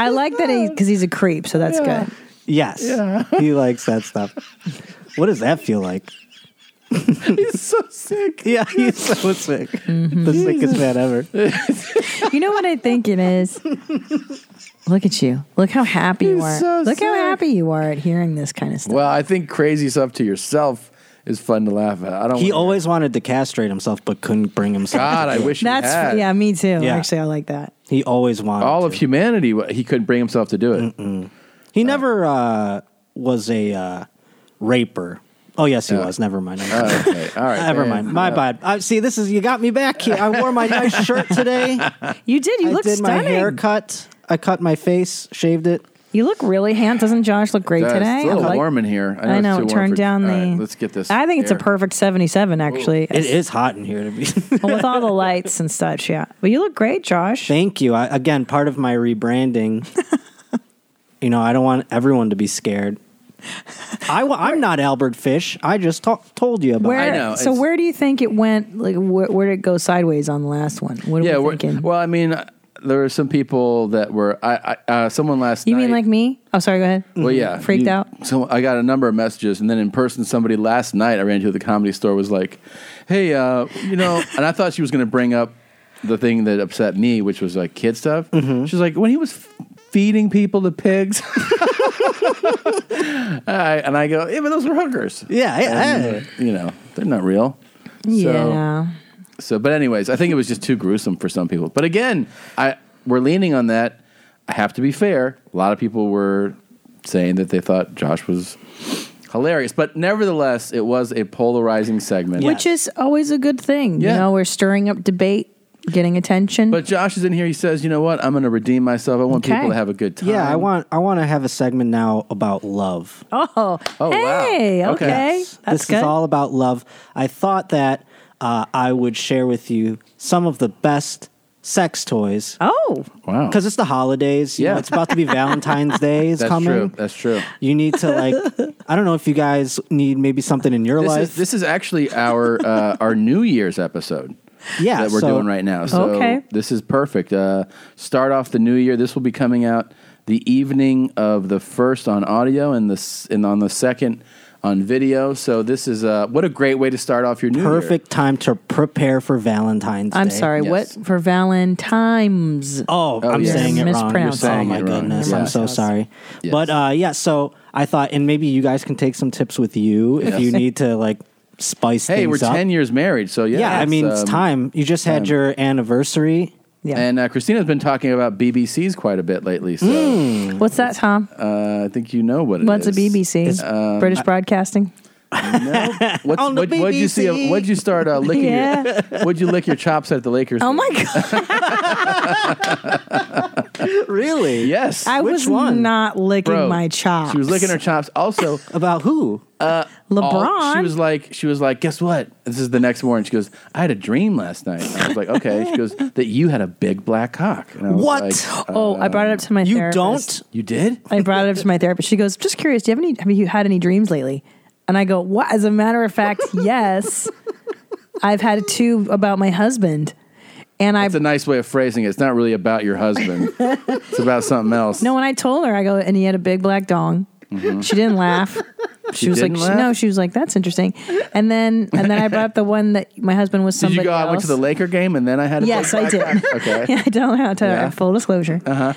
Speaker 2: I like that he because he's a creep, so that's
Speaker 19: Yeah.
Speaker 2: good.
Speaker 19: yes.
Speaker 2: Yeah.
Speaker 19: He likes that stuff. What does that feel like?
Speaker 1: he's so sick.
Speaker 19: Yeah, he's so sick.
Speaker 2: Mm-hmm.
Speaker 19: The sickest man ever.
Speaker 2: You know what I think it is? Look at you. Look how happy you
Speaker 1: He's
Speaker 2: are.
Speaker 1: so
Speaker 2: Look how happy you are at hearing this kind of stuff.
Speaker 1: Well, I think crazy stuff to yourself is fun to laugh at. I don't.
Speaker 19: He
Speaker 1: wanna-
Speaker 19: always wanted to castrate himself, but couldn't bring himself.
Speaker 1: God,
Speaker 19: to
Speaker 1: I
Speaker 19: do it.
Speaker 1: wish he That's- had.
Speaker 2: yeah, me too.
Speaker 19: Yeah.
Speaker 2: Actually, I like that.
Speaker 19: He always wanted.
Speaker 1: all of humanity. wa- He couldn't bring himself to do it.
Speaker 19: He never uh, was a uh, raper. Oh yes, he was. Never mind.
Speaker 1: Oh, okay. All right.
Speaker 19: Never
Speaker 1: Fair
Speaker 19: mind. My
Speaker 1: enough.
Speaker 19: bad. I, see, this is you got me back here. I wore my nice shirt today.
Speaker 2: You did. You
Speaker 19: I
Speaker 2: look
Speaker 19: did
Speaker 2: stunning.
Speaker 19: my haircut. I cut my face, shaved it.
Speaker 2: You look really handsome. Doesn't Josh look great
Speaker 1: Yeah,
Speaker 2: today?
Speaker 1: It's a little
Speaker 2: I like-
Speaker 1: warm in here.
Speaker 2: I know.
Speaker 1: it's too warm
Speaker 2: turn
Speaker 1: for-
Speaker 2: down
Speaker 1: all
Speaker 2: the.
Speaker 1: right, let's get this.
Speaker 2: I think it's a
Speaker 1: air.
Speaker 2: perfect 77, actually.
Speaker 19: It is hot in here to be.
Speaker 2: Well, with all the lights and such, yeah. But you look great, Josh.
Speaker 19: Thank you. I, again, part of my rebranding. you know, I don't want everyone to be scared. I, am not Albert Fish. I just to- told you about.
Speaker 2: Where,
Speaker 19: it.
Speaker 2: so where do you think it went? Like, where, where did it go sideways on the last one? What are
Speaker 1: yeah.
Speaker 2: we
Speaker 1: we're-
Speaker 2: thinking?
Speaker 1: Well, I mean, uh, there were some people that were. I, I uh, someone last.
Speaker 2: You
Speaker 1: night,
Speaker 2: mean like me? Oh, sorry. Go ahead.
Speaker 1: Well, yeah,
Speaker 2: Freaked
Speaker 1: you-
Speaker 2: out.
Speaker 1: So I got a number of messages, and then in person, somebody last night I ran to at the comedy store was like, "Hey, uh, you know," and I thought she was going to bring up the thing that upset me, which was like kid stuff. She's like, "When he was f- feeding people to pigs," I, and I go, "Yeah, but those were hookers."
Speaker 19: Yeah, yeah.
Speaker 1: And, uh, you know, they're not real. So-
Speaker 2: yeah.
Speaker 1: so, but anyways, I think it was just too gruesome for some people. But again, I we're leaning on that. I have to be fair. A lot of people were saying that they thought Josh was hilarious, but nevertheless, it was a polarizing segment.
Speaker 2: Which is always a good thing. You
Speaker 1: Yeah.
Speaker 2: know, we're stirring up debate, getting attention.
Speaker 1: but Josh is in here. He says, "You know what? I'm going to redeem myself. I want
Speaker 2: Okay.
Speaker 1: people to have a good time."
Speaker 19: Yeah, I want. I want to have a segment now about love.
Speaker 2: oh,
Speaker 1: Oh, wow.
Speaker 2: hey,
Speaker 1: Okay.
Speaker 2: okay.
Speaker 19: Yes.
Speaker 2: That's
Speaker 19: this
Speaker 2: good.
Speaker 19: is all about love. I thought that uh, I would share with you some of the best sex toys.
Speaker 2: Oh,
Speaker 1: wow!
Speaker 19: Because it's the holidays. yeah,
Speaker 1: Yeah.
Speaker 19: it's about to be Valentine's Day. Is
Speaker 1: That's
Speaker 19: coming.
Speaker 1: true. That's true.
Speaker 19: You need to like. I don't know if you guys need maybe something in your
Speaker 1: This
Speaker 19: life.
Speaker 1: is, this is actually our uh, our New Year's episode.
Speaker 19: Yeah,
Speaker 1: that we're
Speaker 19: so-
Speaker 1: doing right now. So
Speaker 19: Okay.
Speaker 1: this is perfect. Uh, start off the new year. This will be coming out the evening of the first on audio and the s- and on the second on video. So this is uh, what a great way to start off your new year.
Speaker 19: Perfect time to prepare for Valentine's
Speaker 2: I'm
Speaker 19: Day.
Speaker 2: sorry. What for Valentine's?
Speaker 19: Oh, I'm saying it wrong.
Speaker 2: mispronounced.
Speaker 19: oh my goodness, I'm so sorry. But uh, yeah, so I thought, and maybe you guys can take some tips with you if
Speaker 1: Yes.
Speaker 19: you need to like spice
Speaker 1: Hey, we're
Speaker 19: things up.
Speaker 1: ten years married, so yeah.
Speaker 19: Yeah, I mean, it's
Speaker 1: um,
Speaker 19: time. You just
Speaker 1: time.
Speaker 19: had your anniversary.
Speaker 2: Yeah.
Speaker 1: And uh, Christina's been talking about BBCs quite a bit lately. So
Speaker 19: Mm.
Speaker 2: What's that, Tom?
Speaker 1: uh, I think you know what it is.
Speaker 2: What's a BBC?
Speaker 1: Um,
Speaker 2: British Broadcasting.
Speaker 1: What's,
Speaker 19: Oh,
Speaker 2: On the
Speaker 1: what, would you see?
Speaker 2: BBC.
Speaker 1: What'd you start uh, licking?
Speaker 2: Yeah.
Speaker 1: Your, what'd you lick your chops at the Lakers?
Speaker 2: Oh my god!
Speaker 19: really?
Speaker 1: Yes.
Speaker 2: I was not licking
Speaker 1: Bro,
Speaker 2: my chops.
Speaker 1: She was licking her chops. Also,
Speaker 19: about who?
Speaker 1: Uh,
Speaker 2: LeBron.
Speaker 1: all- she was like, she was like, guess what? This is the next morning. She goes, I had a dream last night. I was like, okay. She goes, that you had a big black cock. And I was
Speaker 2: What?
Speaker 1: like,
Speaker 2: Oh, I brought it up to my
Speaker 1: You
Speaker 2: therapist.
Speaker 1: don't? You did?
Speaker 2: I brought it up to my therapist. She goes, "Just curious, do you have any? Have you had any dreams lately?" And I go, "What?" As a matter of fact, yes, I've had two about my husband, and I
Speaker 1: It's a nice way of phrasing it. It's not really about your husband. it's about something else.
Speaker 2: no. When I told her, I go, and he had a big black dong.
Speaker 1: Mhm.
Speaker 2: She didn't laugh. She,
Speaker 1: You
Speaker 2: was like,
Speaker 1: didn't
Speaker 2: she-
Speaker 1: laugh?
Speaker 2: no. She was like, that's interesting. And then, and then I brought up the one that my husband was
Speaker 1: Did
Speaker 2: somebody
Speaker 1: you go? I
Speaker 2: else.
Speaker 1: went to the Laker game and then I had a
Speaker 2: yes,
Speaker 1: big black
Speaker 2: I did.
Speaker 1: cock? Okay.
Speaker 2: yeah, I don't know how to tell
Speaker 1: Yeah. Uh-huh.
Speaker 2: her. Full disclosure. Uh huh.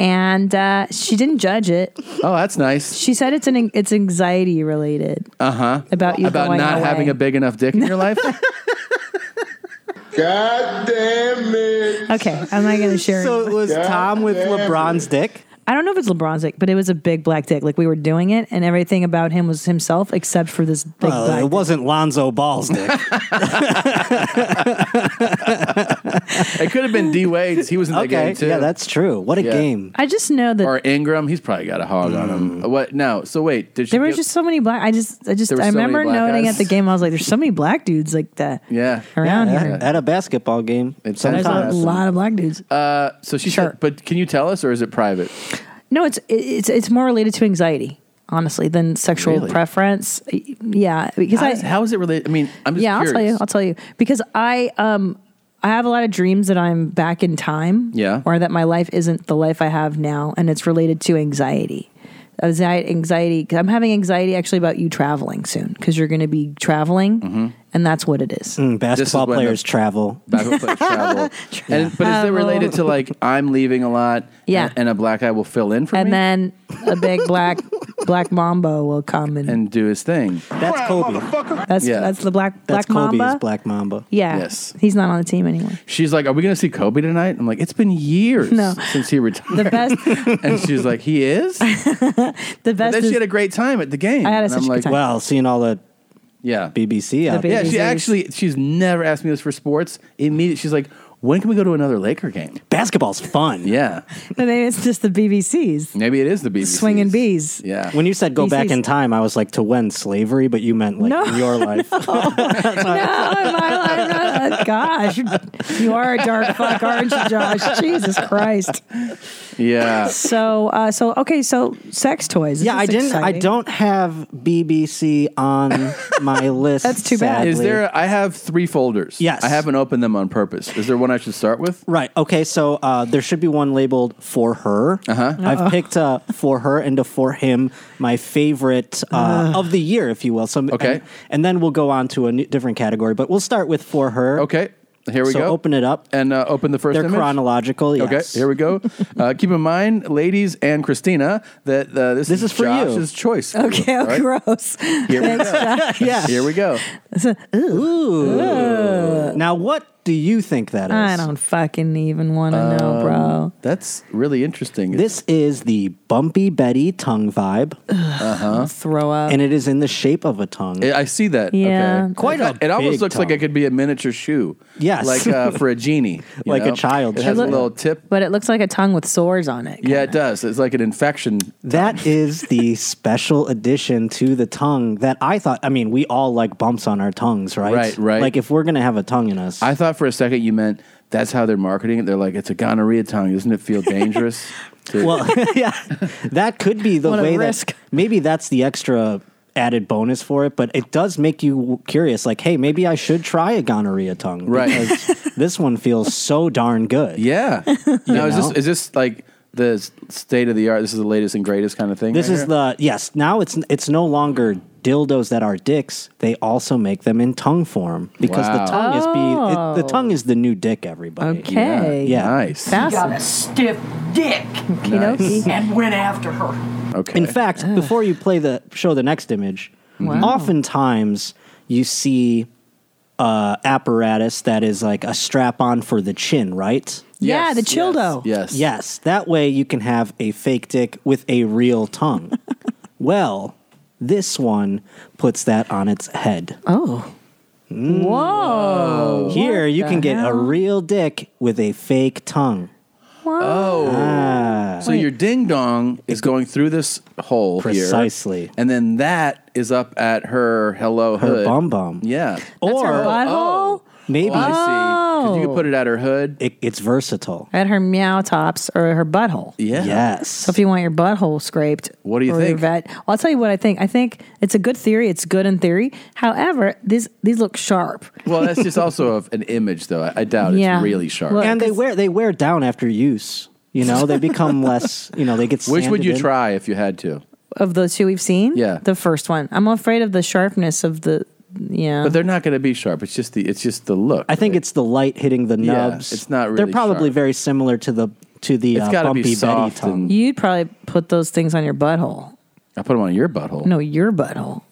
Speaker 2: And uh, she didn't judge it.
Speaker 1: Oh, that's nice.
Speaker 2: She said it's an it's anxiety related.
Speaker 1: Uh huh.
Speaker 2: About you
Speaker 1: about
Speaker 2: going
Speaker 1: not
Speaker 2: away.
Speaker 1: having a big enough dick in your life.
Speaker 12: God damn it.
Speaker 2: Okay, I'm not going to share.
Speaker 19: So it was Tom with LeBron's dick.
Speaker 2: I don't know if it's LeBron's dick, but it was a big black dick. Like we were doing it, and everything about him was himself, except for this big
Speaker 19: Well,
Speaker 2: black.
Speaker 19: it wasn't Lonzo Ball's dick.
Speaker 1: it could have been D Wade's. He was in the
Speaker 19: Okay,
Speaker 1: game too.
Speaker 19: yeah, that's true. What a game.
Speaker 2: I just know that
Speaker 1: Or Ingram, he's probably got a hog on him. What? No. So wait, did she?
Speaker 2: Mm. there were
Speaker 1: give-
Speaker 2: just so many black. I just, I just,
Speaker 1: There were
Speaker 2: I
Speaker 1: so many
Speaker 2: remember
Speaker 1: black
Speaker 2: noting
Speaker 1: guys.
Speaker 2: at the game, I was like, "There's so many black dudes like that."
Speaker 1: yeah
Speaker 2: around
Speaker 19: Yeah,
Speaker 2: here.
Speaker 19: At, at a basketball game. Mm,
Speaker 2: There's a lot of black dudes.
Speaker 1: Uh, so she said, but can you tell us, or is it private?
Speaker 2: No, it's it- it's it's more related to anxiety, honestly, than sexual
Speaker 1: Really?
Speaker 2: preference. Yeah, because
Speaker 1: how,
Speaker 2: I,
Speaker 1: is, how is it related? I mean, I'm just
Speaker 2: yeah,
Speaker 1: curious.
Speaker 2: I'll tell you, I'll tell you, because I um I have a lot of dreams that I'm back in time,
Speaker 1: Yeah.
Speaker 2: or that my life isn't the life I have now, and it's related to anxiety. Anxi- Anxiety. 'cause I'm having anxiety actually about you traveling soon because you're going to be traveling,
Speaker 1: Mm-hmm.
Speaker 2: and that's what it is.
Speaker 19: Mm, basketball
Speaker 1: when the-
Speaker 19: players travel.
Speaker 1: Basketball players travel. And, but is it
Speaker 2: Travel.
Speaker 1: related to like I'm leaving a lot?
Speaker 2: Um, Yeah.
Speaker 1: and, and a black guy will fill in for
Speaker 2: and
Speaker 1: me.
Speaker 2: then a big black Black Mambo will come and,
Speaker 1: and do his thing.
Speaker 19: That's Kobe.
Speaker 2: That's that's the Black
Speaker 19: That's
Speaker 2: Black
Speaker 19: Kobe's
Speaker 2: Mamba.
Speaker 19: Black Mamba.
Speaker 2: yeah.
Speaker 1: Yes.
Speaker 2: He's not on the team anymore.
Speaker 1: She's like, "Are we going to see Kobe tonight?" I'm like, "It's been years
Speaker 2: No.
Speaker 1: since he retired."
Speaker 2: The best-
Speaker 1: and she's like, "He is."
Speaker 2: The best.
Speaker 1: then
Speaker 2: is-
Speaker 1: she had a great time at the game.
Speaker 2: I had
Speaker 1: and
Speaker 2: such a
Speaker 1: I'm
Speaker 2: good
Speaker 1: like,
Speaker 2: time.
Speaker 19: Well, seeing all the
Speaker 1: yeah
Speaker 19: BBC out
Speaker 1: yeah,
Speaker 19: there.
Speaker 1: she actually she's never asked me this for sports. Immediately, she's like, "When can we go to another Laker game?"
Speaker 19: Basketball's fun.
Speaker 1: Yeah,
Speaker 2: but maybe it's just the BBCs
Speaker 1: maybe it is the BBC.
Speaker 2: swinging bees.
Speaker 1: Yeah.
Speaker 19: When you said go
Speaker 2: He
Speaker 19: back
Speaker 2: sees-
Speaker 19: in time, I was like to when slavery, but you meant like
Speaker 2: No.
Speaker 19: in your life.
Speaker 2: Uh, Gosh, you are a dark fuck, aren't you, Josh? Jesus Christ.
Speaker 1: Yeah.
Speaker 2: So, uh, so okay, so sex toys. This
Speaker 19: yeah,
Speaker 2: is
Speaker 19: I didn't. I
Speaker 2: exciting.
Speaker 19: don't have BBC on my list. That's too
Speaker 1: Is there? I have three folders.
Speaker 19: Yes.
Speaker 1: I haven't opened them on purpose. Is there one I should start with?
Speaker 19: Right. Okay. So uh, there should be one labeled for her. Uh-huh.
Speaker 1: Uh-oh.
Speaker 19: I've picked uh, for her and a for him, my favorite uh,
Speaker 1: Ugh.
Speaker 19: of the year, if you will. So,
Speaker 1: Okay.
Speaker 19: And, and then we'll go on to a new, different category, but we'll start with for her.
Speaker 1: Okay. Here we
Speaker 19: So
Speaker 1: go.
Speaker 19: open it up
Speaker 1: and uh, open the first.
Speaker 19: They're
Speaker 1: image?
Speaker 19: chronological. Yes.
Speaker 1: Okay, here we go. uh, keep in mind, ladies and Christina, that uh, this, is,
Speaker 19: is for you.
Speaker 1: Josh's choice.
Speaker 2: Okay, oh,
Speaker 1: All right?
Speaker 2: gross.
Speaker 1: Here we
Speaker 2: Thanks,
Speaker 1: go.
Speaker 2: Josh. Yeah.
Speaker 1: Here we go.
Speaker 19: Ooh. Now, what do you think that is?
Speaker 2: I don't fucking even want to know,
Speaker 1: Um,
Speaker 2: bro.
Speaker 1: That's really interesting.
Speaker 19: This is the Bumpy Betty tongue vibe. Uh
Speaker 1: huh.
Speaker 2: Throw up.
Speaker 19: And it is in the shape of a tongue.
Speaker 1: I I see that.
Speaker 19: Yeah.
Speaker 1: Okay.
Speaker 19: Quite
Speaker 1: it,
Speaker 19: a
Speaker 1: It almost
Speaker 19: big
Speaker 1: looks like
Speaker 19: tongue.
Speaker 1: it could be a miniature shoe.
Speaker 19: Yes.
Speaker 1: Like uh, for a genie. you
Speaker 19: Like a
Speaker 1: know?
Speaker 19: child
Speaker 1: It has
Speaker 19: shoe.
Speaker 1: a little tip.
Speaker 2: But it looks like a tongue with sores on it.
Speaker 1: Yeah, it does. It's like an infection.
Speaker 19: That is the special addition to the tongue that I thought. I mean, we all like bumps on our tongues, right?
Speaker 1: Right, right.
Speaker 19: Like if we're gonna have a tongue in us,
Speaker 1: I thought for a second you meant that's how they're marketing it. They're like, it's a gonorrhea tongue. Doesn't it feel dangerous? to-
Speaker 19: well, yeah, that could be the
Speaker 1: What a
Speaker 19: way
Speaker 1: risk.
Speaker 19: that maybe that's the extra added bonus for it. But it does make you curious, like, hey, maybe I should try a gonorrhea tongue,
Speaker 1: Right.
Speaker 19: Because this one feels so darn good.
Speaker 1: Yeah. now, is
Speaker 19: know?
Speaker 1: this, is this like the s- state of the art? This is the latest and greatest kind of thing?
Speaker 19: This
Speaker 1: right
Speaker 19: is
Speaker 1: here?
Speaker 19: the yes. Now it's it's no longer dildos that are dicks. They also make them in tongue form because
Speaker 1: Wow.
Speaker 19: the tongue is be it,
Speaker 2: Oh.
Speaker 19: the tongue is the new dick. Everybody.
Speaker 2: Okay.
Speaker 19: Yeah.
Speaker 1: Nice.
Speaker 2: Fascinating.
Speaker 20: stiff dick
Speaker 19: Nice.
Speaker 20: and went after her.
Speaker 1: Okay.
Speaker 19: In fact, before you play the show, the next image,
Speaker 20: Wow.
Speaker 2: Mm-hmm.
Speaker 19: oftentimes you see uh, apparatus that is like a strap on for the chin, right?
Speaker 2: Yeah, Yes, the childo.
Speaker 1: Yes.
Speaker 19: Yes. That way you can have a fake dick with a real tongue. well, this one puts that on its head.
Speaker 2: Oh. Whoa.
Speaker 19: Here
Speaker 2: What
Speaker 19: you
Speaker 2: the
Speaker 19: can get a
Speaker 2: hell?
Speaker 19: real dick with a fake tongue.
Speaker 1: Oh. So your ding dong is going through this hole here.
Speaker 19: Precisely.
Speaker 1: And then that is up at her hello
Speaker 19: Her
Speaker 1: hood.
Speaker 19: bum bum.
Speaker 1: Yeah.
Speaker 19: Or
Speaker 2: butthole?
Speaker 19: maybe Oh.
Speaker 1: Oh, I see. 'Cause you could put it at her hood.
Speaker 19: It, it's versatile.
Speaker 2: At her meow tops or her butthole.
Speaker 1: Yeah.
Speaker 19: Yes.
Speaker 2: So if you want your butthole scraped,
Speaker 1: What do you
Speaker 2: or your
Speaker 1: think?
Speaker 2: vet- well, I'll tell you what I think. I think it's a good theory. It's good in theory. However, these these look sharp.
Speaker 1: Well, that's just also of an image, though. I, I doubt
Speaker 2: Yeah.
Speaker 1: it's really sharp.
Speaker 2: Well,
Speaker 19: and they wear they wear down after use. You know, they become less. You know, they get.
Speaker 1: Which would
Speaker 19: sanded
Speaker 1: you
Speaker 19: in.
Speaker 1: try if you had to?
Speaker 2: Of the two we've seen,
Speaker 1: Yeah.
Speaker 2: the first one. I'm afraid of the sharpness of the yeah.
Speaker 1: But they're not going to be sharp. It's just the it's just the look.
Speaker 19: I think it's the light hitting the
Speaker 1: Yeah,
Speaker 19: nubs.
Speaker 1: it's not
Speaker 19: They're
Speaker 1: really
Speaker 19: probably
Speaker 1: sharp.
Speaker 19: very similar to the to the
Speaker 1: It's
Speaker 19: uh,
Speaker 1: gotta be
Speaker 19: bumpy Betty
Speaker 1: soft
Speaker 19: tongue.
Speaker 2: You'd probably put those things on your butthole.
Speaker 1: I put them on your butthole.
Speaker 2: No, your butthole.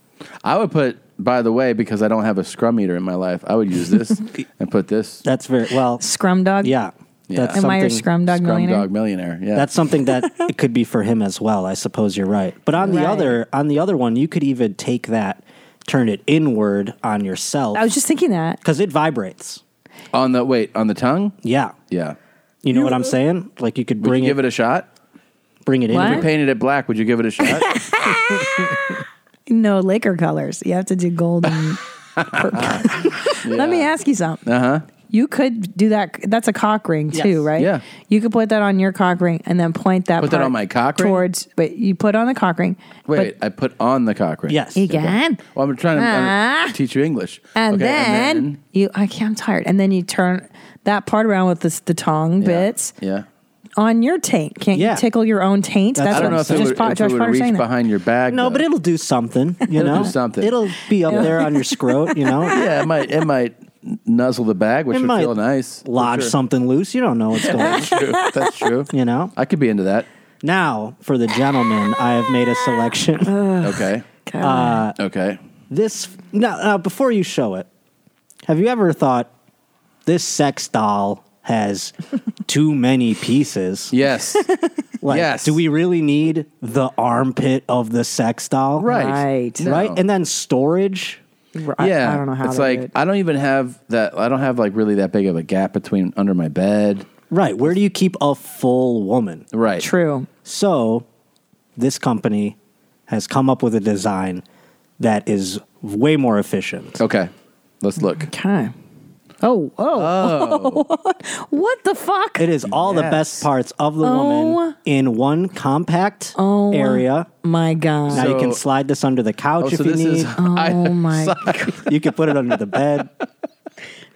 Speaker 1: I would put. By the way, because I don't have a scrum eater in my life, I would use this and put this.
Speaker 19: That's very well.
Speaker 2: Scrum dog.
Speaker 19: Yeah.
Speaker 1: Yeah.
Speaker 19: That's
Speaker 2: Am I your
Speaker 19: something-
Speaker 2: scrum dog
Speaker 1: Scrum
Speaker 2: millionaire?
Speaker 1: dog millionaire. Yeah.
Speaker 19: That's something that it could be for him as well. I suppose you're right. But on
Speaker 2: Right.
Speaker 19: the other on the other one, you could even take that, turn it inward on yourself
Speaker 2: I was just thinking that.
Speaker 19: because it vibrates.
Speaker 1: on the wait on the tongue.
Speaker 19: Yeah,
Speaker 1: Yeah.
Speaker 19: you know what I'm saying. Like you could
Speaker 1: Would
Speaker 19: bring
Speaker 1: you give
Speaker 19: it,
Speaker 1: it a shot?
Speaker 19: bring it
Speaker 1: If
Speaker 19: in.
Speaker 1: you painted it black, would you give it a shot?
Speaker 2: No Laker colors. You have to do gold and purple. Let me ask you something.
Speaker 1: Uh huh.
Speaker 2: You could do that. That's a cock ring too,
Speaker 1: Yes.
Speaker 2: right?
Speaker 1: Yeah.
Speaker 2: You could put that on your cock ring and then point that
Speaker 1: Put that
Speaker 2: part
Speaker 1: on my cock ring?
Speaker 2: towards. But you put on the cock ring.
Speaker 1: Wait, I put on the cock ring.
Speaker 2: Yes. Again?
Speaker 1: Okay. Well, I'm trying to I'm
Speaker 2: Ah.
Speaker 1: gonna teach you English.
Speaker 2: And,
Speaker 1: Okay,
Speaker 2: then you. I can't. I'm tired. And then you turn that part around with this, the tongue bits
Speaker 1: yeah.
Speaker 2: on your taint. Can't
Speaker 1: Yeah.
Speaker 2: you tickle your own taint?
Speaker 1: I don't know if it would,
Speaker 2: Pa-
Speaker 1: if it would
Speaker 2: Potter
Speaker 1: reach
Speaker 2: saying that.
Speaker 1: behind your bag.
Speaker 19: No,
Speaker 1: though.
Speaker 19: but it'll do something. You
Speaker 1: It'll
Speaker 19: know,
Speaker 1: do something.
Speaker 19: It'll be up there on your scrot. You know,
Speaker 1: yeah, it might it might nuzzle the bag, which
Speaker 19: It
Speaker 1: would
Speaker 19: might
Speaker 1: feel nice.
Speaker 19: lodge
Speaker 1: Sure.
Speaker 19: something loose. You don't know what's going. on.
Speaker 1: That's true. That's true.
Speaker 19: You know,
Speaker 1: I could be into that.
Speaker 19: Now, for the gentleman, I have made a selection.
Speaker 2: Oh,
Speaker 1: Okay.
Speaker 19: Uh,
Speaker 1: okay.
Speaker 19: This now, now before you show it, have you ever thought this sex doll has too many pieces?
Speaker 1: Yes.
Speaker 19: Like,
Speaker 1: Yes.
Speaker 19: Do we really need the armpit of the sex doll?
Speaker 1: Right. Right. No.
Speaker 19: Right. And then storage.
Speaker 1: yeah, it's like I don't even have that. I don't have like really that big of a gap between under my bed.
Speaker 19: Right. Where do you keep a full woman?
Speaker 1: Right.
Speaker 19: True. So, this company has come up with a design that is way more efficient.
Speaker 1: Okay. Let's look.
Speaker 19: Okay.
Speaker 2: Oh, oh. what the fuck?
Speaker 19: It is all the
Speaker 2: Yes.
Speaker 19: best parts of the
Speaker 2: Oh.
Speaker 19: woman in one compact
Speaker 2: Oh,
Speaker 19: area.
Speaker 2: My God.
Speaker 19: Now you can slide this under the couch
Speaker 2: Oh,
Speaker 19: if
Speaker 2: so
Speaker 19: you
Speaker 2: this
Speaker 19: need.
Speaker 2: is- Oh my God.
Speaker 19: You can put it under the bed.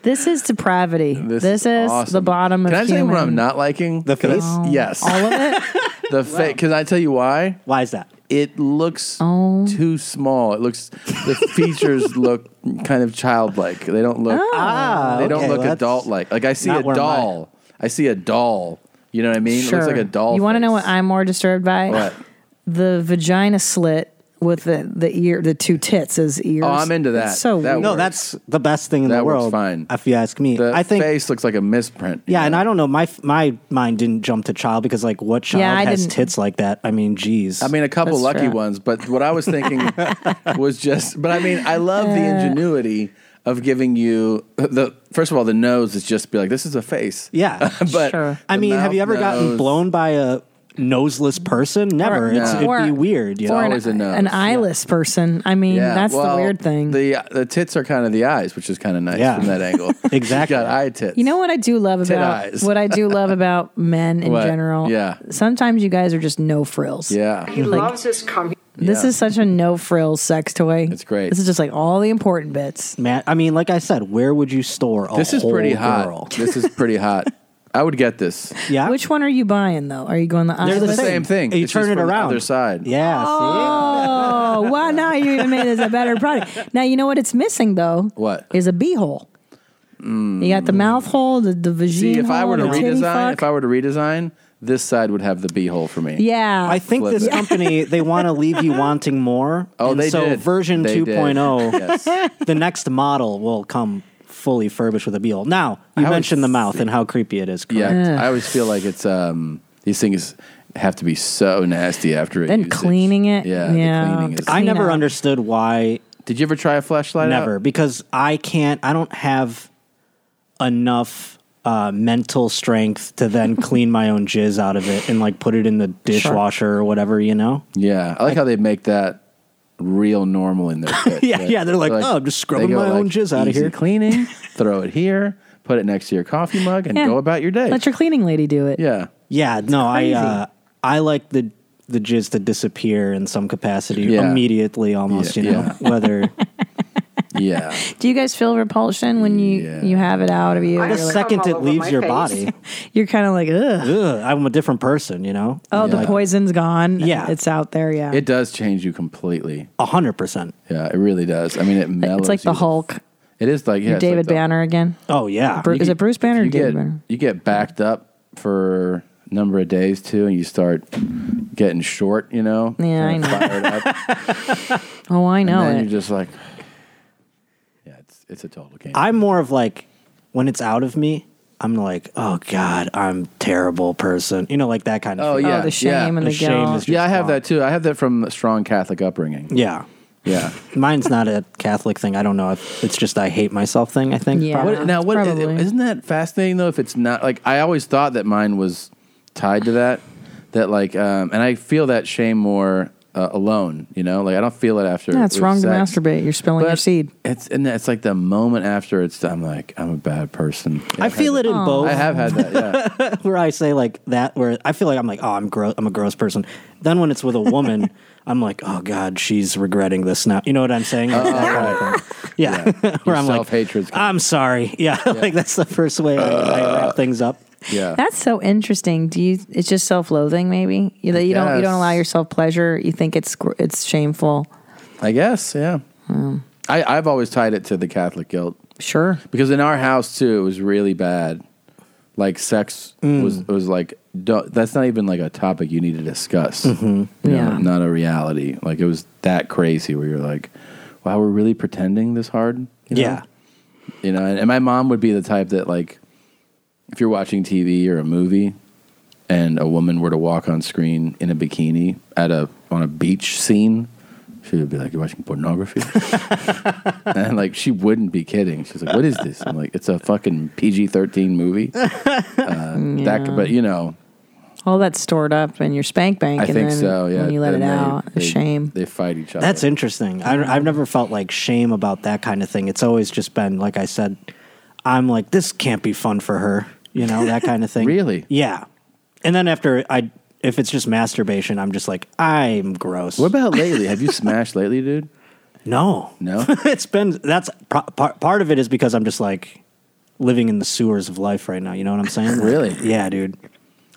Speaker 2: This is depravity. This, is, the bottom of
Speaker 1: Can I tell you
Speaker 2: human.
Speaker 1: what I'm not liking? The
Speaker 19: face? Oh.
Speaker 1: yes.
Speaker 2: All of it?
Speaker 1: the face. Can I tell you why?
Speaker 19: Why is that?
Speaker 1: It looks
Speaker 2: Oh.
Speaker 1: too small. It looks the features look kind of childlike. They don't look.
Speaker 2: Oh.
Speaker 19: Ah,
Speaker 1: they don't
Speaker 19: okay,
Speaker 1: look
Speaker 19: well, that's
Speaker 1: adult like. Like I see a
Speaker 19: not where my-
Speaker 1: doll. I see a doll. You know what I mean? It looks like a doll.
Speaker 2: You want to know what I'm more disturbed by?
Speaker 1: What?
Speaker 2: The vagina slit with the, the ear, the two tits as ears.
Speaker 1: Oh, I'm into that.
Speaker 2: It's so
Speaker 1: that
Speaker 2: weird.
Speaker 19: No, that's the best thing in
Speaker 1: that
Speaker 19: the
Speaker 1: works
Speaker 19: world.
Speaker 1: fine.
Speaker 19: If you ask me,
Speaker 1: The
Speaker 19: I think.
Speaker 1: face looks like a misprint.
Speaker 19: yeah, and I don't know. My my mind didn't jump to child because like what child
Speaker 1: I
Speaker 19: has
Speaker 1: didn't-
Speaker 19: tits like that? I mean, geez.
Speaker 1: I mean, a couple lucky ones, but what I was thinking was just. But I mean, I love the
Speaker 2: Uh.
Speaker 1: ingenuity of giving you the first of all the nose is just be like this is a face.
Speaker 19: Yeah,
Speaker 1: but
Speaker 19: I
Speaker 1: the
Speaker 19: mean, have
Speaker 1: mouth,
Speaker 19: you ever gotten
Speaker 1: nose-
Speaker 19: blown by a noseless person? Never. It's,
Speaker 1: no.
Speaker 19: It'd
Speaker 1: Or-
Speaker 19: be weird. You
Speaker 1: It's
Speaker 19: know?
Speaker 1: always a no.
Speaker 2: An eyeless person. I mean,
Speaker 1: Yeah,
Speaker 2: that's
Speaker 1: well,
Speaker 2: the weird thing.
Speaker 1: The uh, the tits are kind of the eyes, which is kind of nice
Speaker 19: Yeah.
Speaker 1: from that angle. exactly, got eye tits.
Speaker 2: You know what I do love
Speaker 1: Tit
Speaker 2: about
Speaker 1: eyes.
Speaker 2: what I do love about men in
Speaker 1: What?
Speaker 2: general.
Speaker 1: Yeah.
Speaker 2: Sometimes you guys are just no frills.
Speaker 1: Yeah. He
Speaker 2: loves
Speaker 20: this cum.
Speaker 2: This is such a no frills sex toy. It's
Speaker 1: great.
Speaker 2: This is just like all the important bits.
Speaker 19: Man, I mean, like I said, where would you store a
Speaker 1: This is
Speaker 19: whole
Speaker 1: pretty hot.
Speaker 19: girl?
Speaker 1: This is pretty hot. I would get this.
Speaker 19: Yeah.
Speaker 2: Which one are you buying though? Are you going the
Speaker 1: Ah. They're the
Speaker 2: eyeless?
Speaker 1: same, thing.
Speaker 19: You
Speaker 1: It's
Speaker 19: turn
Speaker 1: just
Speaker 19: it
Speaker 1: from
Speaker 19: around.
Speaker 1: The other side.
Speaker 19: Yeah.
Speaker 2: Oh, wow! Now you even made this a better product. Now you know what it's missing though.
Speaker 1: What?
Speaker 2: is a beehole? You got the mouth hole, the the vagina.
Speaker 1: Mm. See, if I were to
Speaker 2: hole, the titty
Speaker 1: redesign,
Speaker 2: fuck.
Speaker 1: if I were to redesign, this side would have the beehole for me.
Speaker 2: Yeah.
Speaker 19: I think
Speaker 1: Flip
Speaker 19: this
Speaker 1: it.
Speaker 19: company they want to leave you wanting more.
Speaker 1: Oh,
Speaker 19: and
Speaker 1: they
Speaker 19: so
Speaker 1: did.
Speaker 19: version oh.
Speaker 1: They did.
Speaker 19: 2.0,
Speaker 1: Yes.
Speaker 19: the next model will come fully furbished with a beal. Now,
Speaker 1: I
Speaker 19: you
Speaker 1: always
Speaker 19: mentioned the mouth and how creepy it is. correct?
Speaker 1: Yeah, I always feel like it's um these things have to be so nasty after it.
Speaker 2: Then
Speaker 1: used.
Speaker 2: cleaning it.
Speaker 1: Yeah, the cleaning is-
Speaker 19: I never
Speaker 2: understood.
Speaker 19: understood why.
Speaker 1: Did you ever try a flashlight?
Speaker 19: Never, because I can't. I don't have enough uh, mental strength to then clean my own jizz out of it and like put it in the dishwasher or whatever. You know.
Speaker 1: Yeah, I like how they make that real normal in their pitch.
Speaker 19: Yeah, yeah, they're like, "Oh, I'm just scrubbing
Speaker 1: they go
Speaker 19: my own jizz outta
Speaker 1: easy
Speaker 19: here."
Speaker 1: Cleaning, throw it here, put it next to your coffee mug, and
Speaker 2: Yeah.
Speaker 1: go about your day.
Speaker 2: Let your cleaning lady do it.
Speaker 1: yeah,
Speaker 19: Yeah, no,
Speaker 2: crazy.
Speaker 19: I uh, I like the the jizz to disappear in some capacity
Speaker 1: Yeah.
Speaker 19: immediately, almost.
Speaker 1: Yeah,
Speaker 19: you know, whether
Speaker 1: yeah.
Speaker 2: Do you guys feel repulsion when you you have it out of you?
Speaker 19: The
Speaker 2: You're like-
Speaker 19: second it leaves your body,
Speaker 2: you're kind of like, ugh.
Speaker 19: Ugh, I'm a different person. You know.
Speaker 2: Oh, the
Speaker 19: Like,
Speaker 2: poison's gone.
Speaker 19: Yeah.
Speaker 2: it's out there. Yeah,
Speaker 1: It does change you completely.
Speaker 19: A hundred percent.
Speaker 1: Yeah, it really does. I mean, it mellows.
Speaker 2: it's like the
Speaker 1: you.
Speaker 2: Hulk.
Speaker 1: It is like yeah,
Speaker 2: You're
Speaker 1: it's like
Speaker 2: David
Speaker 1: the-
Speaker 2: Banner again.
Speaker 19: Oh yeah.
Speaker 2: Bru- is it Bruce Banner or
Speaker 1: You
Speaker 2: David
Speaker 1: get
Speaker 2: Banner?
Speaker 1: you get backed up for a number of days too, and you start getting short. You know.
Speaker 2: Yeah, I
Speaker 1: Kinda
Speaker 2: know.
Speaker 1: fired up.
Speaker 2: Oh, I know
Speaker 1: And then
Speaker 2: it.
Speaker 1: you're just like, yeah, it's it's a total game.
Speaker 19: I'm more of like when it's out of me. I'm like, oh god, I'm terrible person. You know, like that kind of.
Speaker 1: Oh
Speaker 19: thing.
Speaker 1: yeah, yeah.
Speaker 19: is
Speaker 1: yeah, I
Speaker 19: just
Speaker 1: have that too. I have that from a strong Catholic upbringing.
Speaker 19: Yeah.
Speaker 1: Yeah.
Speaker 19: Mine's not a Catholic thing. I don't know. if It's just I hate myself thing, I think. probably.
Speaker 1: What, now, what
Speaker 2: probably.
Speaker 1: isn't that fascinating though? If it's not like I always thought that mine was tied to that. That like, um, and I feel that shame more uh, alone. You know, like I don't feel it after.
Speaker 2: yeah, it's
Speaker 1: with
Speaker 2: wrong
Speaker 1: sex.
Speaker 2: to masturbate. You're spilling your seed.
Speaker 1: It's and it's like the moment after it's. I'm like, I'm a bad person. Yeah,
Speaker 19: I
Speaker 1: I've had
Speaker 19: feel it
Speaker 1: that.
Speaker 19: in both.
Speaker 1: I have had that. Yeah.
Speaker 19: where I say like that, where I feel like I'm like, oh, I'm gross. I'm a gross person. Then when it's with a woman, I'm like, oh god, she's regretting this now. You know what I'm saying? Like, that kind of thing.
Speaker 1: Oh.
Speaker 19: Yeah, where I'm like,
Speaker 1: hatred's.
Speaker 19: I'm sorry. Yeah, like that's the first way I,
Speaker 1: Uh.
Speaker 19: I wrap things up.
Speaker 1: Yeah,
Speaker 2: That's so interesting. Do you? It's just self-loathing, maybe. You, you don't. You
Speaker 1: guess.
Speaker 2: don't allow yourself pleasure. You think it's gr- it's shameful.
Speaker 1: I guess, yeah.
Speaker 19: Hmm.
Speaker 1: I, I've always tied it to the Catholic guilt.
Speaker 2: Sure.
Speaker 1: Because in our house, too, it was really bad Like sex
Speaker 19: Mm.
Speaker 1: was was like do- that's not even like a topic you need to discuss.
Speaker 19: Mhm.
Speaker 1: You know,
Speaker 19: Yeah.
Speaker 1: not a reality. Like it was that crazy where you're like, wow, we're really pretending this hard. You know?
Speaker 19: Yeah.
Speaker 1: you know. And, and my mom would be the type that like, if you're watching TV or a movie, and a woman were to walk on screen in a bikini at a on a beach scene, she would be like, "You're watching pornography," and like she wouldn't be kidding. She's like, "What is this?" I'm like, "It's a fucking PG-13 movie." Uh, That,
Speaker 2: Yeah.
Speaker 1: could- but you know,
Speaker 2: All that's stored up in your spank bank.
Speaker 1: I
Speaker 2: and
Speaker 1: think
Speaker 2: then
Speaker 1: so. Yeah,
Speaker 2: When you let it
Speaker 1: And they-
Speaker 2: out,
Speaker 1: they-
Speaker 2: a shame.
Speaker 1: They fight each other.
Speaker 19: That's interesting. I, I've never felt like shame about that kind of thing. It's always just been, like I said, I'm like, this can't be fun for her, you know, that kind of thing.
Speaker 1: really?
Speaker 19: Yeah. And then after I, if it's just masturbation, I'm just like, I'm gross.
Speaker 1: What about lately? Have you smashed lately, dude?
Speaker 19: No.
Speaker 1: No.
Speaker 19: it's been, that's pro- part, part of it is because I'm just like living in the sewers of life right now. You know what I'm saying?
Speaker 1: Really?
Speaker 19: Yeah, dude.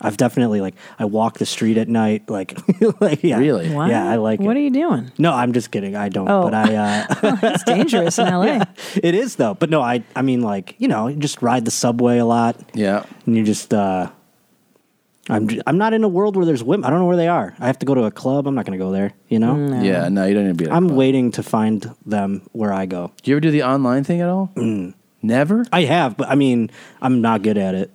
Speaker 19: I've definitely like I walk the street at night like like yeah really
Speaker 2: What?
Speaker 19: yeah I like
Speaker 2: What are you doing?
Speaker 19: no I'm just kidding I don't
Speaker 2: Oh.
Speaker 19: but I uh,
Speaker 2: It's dangerous in LA.
Speaker 19: Yeah, it is though. But no, I I mean like you know, you just ride the subway a lot.
Speaker 1: Yeah,
Speaker 19: and you just uh, I'm j- I'm not in a world where there's women. I don't know where they are. I have to go to a club. I'm not going to go there. You know.
Speaker 2: Mm,
Speaker 1: No. Yeah, no, you don't need to be.
Speaker 19: I'm waiting to find them where I go.
Speaker 1: Do you ever do the online thing at all?
Speaker 19: Mm.
Speaker 1: Never.
Speaker 19: I have, but I mean, I'm not good at it.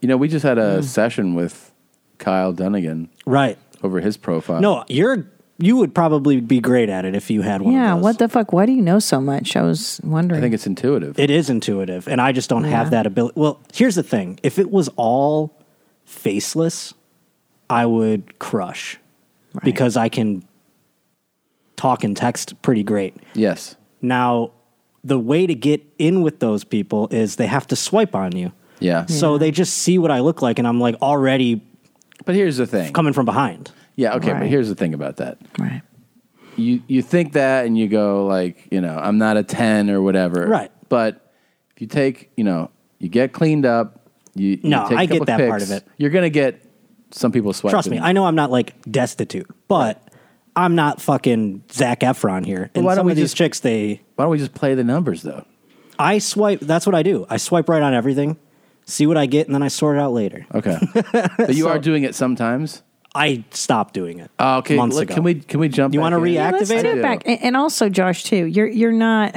Speaker 1: You know, we just had
Speaker 19: Mm.
Speaker 1: a session with Kyle Dunnigan,
Speaker 19: right,
Speaker 1: over his profile.
Speaker 19: No, you're you would probably be great at it if you had one.
Speaker 2: Yeah, what the fuck? Why do you know so much? I was wondering.
Speaker 19: I think
Speaker 1: it's intuitive.
Speaker 19: It is intuitive, and I just don't
Speaker 2: Yeah.
Speaker 19: have that ability. Well, here's the thing: if it was all faceless, I would crush because I can talk and text pretty great.
Speaker 1: Yes.
Speaker 19: Now, the way to get in with those people is they have to swipe on you.
Speaker 1: Yeah.
Speaker 19: So they just see what I look like, and I'm like already.
Speaker 1: But here's the thing:
Speaker 19: coming from behind.
Speaker 1: Yeah, okay, but
Speaker 19: Right.
Speaker 1: here's the thing about that.
Speaker 2: Right.
Speaker 1: You you think that and you go like, you know, I'm not a 10 or whatever.
Speaker 19: Right.
Speaker 1: But if you take, you know, you get cleaned up, you, you
Speaker 19: No,
Speaker 1: take a
Speaker 19: I get
Speaker 1: couple
Speaker 19: that part
Speaker 1: pics,
Speaker 19: of it.
Speaker 1: You're going to get some people swept.
Speaker 19: Trust me, I know I'm not like destitute, but I'm not fucking Zach Efron here. And
Speaker 1: why don't
Speaker 19: some
Speaker 1: we
Speaker 19: of these
Speaker 1: just-
Speaker 19: chicks, they
Speaker 1: why don't we just play the numbers though?
Speaker 19: I swipe. That's what I do. I swipe right on everything, see what I get, and then I sort it out later.
Speaker 1: Okay, but you are doing it sometimes.
Speaker 19: I stopped doing it.
Speaker 1: Oh, okay.
Speaker 19: months
Speaker 1: look,
Speaker 19: ago.
Speaker 1: Can we can we jump
Speaker 19: You
Speaker 1: want
Speaker 19: wanna
Speaker 1: to
Speaker 2: Yeah, let's do it back. And, and also, Josh, too, you're you're not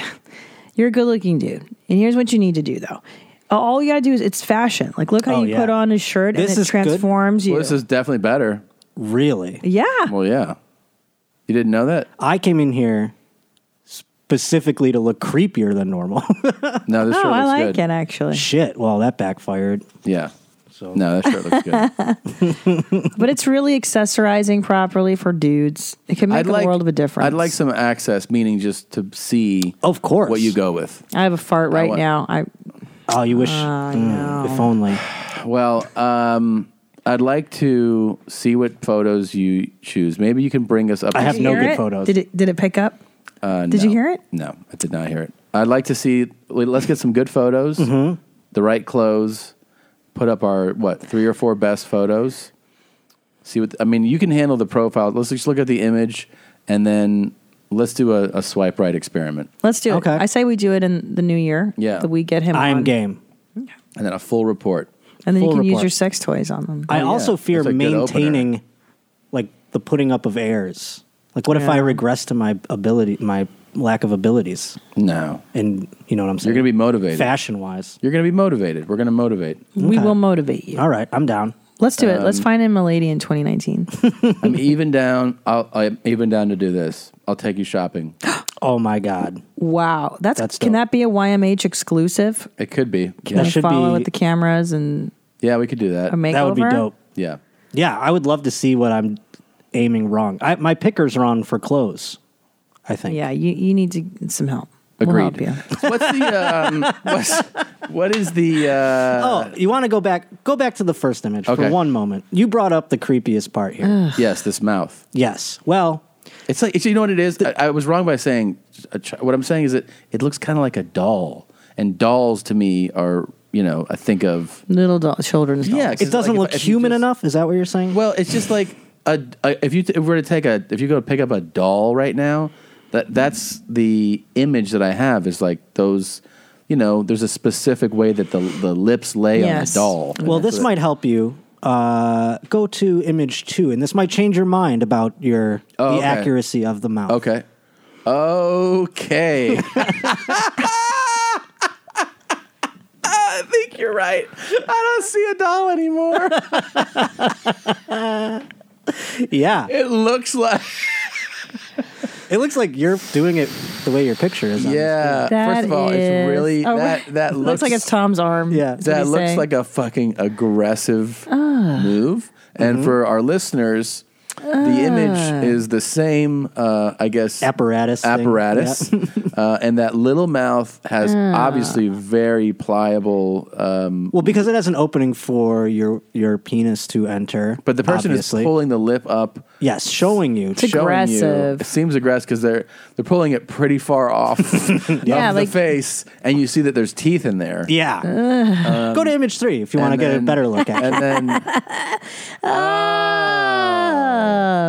Speaker 2: you're a good looking dude. And here's what you need to do though. All you gotta do is it's fashion. Like look how
Speaker 1: Oh,
Speaker 2: you
Speaker 1: yeah.
Speaker 2: put on a shirt and it transforms you.
Speaker 1: Well, this is definitely better.
Speaker 19: Really?
Speaker 2: yeah.
Speaker 1: Well, yeah. You didn't know that?
Speaker 19: I came in here specifically to look creepier than normal.
Speaker 1: No, this
Speaker 2: Oh,
Speaker 1: shirt
Speaker 2: I
Speaker 1: looks
Speaker 2: like
Speaker 1: good.
Speaker 2: it actually.
Speaker 19: Shit. Well, that backfired.
Speaker 1: Yeah.
Speaker 19: So
Speaker 1: No, that shirt looks good.
Speaker 2: but it's really accessorizing properly for dudes. It can make a world of a difference.
Speaker 1: I'd like some access, meaning just to see,
Speaker 19: of course,
Speaker 1: what you go with.
Speaker 2: I have a fart
Speaker 1: I
Speaker 2: right
Speaker 1: want-
Speaker 2: now. I
Speaker 19: Oh, you wish.
Speaker 2: Ah,
Speaker 19: Mm, If only.
Speaker 1: Well, um, I'd like to see what photos you choose. Maybe you can bring us up.
Speaker 2: Did
Speaker 1: to
Speaker 2: you hear it? Did it did it pick up?
Speaker 1: Uh,
Speaker 2: Did
Speaker 1: no.
Speaker 2: you hear it?
Speaker 1: No, I did not hear it. I'd like to see. wait, Let's get some good photos. The right clothes. Put up our what three or four best photos. See what I mean. You can handle the profile. Let's just look at the image, and then let's do a, a swipe right experiment,
Speaker 2: Let's do it. I say we do it in the new year.
Speaker 1: Yeah.
Speaker 2: That we get him
Speaker 1: I am
Speaker 2: on.
Speaker 19: game.
Speaker 1: and then a full report.
Speaker 2: And then you
Speaker 1: Full
Speaker 2: can use
Speaker 1: report.
Speaker 2: your sex toys on them.
Speaker 19: I also fear
Speaker 1: That's Oh, a good opener.
Speaker 19: maintaining, like the putting up of airs. Like, what if I
Speaker 2: Yeah.
Speaker 19: regress to my ability, my lack of abilities?
Speaker 1: No.
Speaker 19: And you know what I'm saying?
Speaker 1: You're going to be motivated.
Speaker 19: Fashion wise.
Speaker 1: You're going to be motivated. We're going to motivate.
Speaker 2: We will motivate you.
Speaker 19: All right, I'm down.
Speaker 2: Let's do it. Let's
Speaker 1: Um,
Speaker 2: find him a lady in 2019.
Speaker 1: I'm even down. I'll, I'm even down to do this. I'll take you shopping.
Speaker 19: oh my god,
Speaker 2: Wow, that's,
Speaker 1: That's
Speaker 2: can that be a YMH exclusive?
Speaker 1: it could be.
Speaker 2: Can we follow with the cameras and
Speaker 1: yeah, we could do that.
Speaker 2: a makeover?
Speaker 19: That would be dope.
Speaker 1: Yeah.
Speaker 19: Yeah, I would love to see what I'm aiming wrong. I, my picker's wrong for clothes. I think.
Speaker 2: Yeah, you, you need to get some help. We'll help
Speaker 19: Agreed.
Speaker 2: you.
Speaker 1: what's the um, what's, what is the uh,
Speaker 19: oh, you want to go back? Go back to the first image
Speaker 1: Okay.
Speaker 19: for one moment. You brought up the creepiest part here.
Speaker 1: uh,
Speaker 2: Mm.
Speaker 1: yes, this mouth.
Speaker 19: Yes. Well,
Speaker 1: it's like it's, you know what it is. I, I was wrong by saying a ch- what I'm saying is that it looks kind of like a doll, and dolls to me are you know I think of
Speaker 2: Little doll, children's dolls.
Speaker 1: Yeah, 'cause
Speaker 19: it doesn't
Speaker 1: like,
Speaker 19: look
Speaker 1: if- if you
Speaker 19: human enough. Is that what you're saying?
Speaker 1: Well, it's just like a, a if you t- if we were to take a if you go to pick up a doll right now, that that's the image that I have is like those you know, there's a specific way that the the lips lay
Speaker 19: Yes.
Speaker 1: on the doll.
Speaker 19: Well, this might help you. Uh, go to image two, and this might change your mind about your
Speaker 1: Oh,
Speaker 19: the
Speaker 1: okay.
Speaker 19: accuracy of the mouth.
Speaker 1: Okay. Okay.
Speaker 3: I think you're right. I don't see a doll anymore.
Speaker 19: Yeah,
Speaker 1: it looks like
Speaker 19: it looks like you're doing it the way your picture is. on the
Speaker 1: Yeah.
Speaker 19: screen.
Speaker 1: First of all, it's really
Speaker 2: oh,
Speaker 1: that that looks,
Speaker 2: like it's Tom's arm. Yeah,
Speaker 1: that looks like a fucking aggressive
Speaker 2: Ah.
Speaker 1: move. And for our listeners, the
Speaker 19: Ah.
Speaker 1: image is the same, uh, I guess,
Speaker 19: apparatus. thing.
Speaker 1: Apparatus, uh, and that little mouth has
Speaker 19: Ah.
Speaker 1: obviously very pliable. Um,
Speaker 19: Well, because it has an opening for your your penis to enter.
Speaker 1: but the person
Speaker 19: obviously.
Speaker 1: is pulling the lip up.
Speaker 19: Yes, showing you. It's
Speaker 1: showing
Speaker 19: aggressive.
Speaker 1: You. It seems aggressive because they're they're pulling it pretty far off
Speaker 19: Yeah,
Speaker 1: of
Speaker 19: like-
Speaker 1: the face, and you see that there's teeth in there.
Speaker 19: Yeah.
Speaker 1: Um,
Speaker 19: Go to image three if you want to
Speaker 1: and
Speaker 19: get a
Speaker 1: then-
Speaker 19: better look at it.
Speaker 1: And then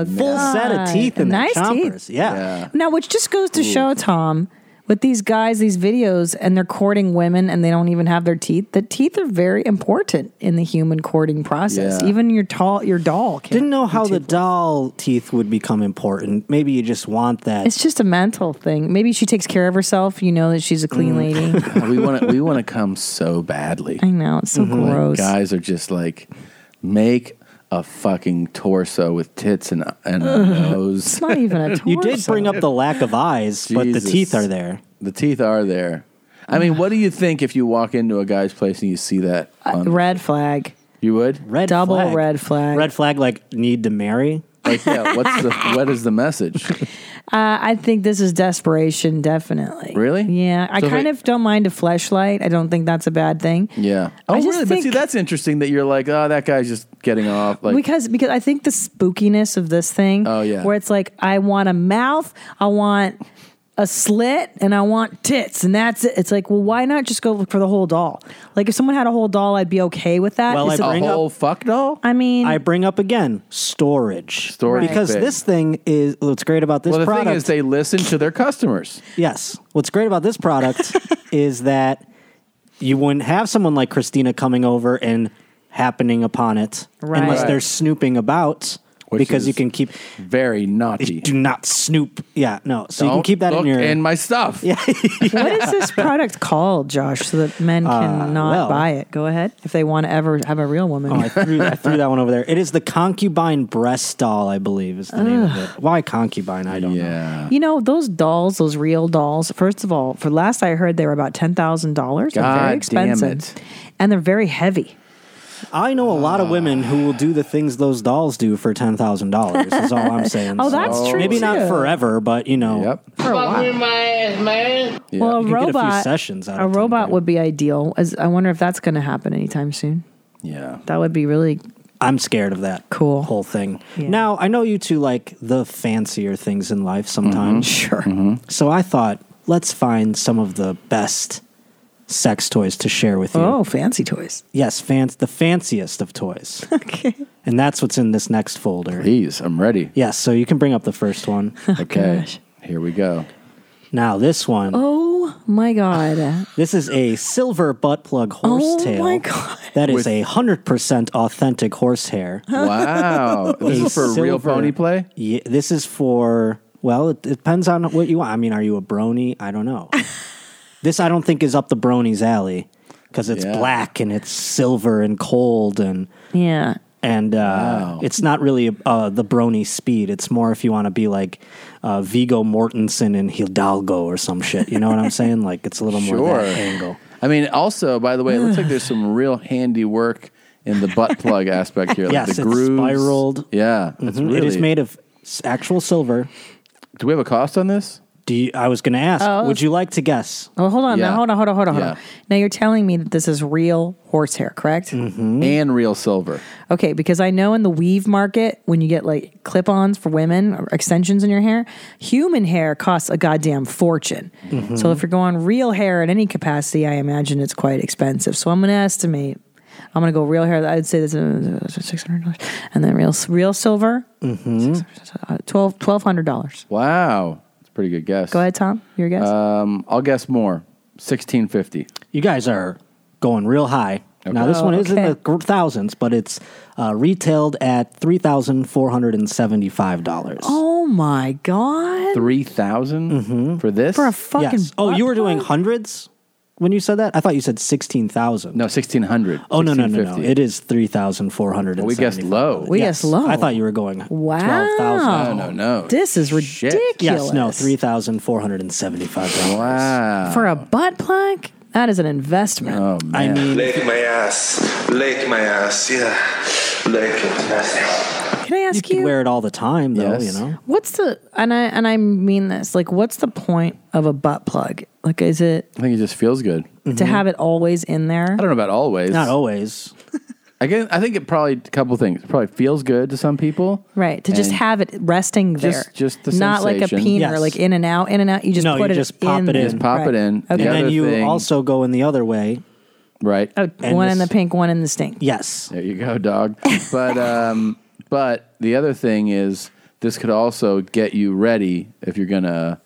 Speaker 19: Full set of teeth in
Speaker 2: Ah, nice
Speaker 19: there.
Speaker 2: teeth.
Speaker 19: Chompers. Yeah.
Speaker 2: Now, which just goes to
Speaker 19: Ooh.
Speaker 2: show Tom with these guys, these videos, and they're courting women, and they don't even have their teeth. The teeth are very important in the human courting process.
Speaker 19: Yeah.
Speaker 2: Even your tall, your doll. Can,
Speaker 19: Didn't know how the doll teeth would become important. Maybe you just want that.
Speaker 2: It's just a mental thing. Maybe she takes care of herself. You know that she's a
Speaker 1: Mm.
Speaker 2: clean lady.
Speaker 1: we want to we want to come so badly. I
Speaker 2: know it's so gross.
Speaker 1: guys are just like make a fucking torso with tits and and a nose.
Speaker 2: It's not even a
Speaker 19: You did bring
Speaker 2: torso.
Speaker 19: up the lack of eyes, but the
Speaker 1: Jesus.
Speaker 19: teeth are there.
Speaker 1: The teeth are there. I mean, what do you think if you walk into a guy's place and you see that? on-
Speaker 2: Uh, red flag.
Speaker 1: You would
Speaker 19: red
Speaker 2: double
Speaker 19: flag.
Speaker 2: red flag.
Speaker 19: Red flag like need to marry.
Speaker 1: Like yeah, what's the what is the message?
Speaker 2: Uh, I think this is desperation, definitely.
Speaker 1: Really?
Speaker 2: Yeah, I
Speaker 1: So if
Speaker 2: kind
Speaker 1: it-
Speaker 2: of don't mind a fleshlight. I don't think that's a bad thing.
Speaker 1: Yeah.
Speaker 2: I
Speaker 1: Oh,
Speaker 2: just
Speaker 1: really? but see,
Speaker 2: think-
Speaker 1: that's interesting that you're like, oh, that guy's just getting off. Like,
Speaker 2: because because I think the spookiness of this thing,
Speaker 1: Oh, yeah.
Speaker 2: where it's like I want a mouth, I want a slit, and I want tits, and that's it. It's like, well, why not just go look for the whole doll? Like if someone had a whole doll, I'd be okay with that.
Speaker 19: Well, I
Speaker 2: It's
Speaker 19: bring A up- whole
Speaker 1: fuck doll.
Speaker 2: I mean,
Speaker 19: I bring up again storage.
Speaker 1: Storage
Speaker 19: Because
Speaker 1: space.
Speaker 19: this thing is what's great about this
Speaker 1: well, the
Speaker 19: product.
Speaker 1: thing is, they listen to their customers.
Speaker 19: Yes. What's great about this product is that you wouldn't have someone like Christina coming over and happening upon it
Speaker 1: Right.
Speaker 19: unless
Speaker 1: Right.
Speaker 19: they're snooping about because you
Speaker 1: is
Speaker 19: can keep
Speaker 1: very naughty.
Speaker 19: Do not snoop. Yeah, no. So you can
Speaker 1: Don't
Speaker 19: keep that in
Speaker 1: look
Speaker 19: your
Speaker 1: in my stuff.
Speaker 19: Yeah.
Speaker 2: what is this product called, Josh, so that men cannot
Speaker 19: Uh, well-
Speaker 2: buy it? Go ahead if they want to ever have a real woman.
Speaker 19: Oh, I threw, I threw that one over there. It is the concubine breast doll, I believe, is the name of
Speaker 2: Ugh.
Speaker 19: it. Why concubine? I don't know.
Speaker 2: You know those dolls, those real dolls. First of all, for last I heard, they were about ten thousand dollars. They're
Speaker 19: God
Speaker 2: very
Speaker 19: damn
Speaker 2: expensive,
Speaker 19: it.
Speaker 2: and they're very heavy.
Speaker 19: I know a lot
Speaker 2: Ah.
Speaker 19: of women who will do the things those dolls do for ten thousand dollars. Is all I'm saying.
Speaker 2: Oh, that's Oh. true,
Speaker 19: Maybe
Speaker 2: too.
Speaker 19: not forever, but you know,
Speaker 2: For a while.
Speaker 3: my ass, man.
Speaker 2: Well, a
Speaker 19: You can get a few
Speaker 2: robot
Speaker 19: sessions out
Speaker 2: a
Speaker 19: of it,
Speaker 2: robot would be ideal. As I wonder if that's going to happen anytime soon.
Speaker 1: Yeah,
Speaker 2: that would be really.
Speaker 19: I'm scared of that
Speaker 2: cool
Speaker 19: whole thing. Now I know you two like the fancier things in life sometimes.
Speaker 2: Mm-hmm.
Speaker 19: Sure. So I thought let's find some of the best sex toys to share with you.
Speaker 2: Oh, fancy toys.
Speaker 19: Yes, fanc- the fanciest of toys.
Speaker 2: okay.
Speaker 19: And that's what's in this next folder.
Speaker 1: Please, I'm ready.
Speaker 19: Yes, so you can bring up the first one.
Speaker 1: Okay. gosh. Here we go.
Speaker 19: Now this one.
Speaker 2: Oh my god!
Speaker 19: This is a silver butt plug horsetail.
Speaker 2: Oh my God.
Speaker 19: That is
Speaker 2: With-
Speaker 19: a hundred percent authentic horsehair.
Speaker 1: Wow. This
Speaker 19: A
Speaker 1: is for real pony play?
Speaker 19: Yeah, this is for well, it, it depends on what you want. I mean, are you a brony? I don't know. this I don't think is up the brony's alley because it's
Speaker 2: Yeah.
Speaker 19: black and it's silver and cold and
Speaker 2: Yeah.
Speaker 19: and uh, it's not really uh, the brony speed. It's more if you want to be like uh, Vigo Mortensen and Hidalgo or some shit. You know what I'm saying? Like it's a little more
Speaker 1: Sure.
Speaker 19: that angle.
Speaker 1: I mean, also, by the way, it looks like there's some real handy work in the butt plug aspect here. Like
Speaker 19: Yes,
Speaker 1: the
Speaker 19: it's
Speaker 1: grooves.
Speaker 19: spiraled.
Speaker 1: Yeah. It's
Speaker 19: Mhm.
Speaker 1: really,
Speaker 19: It is made of s- actual silver.
Speaker 1: Do we have a cost on this?
Speaker 19: Do you, I was going to ask?
Speaker 2: Oh.
Speaker 19: Would you like to guess?
Speaker 2: Well, Oh, hold on.
Speaker 19: Yeah.
Speaker 2: Now, hold on. Hold on. Hold on. Hold on.
Speaker 19: Yeah. Mm-hmm.
Speaker 2: Now you're telling me that this is real horsehair, correct?
Speaker 1: and real silver.
Speaker 2: Okay, because I know in the weave market, when you get like clip ons for women or extensions in your hair, human hair costs a goddamn fortune.
Speaker 19: Mm-hmm.
Speaker 3: Mhm.
Speaker 2: So if you're going real hair in any capacity, I imagine it's quite expensive. So I'm going to estimate, I'm going to go real hair. I'd say this is $600. And then real real silver,
Speaker 1: Mm-hmm.
Speaker 2: uh, 12 $1,200.
Speaker 1: Wow. It's a pretty good guess. Go
Speaker 19: Uh,
Speaker 2: ahead, Tom. Your guess?
Speaker 1: Um, I'll guess more. Sixteen fifty.
Speaker 19: You guys are going real high. Now this
Speaker 1: Oh,
Speaker 19: one is in the
Speaker 1: okay.
Speaker 19: gr- thousands, but it's uh, retailed at three thousand four hundred and seventy-five dollars.
Speaker 2: Oh my god!
Speaker 1: Three for this
Speaker 2: For a fucking
Speaker 19: Oh, you were doing hundreds when you said that. I thought you said sixteen thousand.
Speaker 1: No, sixteen hundred.
Speaker 19: Oh no no no no!
Speaker 1: 1650.
Speaker 19: It is three thousand four hundred.
Speaker 1: Well, we guessed low.
Speaker 2: We guessed low.
Speaker 19: I thought you were going
Speaker 2: Wow.
Speaker 19: twelve thousand.
Speaker 1: No, no, no.
Speaker 2: This is ridiculous.
Speaker 19: Yes, no, three thousand four hundred and seventy-five dollars. Wow.
Speaker 2: For a butt plug, that is an investment.
Speaker 19: I mean,
Speaker 13: Lick my ass. Lick my ass. Yeah. Lick it.
Speaker 2: Can I ask you?
Speaker 19: wear it all the time though. You know.
Speaker 2: What's the and I and I mean this like what's the point of a butt plug? Like is it
Speaker 1: I think it just feels good.
Speaker 2: to have it always in there?
Speaker 1: Mm-hmm. I don't know about always.
Speaker 2: Not
Speaker 19: always.
Speaker 1: I guess, I think it probably a couple things. It probably feels good to some people.
Speaker 2: Right to just
Speaker 1: And
Speaker 2: have it resting there,
Speaker 1: just- just the
Speaker 2: not like a
Speaker 1: sensation.
Speaker 2: peener,
Speaker 1: Yes.
Speaker 2: like in and out, in and out. You just
Speaker 19: no,
Speaker 2: put
Speaker 19: you
Speaker 2: it
Speaker 19: just pop
Speaker 2: in
Speaker 19: it in.
Speaker 2: there. Right. Okay.
Speaker 19: And then you also go in the other way.
Speaker 1: Right.
Speaker 2: Oh, one in the pink, one in the stink.
Speaker 19: Yes.
Speaker 1: There you go, dog. But um, but the other thing is, this could also get you ready if you're gonna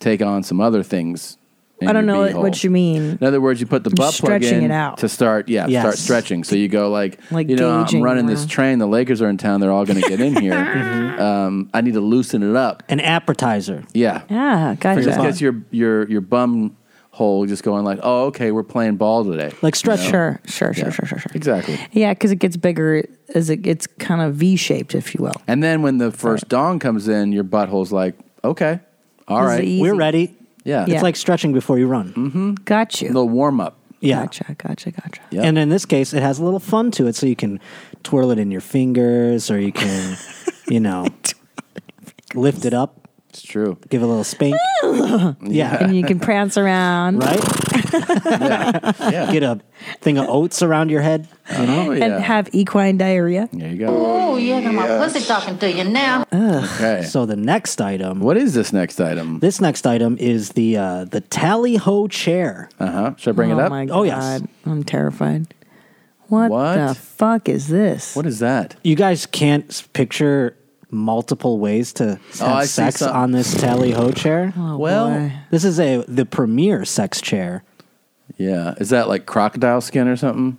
Speaker 1: take on some other things. in
Speaker 2: I don't
Speaker 1: your
Speaker 2: know what,
Speaker 1: beehole.
Speaker 2: what you mean.
Speaker 1: In other words, you put the butt plug
Speaker 2: stretching
Speaker 1: in
Speaker 2: it out.
Speaker 1: to start, yeah,
Speaker 2: Yes.
Speaker 1: start stretching. So you go like,
Speaker 2: Like
Speaker 1: you know, I'm
Speaker 2: gauging
Speaker 1: running this
Speaker 2: around.
Speaker 1: train. The Lakers are in town. They're all going to get in here. um, I need to loosen it up.
Speaker 19: An appetizer.
Speaker 1: Yeah,
Speaker 2: Yeah,
Speaker 1: It
Speaker 2: guys.
Speaker 1: just gets your your your bum hole just going like, oh, okay, we're playing ball today.
Speaker 19: Like stretch-
Speaker 2: Sure, sure,
Speaker 1: sure, sure,
Speaker 2: sure, sure.
Speaker 1: Exactly.
Speaker 2: Yeah, because it gets bigger as it gets kind of V shaped, if you will.
Speaker 1: And then when the first dawn comes in, your butthole's like, okay, all
Speaker 2: This is
Speaker 1: right,
Speaker 2: easy. We're ready.
Speaker 1: Yeah,
Speaker 19: It's like stretching before you run.
Speaker 1: mm-hmm.
Speaker 2: got you.
Speaker 1: The warm up.
Speaker 19: Yeah.
Speaker 2: Gotcha, gotcha, gotcha.
Speaker 19: And in this case, it has a little fun to it, so you can twirl it in your fingers, or you can, you know, lift it up.
Speaker 1: It's true.
Speaker 19: Give it a little spank. yeah.
Speaker 2: And you can prance around.
Speaker 19: right. Get a thing of oats around your head.
Speaker 1: Oh,
Speaker 19: You know.
Speaker 2: And have equine diarrhea.
Speaker 1: There you
Speaker 9: Oh, yeah, got my pussy talking to you now.
Speaker 1: Okay.
Speaker 19: So the next item.
Speaker 1: What is this next item?
Speaker 19: This next item is the uh, the tally ho chair.
Speaker 1: Uh huh. Should I bring
Speaker 2: oh
Speaker 1: it up?
Speaker 2: My God. I'm terrified. What, the fuck is this?
Speaker 1: What is that?
Speaker 19: You guys can't s- picture multiple ways to have
Speaker 1: Oh, I see
Speaker 19: sex
Speaker 1: some-
Speaker 19: on this tally ho chair.
Speaker 2: Oh,
Speaker 1: Well- Oh, boy.
Speaker 19: this is a the premier sex chair.
Speaker 1: Yeah. Is that like crocodile skin or something?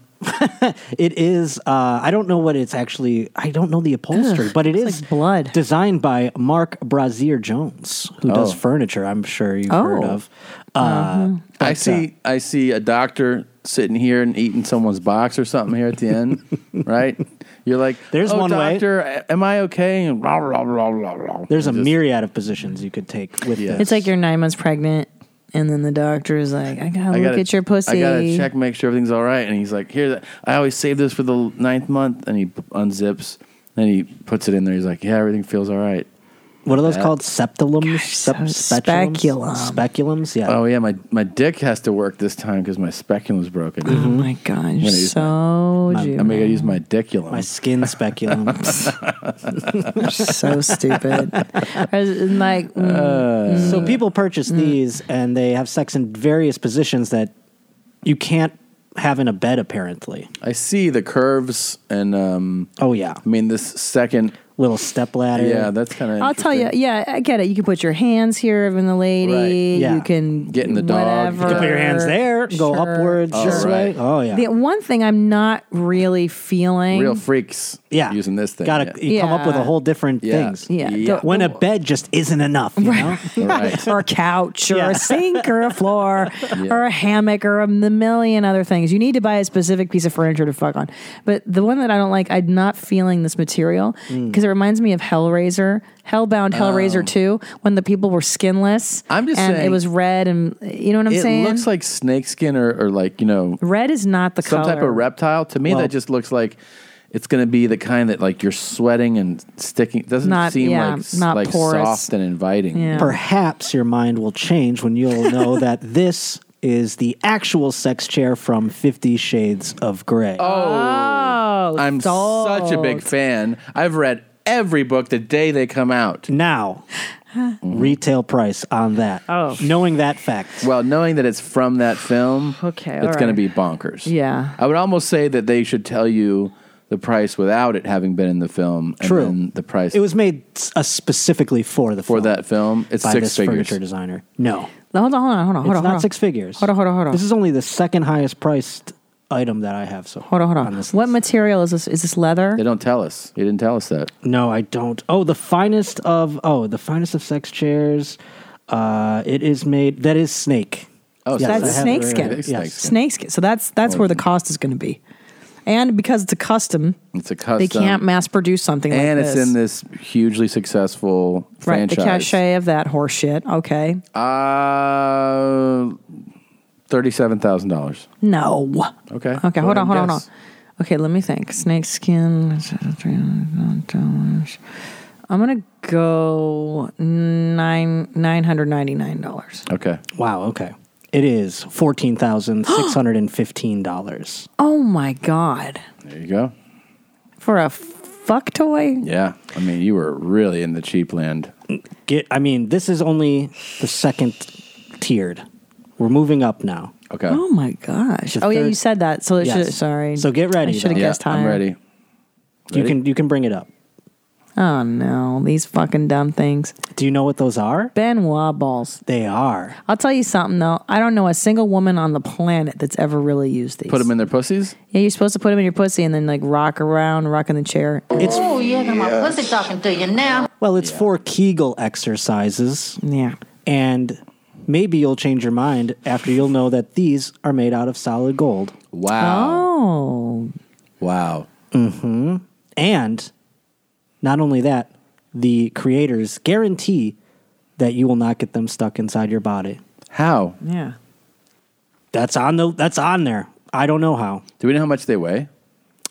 Speaker 19: It is. Uh, I don't know what it's actually. I don't know the upholstery,
Speaker 1: Ugh,
Speaker 19: but it is
Speaker 2: blood
Speaker 19: designed by Mark Brazier Jones, who does
Speaker 1: Oh.
Speaker 19: furniture. I'm sure you've heard
Speaker 1: Oh.
Speaker 19: of. Uh,
Speaker 1: I see. I see a doctor sitting here and eating someone's box or something here at the end, right? You're like,
Speaker 19: There's
Speaker 1: one
Speaker 19: one way.
Speaker 1: doctor, a- Am I okay? And blah, blah, blah, blah, blah.
Speaker 19: There's a myriad of positions you could take with this.
Speaker 2: It's like you're nine months pregnant, and then the doctor is like, I gotta
Speaker 1: I
Speaker 2: look
Speaker 1: gotta-
Speaker 2: at your pussy.
Speaker 1: I gotta check, make sure everything's all right. And he's like, "Here, I always save this for the ninth month." And he p- unzips, then he puts it in there. He's like, "Yeah, everything feels all right."
Speaker 19: What are those
Speaker 1: Yeah.
Speaker 19: called? Septulums? Sep- spetulums?
Speaker 2: speculum.
Speaker 19: Speculums, yeah.
Speaker 1: Oh yeah, my my dick has to work this time because my speculum's broken.
Speaker 2: Oh my gosh,
Speaker 1: I'm
Speaker 2: you're
Speaker 1: gonna use
Speaker 2: so
Speaker 1: my, Mm-hmm. I'm gonna use my diculum. My
Speaker 19: skin speculum.
Speaker 2: You're so stupid. I was like, mm,
Speaker 1: Uh,
Speaker 19: so people purchase these and they have sex in various positions that you can't have in a bed, apparently.
Speaker 1: I see the curves and um.
Speaker 19: Oh yeah.
Speaker 1: I mean this second
Speaker 19: little step ladder.
Speaker 1: Yeah, that's kind of.
Speaker 2: I'll tell you. Yeah, I get it. You can put your hands here in the lady.
Speaker 1: Right.
Speaker 2: You can
Speaker 1: Get in the dog.
Speaker 2: Whatever.
Speaker 1: You can put your
Speaker 19: hands there, go upwards
Speaker 1: All
Speaker 19: this
Speaker 1: right.
Speaker 19: way. Oh yeah.
Speaker 2: The one thing I'm not really feeling.
Speaker 1: Real freaks.
Speaker 19: Yeah.
Speaker 1: Using this thing.
Speaker 19: Gotta you come up with a
Speaker 2: Yeah.
Speaker 19: whole different
Speaker 1: Yeah.
Speaker 19: things.
Speaker 2: Yeah. Yeah.
Speaker 19: When a bed just isn't enough, you know?
Speaker 1: Right.
Speaker 2: or a couch or a sink or a floor
Speaker 19: Yeah.
Speaker 2: or a hammock or a million other things. You need to buy a specific piece of furniture to fuck on. But the one that I don't like, I'm not feeling this material
Speaker 1: Mm. Oh.
Speaker 2: because it reminds me of Hellraiser, Hellbound Hellraiser 2, when the people were skinless.
Speaker 1: I'm just
Speaker 2: and
Speaker 1: saying-
Speaker 2: it was red and you know what I'm
Speaker 1: it
Speaker 2: saying?
Speaker 1: looks like snakeskin or, or like you know
Speaker 2: red is not the
Speaker 1: some type
Speaker 2: color.
Speaker 1: of reptile. To me,
Speaker 2: Well-
Speaker 1: that just looks like it's going to be the kind that like you're sweating and sticking. Doesn't
Speaker 2: Not-
Speaker 1: seem
Speaker 2: yeah,
Speaker 1: like
Speaker 2: not
Speaker 1: like
Speaker 2: porous.
Speaker 1: soft and inviting.
Speaker 19: Perhaps your mind will change when you'll know that this is the actual sex chair from Fifty Shades of Grey.
Speaker 1: Oh, I'm such a big
Speaker 19: salt.
Speaker 1: fan. I've read every book the day they come out.
Speaker 19: Now, retail price on that. Oh. Knowing that fact.
Speaker 1: Well, knowing that it's from that film,
Speaker 2: okay,
Speaker 1: it's
Speaker 2: all
Speaker 1: going
Speaker 2: right.
Speaker 1: to be bonkers.
Speaker 2: Yeah.
Speaker 1: I would almost say that they should tell you the the price without it having been in the film. And
Speaker 19: True.
Speaker 1: then the price
Speaker 19: It was made s- uh, specifically for the
Speaker 1: for that film, it's
Speaker 19: by
Speaker 1: six
Speaker 19: this
Speaker 1: figures.
Speaker 19: furniture designer. No,
Speaker 2: Hold on, hold on, hold on, hold on.
Speaker 19: it's
Speaker 2: hold
Speaker 19: not
Speaker 2: on.
Speaker 19: six figures.
Speaker 2: Hold on, hold on, hold on.
Speaker 19: This is only the second highest priced item that I have. So
Speaker 2: Hold on, hold on. What material is this? Is this leather?
Speaker 1: They don't tell us. They didn't tell us that.
Speaker 19: No, I don't. Oh, the finest of oh, the finest of sex chairs. Uh, it is made. That is snake.
Speaker 2: Oh,
Speaker 19: Yes, I
Speaker 2: that's
Speaker 19: have it
Speaker 2: snake
Speaker 19: right
Speaker 2: skin.
Speaker 19: here.
Speaker 2: Snake
Speaker 19: Yes.
Speaker 2: skin. So that's that's where the cost is going to be, and because it's a custom,
Speaker 1: It's a custom.
Speaker 2: they can't mass produce something.
Speaker 1: and
Speaker 2: like
Speaker 1: it's
Speaker 2: this.
Speaker 1: in this hugely successful
Speaker 2: right the
Speaker 1: franchise.
Speaker 2: cachet of that horse shit. Okay,
Speaker 1: Uh, thirty-seven thousand dollars.
Speaker 2: no.
Speaker 1: Okay.
Speaker 2: Okay, hold on, hold on, hold on.
Speaker 1: Guess.
Speaker 2: Okay, let me think. Snake skin. I'm gonna go nine nine hundred ninety nine dollars.
Speaker 1: Okay.
Speaker 19: Wow. Okay. It is fourteen thousand six hundred and fifteen dollars.
Speaker 2: Oh my god!
Speaker 1: There you go.
Speaker 2: For a fuck toy?
Speaker 1: Yeah, I mean, you were really in the cheap land.
Speaker 19: Get. I mean, this is only the second tiered. We're moving up now.
Speaker 1: Okay.
Speaker 2: Oh my gosh! Oh yeah, you said that. So it
Speaker 19: Yes.
Speaker 2: should. Sorry.
Speaker 19: So get ready
Speaker 2: I should have
Speaker 19: then.
Speaker 2: guessed
Speaker 19: Yeah, I'm
Speaker 2: higher.
Speaker 19: ready. You can you can bring it up.
Speaker 2: Oh no, these fucking dumb things.
Speaker 19: Do you know what those are?
Speaker 2: Benoit balls.
Speaker 19: They are.
Speaker 2: I'll tell you something though. I don't know a single woman on the planet that's ever really used these.
Speaker 1: Put them in their pussies.
Speaker 2: Yeah, you're supposed to put them in your pussy and then like rock around, rock in the chair.
Speaker 9: It's, oh, yeah, got my pussy talking to you now.
Speaker 19: Well, it's four Kegel exercises.
Speaker 2: Yeah.
Speaker 19: And maybe you'll change your mind after you'll know that these are made out of solid gold. Oh.
Speaker 2: Oh. Wow.
Speaker 1: Wow.
Speaker 19: hmm And not only that, the creators guarantee that you will not get them stuck inside your body.
Speaker 1: How?
Speaker 2: Yeah.
Speaker 19: That's on the that's on there. I don't know how.
Speaker 1: Do we know how much they weigh?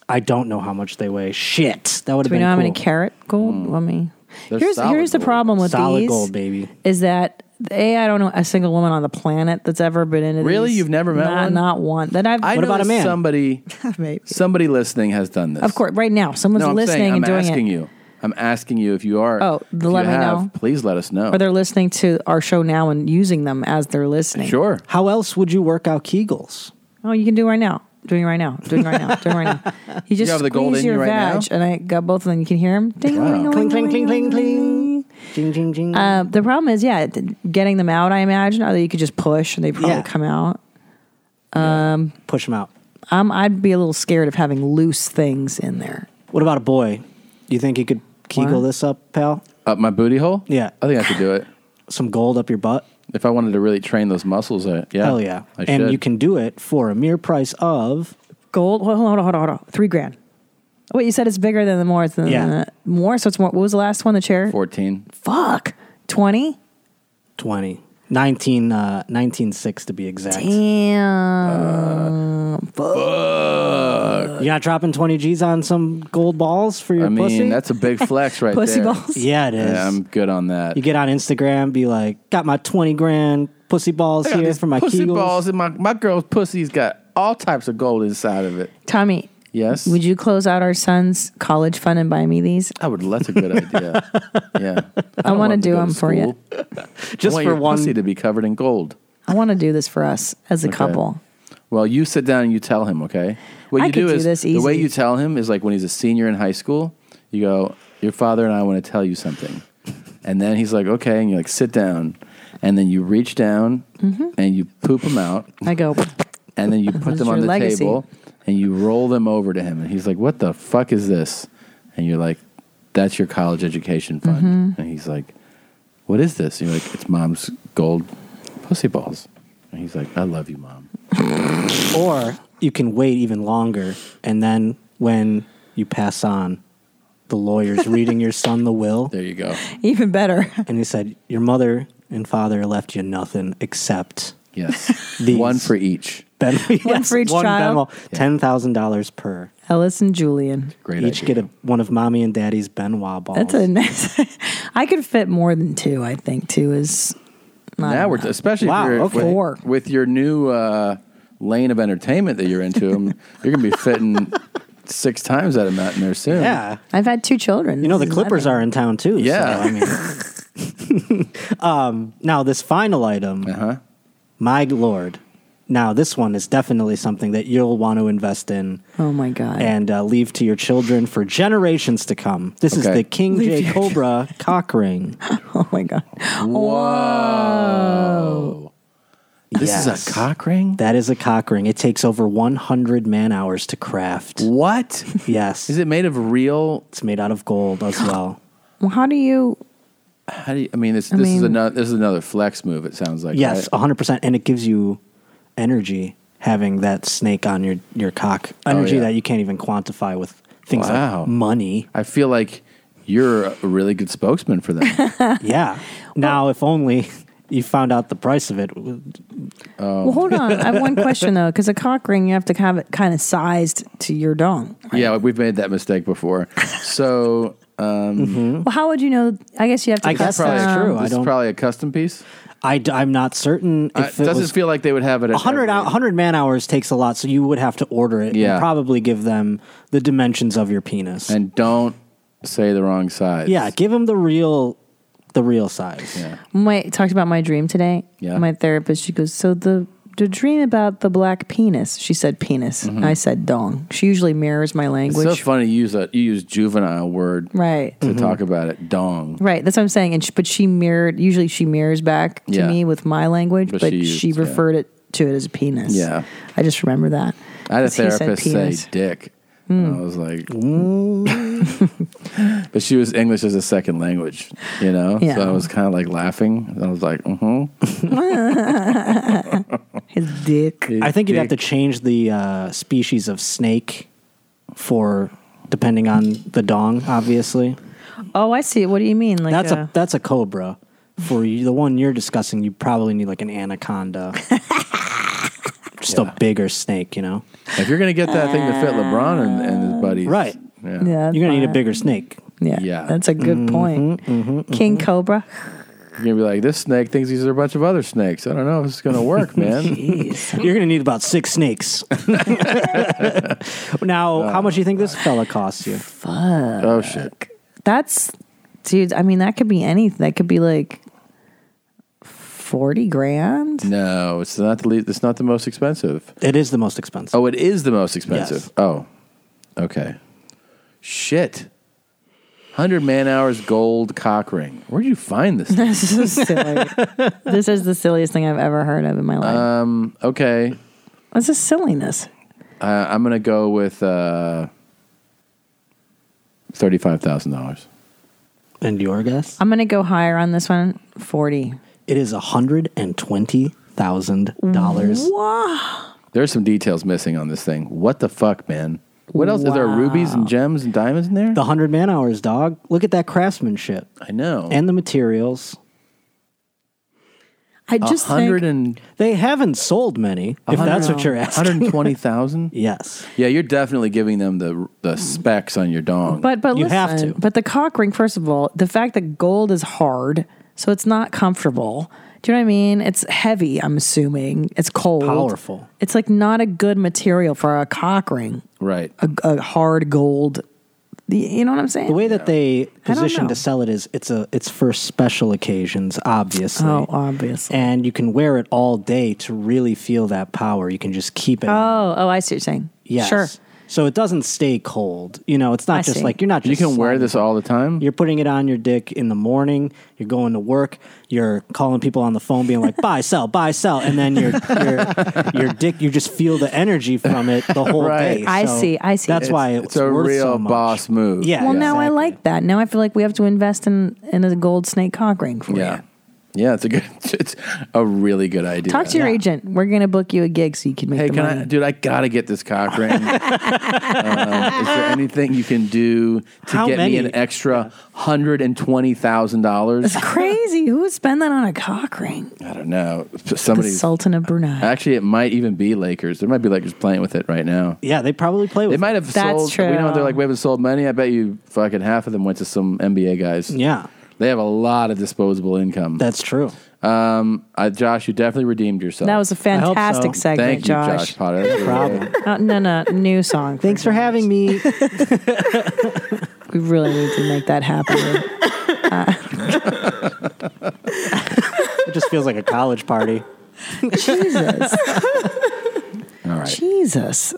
Speaker 19: I don't know how much they weigh. Shit. That would
Speaker 2: Do
Speaker 19: have
Speaker 2: we
Speaker 19: been
Speaker 2: know how
Speaker 19: cool. Mm.
Speaker 2: many carat gold? Let me.
Speaker 19: They're
Speaker 2: here's
Speaker 19: solid
Speaker 2: here's the
Speaker 19: gold.
Speaker 2: problem with
Speaker 19: Solid
Speaker 2: these.
Speaker 19: gold, baby.
Speaker 2: Is that a I don't know a single woman on the planet that's ever been into
Speaker 1: Really?
Speaker 2: these.
Speaker 1: You've never met
Speaker 2: not,
Speaker 1: one?
Speaker 2: Not one. That I've.
Speaker 1: I know that Somebody,
Speaker 2: Maybe.
Speaker 1: somebody listening has done this.
Speaker 2: Of course, right now someone's
Speaker 1: no, I'm
Speaker 2: listening
Speaker 1: saying,
Speaker 2: and
Speaker 1: I'm
Speaker 2: doing
Speaker 1: asking
Speaker 2: it,
Speaker 1: you. I'm asking you if you are.
Speaker 2: Oh,
Speaker 1: if
Speaker 2: let
Speaker 1: you
Speaker 2: me
Speaker 1: have,
Speaker 2: know.
Speaker 1: Please let us know.
Speaker 2: or they're listening to our show now and using them as they're listening.
Speaker 1: Sure.
Speaker 19: How else would you work out Kegels?
Speaker 2: Oh, you can do it right now. Doing it right now. Doing it right now. Doing it right now. You just
Speaker 19: have the
Speaker 2: squeeze
Speaker 19: gold in
Speaker 2: your
Speaker 19: you right now?
Speaker 2: vag, and I got both of them. You can hear them. Ding,
Speaker 19: Wow.
Speaker 2: ding, ding,
Speaker 19: Cling,
Speaker 2: ding,
Speaker 19: cling, cling, cling, cling. Jing, jing, jing.
Speaker 2: Uh, the problem is, yeah, th- getting them out. I imagine, or you could just push, and they probably come out. Um,
Speaker 19: push them out.
Speaker 2: Um, I'd be a little scared of having loose things in there.
Speaker 19: What about a boy? You think you could Kegel
Speaker 2: What?
Speaker 19: this up, pal?
Speaker 1: Up my booty hole?
Speaker 19: Yeah.
Speaker 1: I think I could do it.
Speaker 19: Some gold up your butt.
Speaker 1: If I wanted to really train those muscles, I, yeah,
Speaker 19: Hell yeah.
Speaker 1: I
Speaker 19: and
Speaker 1: should.
Speaker 19: you can do it for a mere price of
Speaker 2: gold. Hold on, hold on, hold on, hold on. Three grand. Wait, you said it's bigger than the more. Than
Speaker 19: Yeah.
Speaker 2: the more. So it's more. What was the last one? The chair.
Speaker 1: Fourteen.
Speaker 2: Fuck. Twenty.
Speaker 19: 20. 19, uh, 19.6 to be exact.
Speaker 2: Damn.
Speaker 1: fuck.
Speaker 19: You're not dropping 20 G's on some gold balls for your
Speaker 1: I mean,
Speaker 19: pussy?
Speaker 1: that's a big flex right
Speaker 19: Pussy
Speaker 1: there.
Speaker 19: balls? Yeah, it is.
Speaker 1: I'm good on that.
Speaker 19: You get on Instagram, be like, got my 20 grand pussy balls
Speaker 1: I got
Speaker 19: here
Speaker 1: these
Speaker 19: for my
Speaker 1: pussy
Speaker 19: Kegels.
Speaker 1: balls and my, my girl's pussy's got all types of gold inside of it.
Speaker 2: Tommy.
Speaker 1: Yes.
Speaker 2: Would you close out our son's college fund and buy me these?
Speaker 1: I would. That's a good idea. yeah.
Speaker 2: I
Speaker 1: don't
Speaker 2: wanna
Speaker 1: him
Speaker 2: do
Speaker 1: go to
Speaker 2: them for you.
Speaker 1: school. I
Speaker 19: Just
Speaker 1: want
Speaker 19: for
Speaker 1: your
Speaker 19: one-
Speaker 1: pussy to be covered in gold.
Speaker 2: I want to do this for us as a
Speaker 1: Okay.
Speaker 2: couple.
Speaker 1: Well, you sit down and you tell him, okay? What
Speaker 2: I
Speaker 1: you
Speaker 2: could do
Speaker 1: is
Speaker 2: this
Speaker 1: the way
Speaker 2: easy.
Speaker 1: you tell him is like when he's a senior in high school, you go, Your father and I want to tell you something. And then he's like, Okay, and you like sit down. And then you reach down and you poop them out.
Speaker 2: I go
Speaker 1: and then you put
Speaker 2: Mm-hmm. That's
Speaker 1: them on
Speaker 2: your
Speaker 1: the
Speaker 2: legacy.
Speaker 1: table and you roll them over to him and he's like, What the fuck is this? And you're like, That's your college education fund.
Speaker 2: Mhm.
Speaker 1: And he's like, What is this? And you're like, It's mom's gold pussy balls. And he's like, I love you, mom.
Speaker 19: or you can wait even longer, and then when you pass on, the lawyer's reading your son the will. There
Speaker 1: you go.
Speaker 2: even better.
Speaker 19: And he said, Your mother and father left you nothing except
Speaker 1: yes, one for each.
Speaker 19: Ben-
Speaker 2: One for each child?
Speaker 19: Ten thousand dollars per.
Speaker 2: Ellis and Julian.
Speaker 19: Each get a, one of mommy and daddy's Benoit balls.
Speaker 2: That's a nice. I could fit more than two. I think two is. Not
Speaker 1: now we're
Speaker 2: enough.
Speaker 1: especially
Speaker 2: Wow,
Speaker 1: if you're,
Speaker 2: okay. Four.
Speaker 1: with, with your new uh, lane of entertainment that you're into. um, you're gonna be fitting six times that amount in there soon.
Speaker 19: Yeah.
Speaker 2: I've had two children.
Speaker 19: You know, the
Speaker 2: This is
Speaker 19: Clippers
Speaker 2: nothing.
Speaker 19: are in town too.
Speaker 1: Yeah.
Speaker 19: So, I mean, um, now, this final item, uh-huh. my lord, Now, this one is definitely something that you'll want to invest in
Speaker 2: Oh my god.
Speaker 19: and uh, leave to your children for generations to come. This is
Speaker 2: Okay.
Speaker 19: the King
Speaker 2: Leave
Speaker 19: J
Speaker 2: your-
Speaker 19: Cobra cock ring.
Speaker 2: Oh my god.
Speaker 1: Whoa. This is a cock ring?
Speaker 19: That is a cock ring. It takes over 100 man hours to craft.
Speaker 1: What?
Speaker 19: Yes. Is
Speaker 1: it made of real?
Speaker 19: It's made out of gold as well.
Speaker 2: Well, how do you?
Speaker 1: How do you, I mean, this
Speaker 19: I
Speaker 1: this is
Speaker 19: mean-
Speaker 1: another this is another flex move. It sounds like
Speaker 19: yes,
Speaker 1: right?
Speaker 19: 100%. And it gives you energy having that snake on your, your cock.
Speaker 1: Oh,
Speaker 19: Energy
Speaker 1: yeah.
Speaker 19: that you can't even quantify with things
Speaker 1: Wow.
Speaker 19: like money.
Speaker 1: I feel like you're a really good spokesman for that.
Speaker 19: yeah. Now, if only you found out the price of it.
Speaker 2: Well, hold on. I have one question though, because a cock ring, you have to have it kind of sized to your dong.
Speaker 1: Yeah, we've made that mistake before. So, um,
Speaker 2: Well, how would you know? I guess you have to.
Speaker 1: probably,
Speaker 2: custom-
Speaker 1: This is probably a custom piece.
Speaker 19: I, am not certain.
Speaker 1: Uh,
Speaker 19: if it
Speaker 1: doesn't
Speaker 19: was-
Speaker 1: feel like they would have it. At
Speaker 19: 100, hou- 100 man hours takes a lot, so you would have to order it
Speaker 1: Yeah.
Speaker 19: and probably give them the dimensions of your penis.
Speaker 1: every- and don't say the wrong size.
Speaker 19: yeah, give them the real the real size.
Speaker 1: Yeah.
Speaker 2: my talked about my dream today.
Speaker 1: Yeah.
Speaker 2: My therapist, she goes, so the the dream about the black penis. She said penis.
Speaker 1: Mhm.
Speaker 2: I said dong. She usually mirrors my
Speaker 1: It's
Speaker 2: language.
Speaker 1: so funny you use a you use juvenile word
Speaker 2: Right.
Speaker 1: to
Speaker 2: Mhm.
Speaker 1: talk about it. Dong.
Speaker 2: Right, that's what I'm saying. And she, but she mirrored. Usually, she mirrors back to
Speaker 1: Yeah.
Speaker 2: me with my language,
Speaker 1: But
Speaker 2: but,
Speaker 1: she
Speaker 2: she,
Speaker 1: used- yeah.
Speaker 2: referred it to it as penis.
Speaker 1: Yeah.
Speaker 2: I just remember that.
Speaker 1: I had a
Speaker 2: 'Cause he said
Speaker 1: therapist say
Speaker 2: penis.
Speaker 1: dick. And I
Speaker 2: Mm.
Speaker 1: was like, but she was English as a second language, you know?
Speaker 2: Yeah.
Speaker 1: So I was kind of like laughing. And I was like, mm hmm.
Speaker 2: His dick.
Speaker 19: I think you'd have to change the uh, species of snake for depending on the dong, obviously.
Speaker 2: Oh, I see. What do you mean? Like
Speaker 19: that's a,
Speaker 2: a-
Speaker 19: that's a cobra. For you, the one you're discussing, you probably need like an anaconda. Just a bigger snake, you know?
Speaker 1: If you're going to get that thing to fit LeBron and, and his buddies.
Speaker 19: Right.
Speaker 1: Yeah.
Speaker 2: Yeah,
Speaker 19: You're Mm-hmm, going to need a
Speaker 2: fine.
Speaker 19: bigger snake.
Speaker 2: Yeah.
Speaker 1: Yeah.
Speaker 2: That's a good point. King
Speaker 19: mm-hmm.
Speaker 2: Cobra.
Speaker 1: You're going to be like, this snake thinks these are a bunch of other snakes. I don't know if it's going to work, man.
Speaker 19: You're going to need about six snakes. now, how much do you think this fella costs you?
Speaker 2: Fuck.
Speaker 1: Oh, shit.
Speaker 2: That's, dude, I mean, that could be anything. That could be like 40 grand.
Speaker 1: No, it's not the least, it's not the most expensive.
Speaker 19: It is the most expensive.
Speaker 1: Oh, it is the most expensive. Oh, okay. Shit. 100 man hours gold cock ring. Where'd you find this? thing?
Speaker 2: This is silly. this is the silliest thing I've ever heard of in my life.
Speaker 1: Um, okay.
Speaker 2: What's this silliness?
Speaker 1: Uh, I'm going to go with uh, $35,000.
Speaker 19: And your guess?
Speaker 2: I'm going to go higher on this one 40.
Speaker 19: It is $120,000.
Speaker 2: Wow.
Speaker 1: There's some details missing on this thing. What the fuck, man? What else? Is there
Speaker 19: Wow.
Speaker 1: rubies and gems and diamonds in there?
Speaker 19: The 100 man hours, dog. Look at that craftsmanship.
Speaker 1: I
Speaker 2: Oh.
Speaker 1: know.
Speaker 19: And the materials.
Speaker 2: I just think- 100
Speaker 1: and
Speaker 19: they haven't sold many. If that's what you're asking,
Speaker 1: 120,000?
Speaker 19: yes.
Speaker 1: Yeah, you're definitely giving them the the specs on your dong.
Speaker 2: But but listen, But the cock ring, first of all, the fact that gold is hard, so it's not comfortable. Do you know what I mean? It's heavy. I'm assuming it's cold,
Speaker 19: Powerful.
Speaker 2: It's like not a good material for a cock ring,
Speaker 1: right?
Speaker 2: A, a hard gold. You know what I'm saying?
Speaker 19: The way that they
Speaker 2: don't
Speaker 19: position
Speaker 2: know.
Speaker 19: to sell it is it's a it's for special occasions, obviously.
Speaker 2: Oh, obviously.
Speaker 19: And you can wear it all day to really feel that power. You can just keep it.
Speaker 2: Oh, oh, I see what you're saying.
Speaker 19: Yes.
Speaker 2: Sure.
Speaker 19: So it doesn't stay cold. You know, it's not
Speaker 2: I
Speaker 19: just
Speaker 2: see.
Speaker 19: like you're not
Speaker 1: You
Speaker 19: just
Speaker 1: can wear this all the time.
Speaker 19: You're putting it on your dick in the morning, you're going to work, you're calling people on the phone being like buy, sell, buy, sell and then your your, your dick you just feel the energy from it the whole
Speaker 1: Right.
Speaker 19: day.
Speaker 2: I
Speaker 19: So
Speaker 2: see, I see.
Speaker 19: That's
Speaker 2: It's-
Speaker 19: why
Speaker 1: it's a
Speaker 19: worth
Speaker 1: real
Speaker 19: so much.
Speaker 1: boss move.
Speaker 19: Yeah.
Speaker 2: Well, now I like that. Now I feel like we have to invest in in a gold snake cock ring for
Speaker 1: Yeah. Yeah, it's a good it's a really good idea.
Speaker 2: you. Talk to your agent. We're gonna book you a gig so you can make
Speaker 1: Hey,
Speaker 2: the
Speaker 1: can
Speaker 2: money.
Speaker 1: I, dude? I gotta get this cock ring. um, is there anything you can do to
Speaker 2: How
Speaker 1: get me
Speaker 2: many?
Speaker 1: an extra hundred and twenty thousand dollars?
Speaker 2: It's crazy. Who would spend that on a cock ring?
Speaker 1: I don't know. Somebody.
Speaker 2: the Sultan of Brunei.
Speaker 1: Actually, it might even be Lakers. There might be Lakers playing with it right now.
Speaker 19: Yeah, they probably play with
Speaker 1: They might have
Speaker 2: That's
Speaker 1: sold. We know
Speaker 2: true.
Speaker 1: they're like we haven't sold many. I bet you fucking half of them went to some NBA guys.
Speaker 19: Yeah.
Speaker 1: They have a lot of disposable income.
Speaker 19: That's true.
Speaker 1: Um, I, Josh, you definitely redeemed yourself.
Speaker 2: That was a fantastic segment,
Speaker 1: Thank you,
Speaker 2: Josh.
Speaker 1: Josh Potter. That was really good.
Speaker 2: Oh, no, no, new song. Thanks
Speaker 19: for having me.
Speaker 2: we really need to make that happen.
Speaker 19: it just feels like a college party.
Speaker 2: Jesus. Jesus.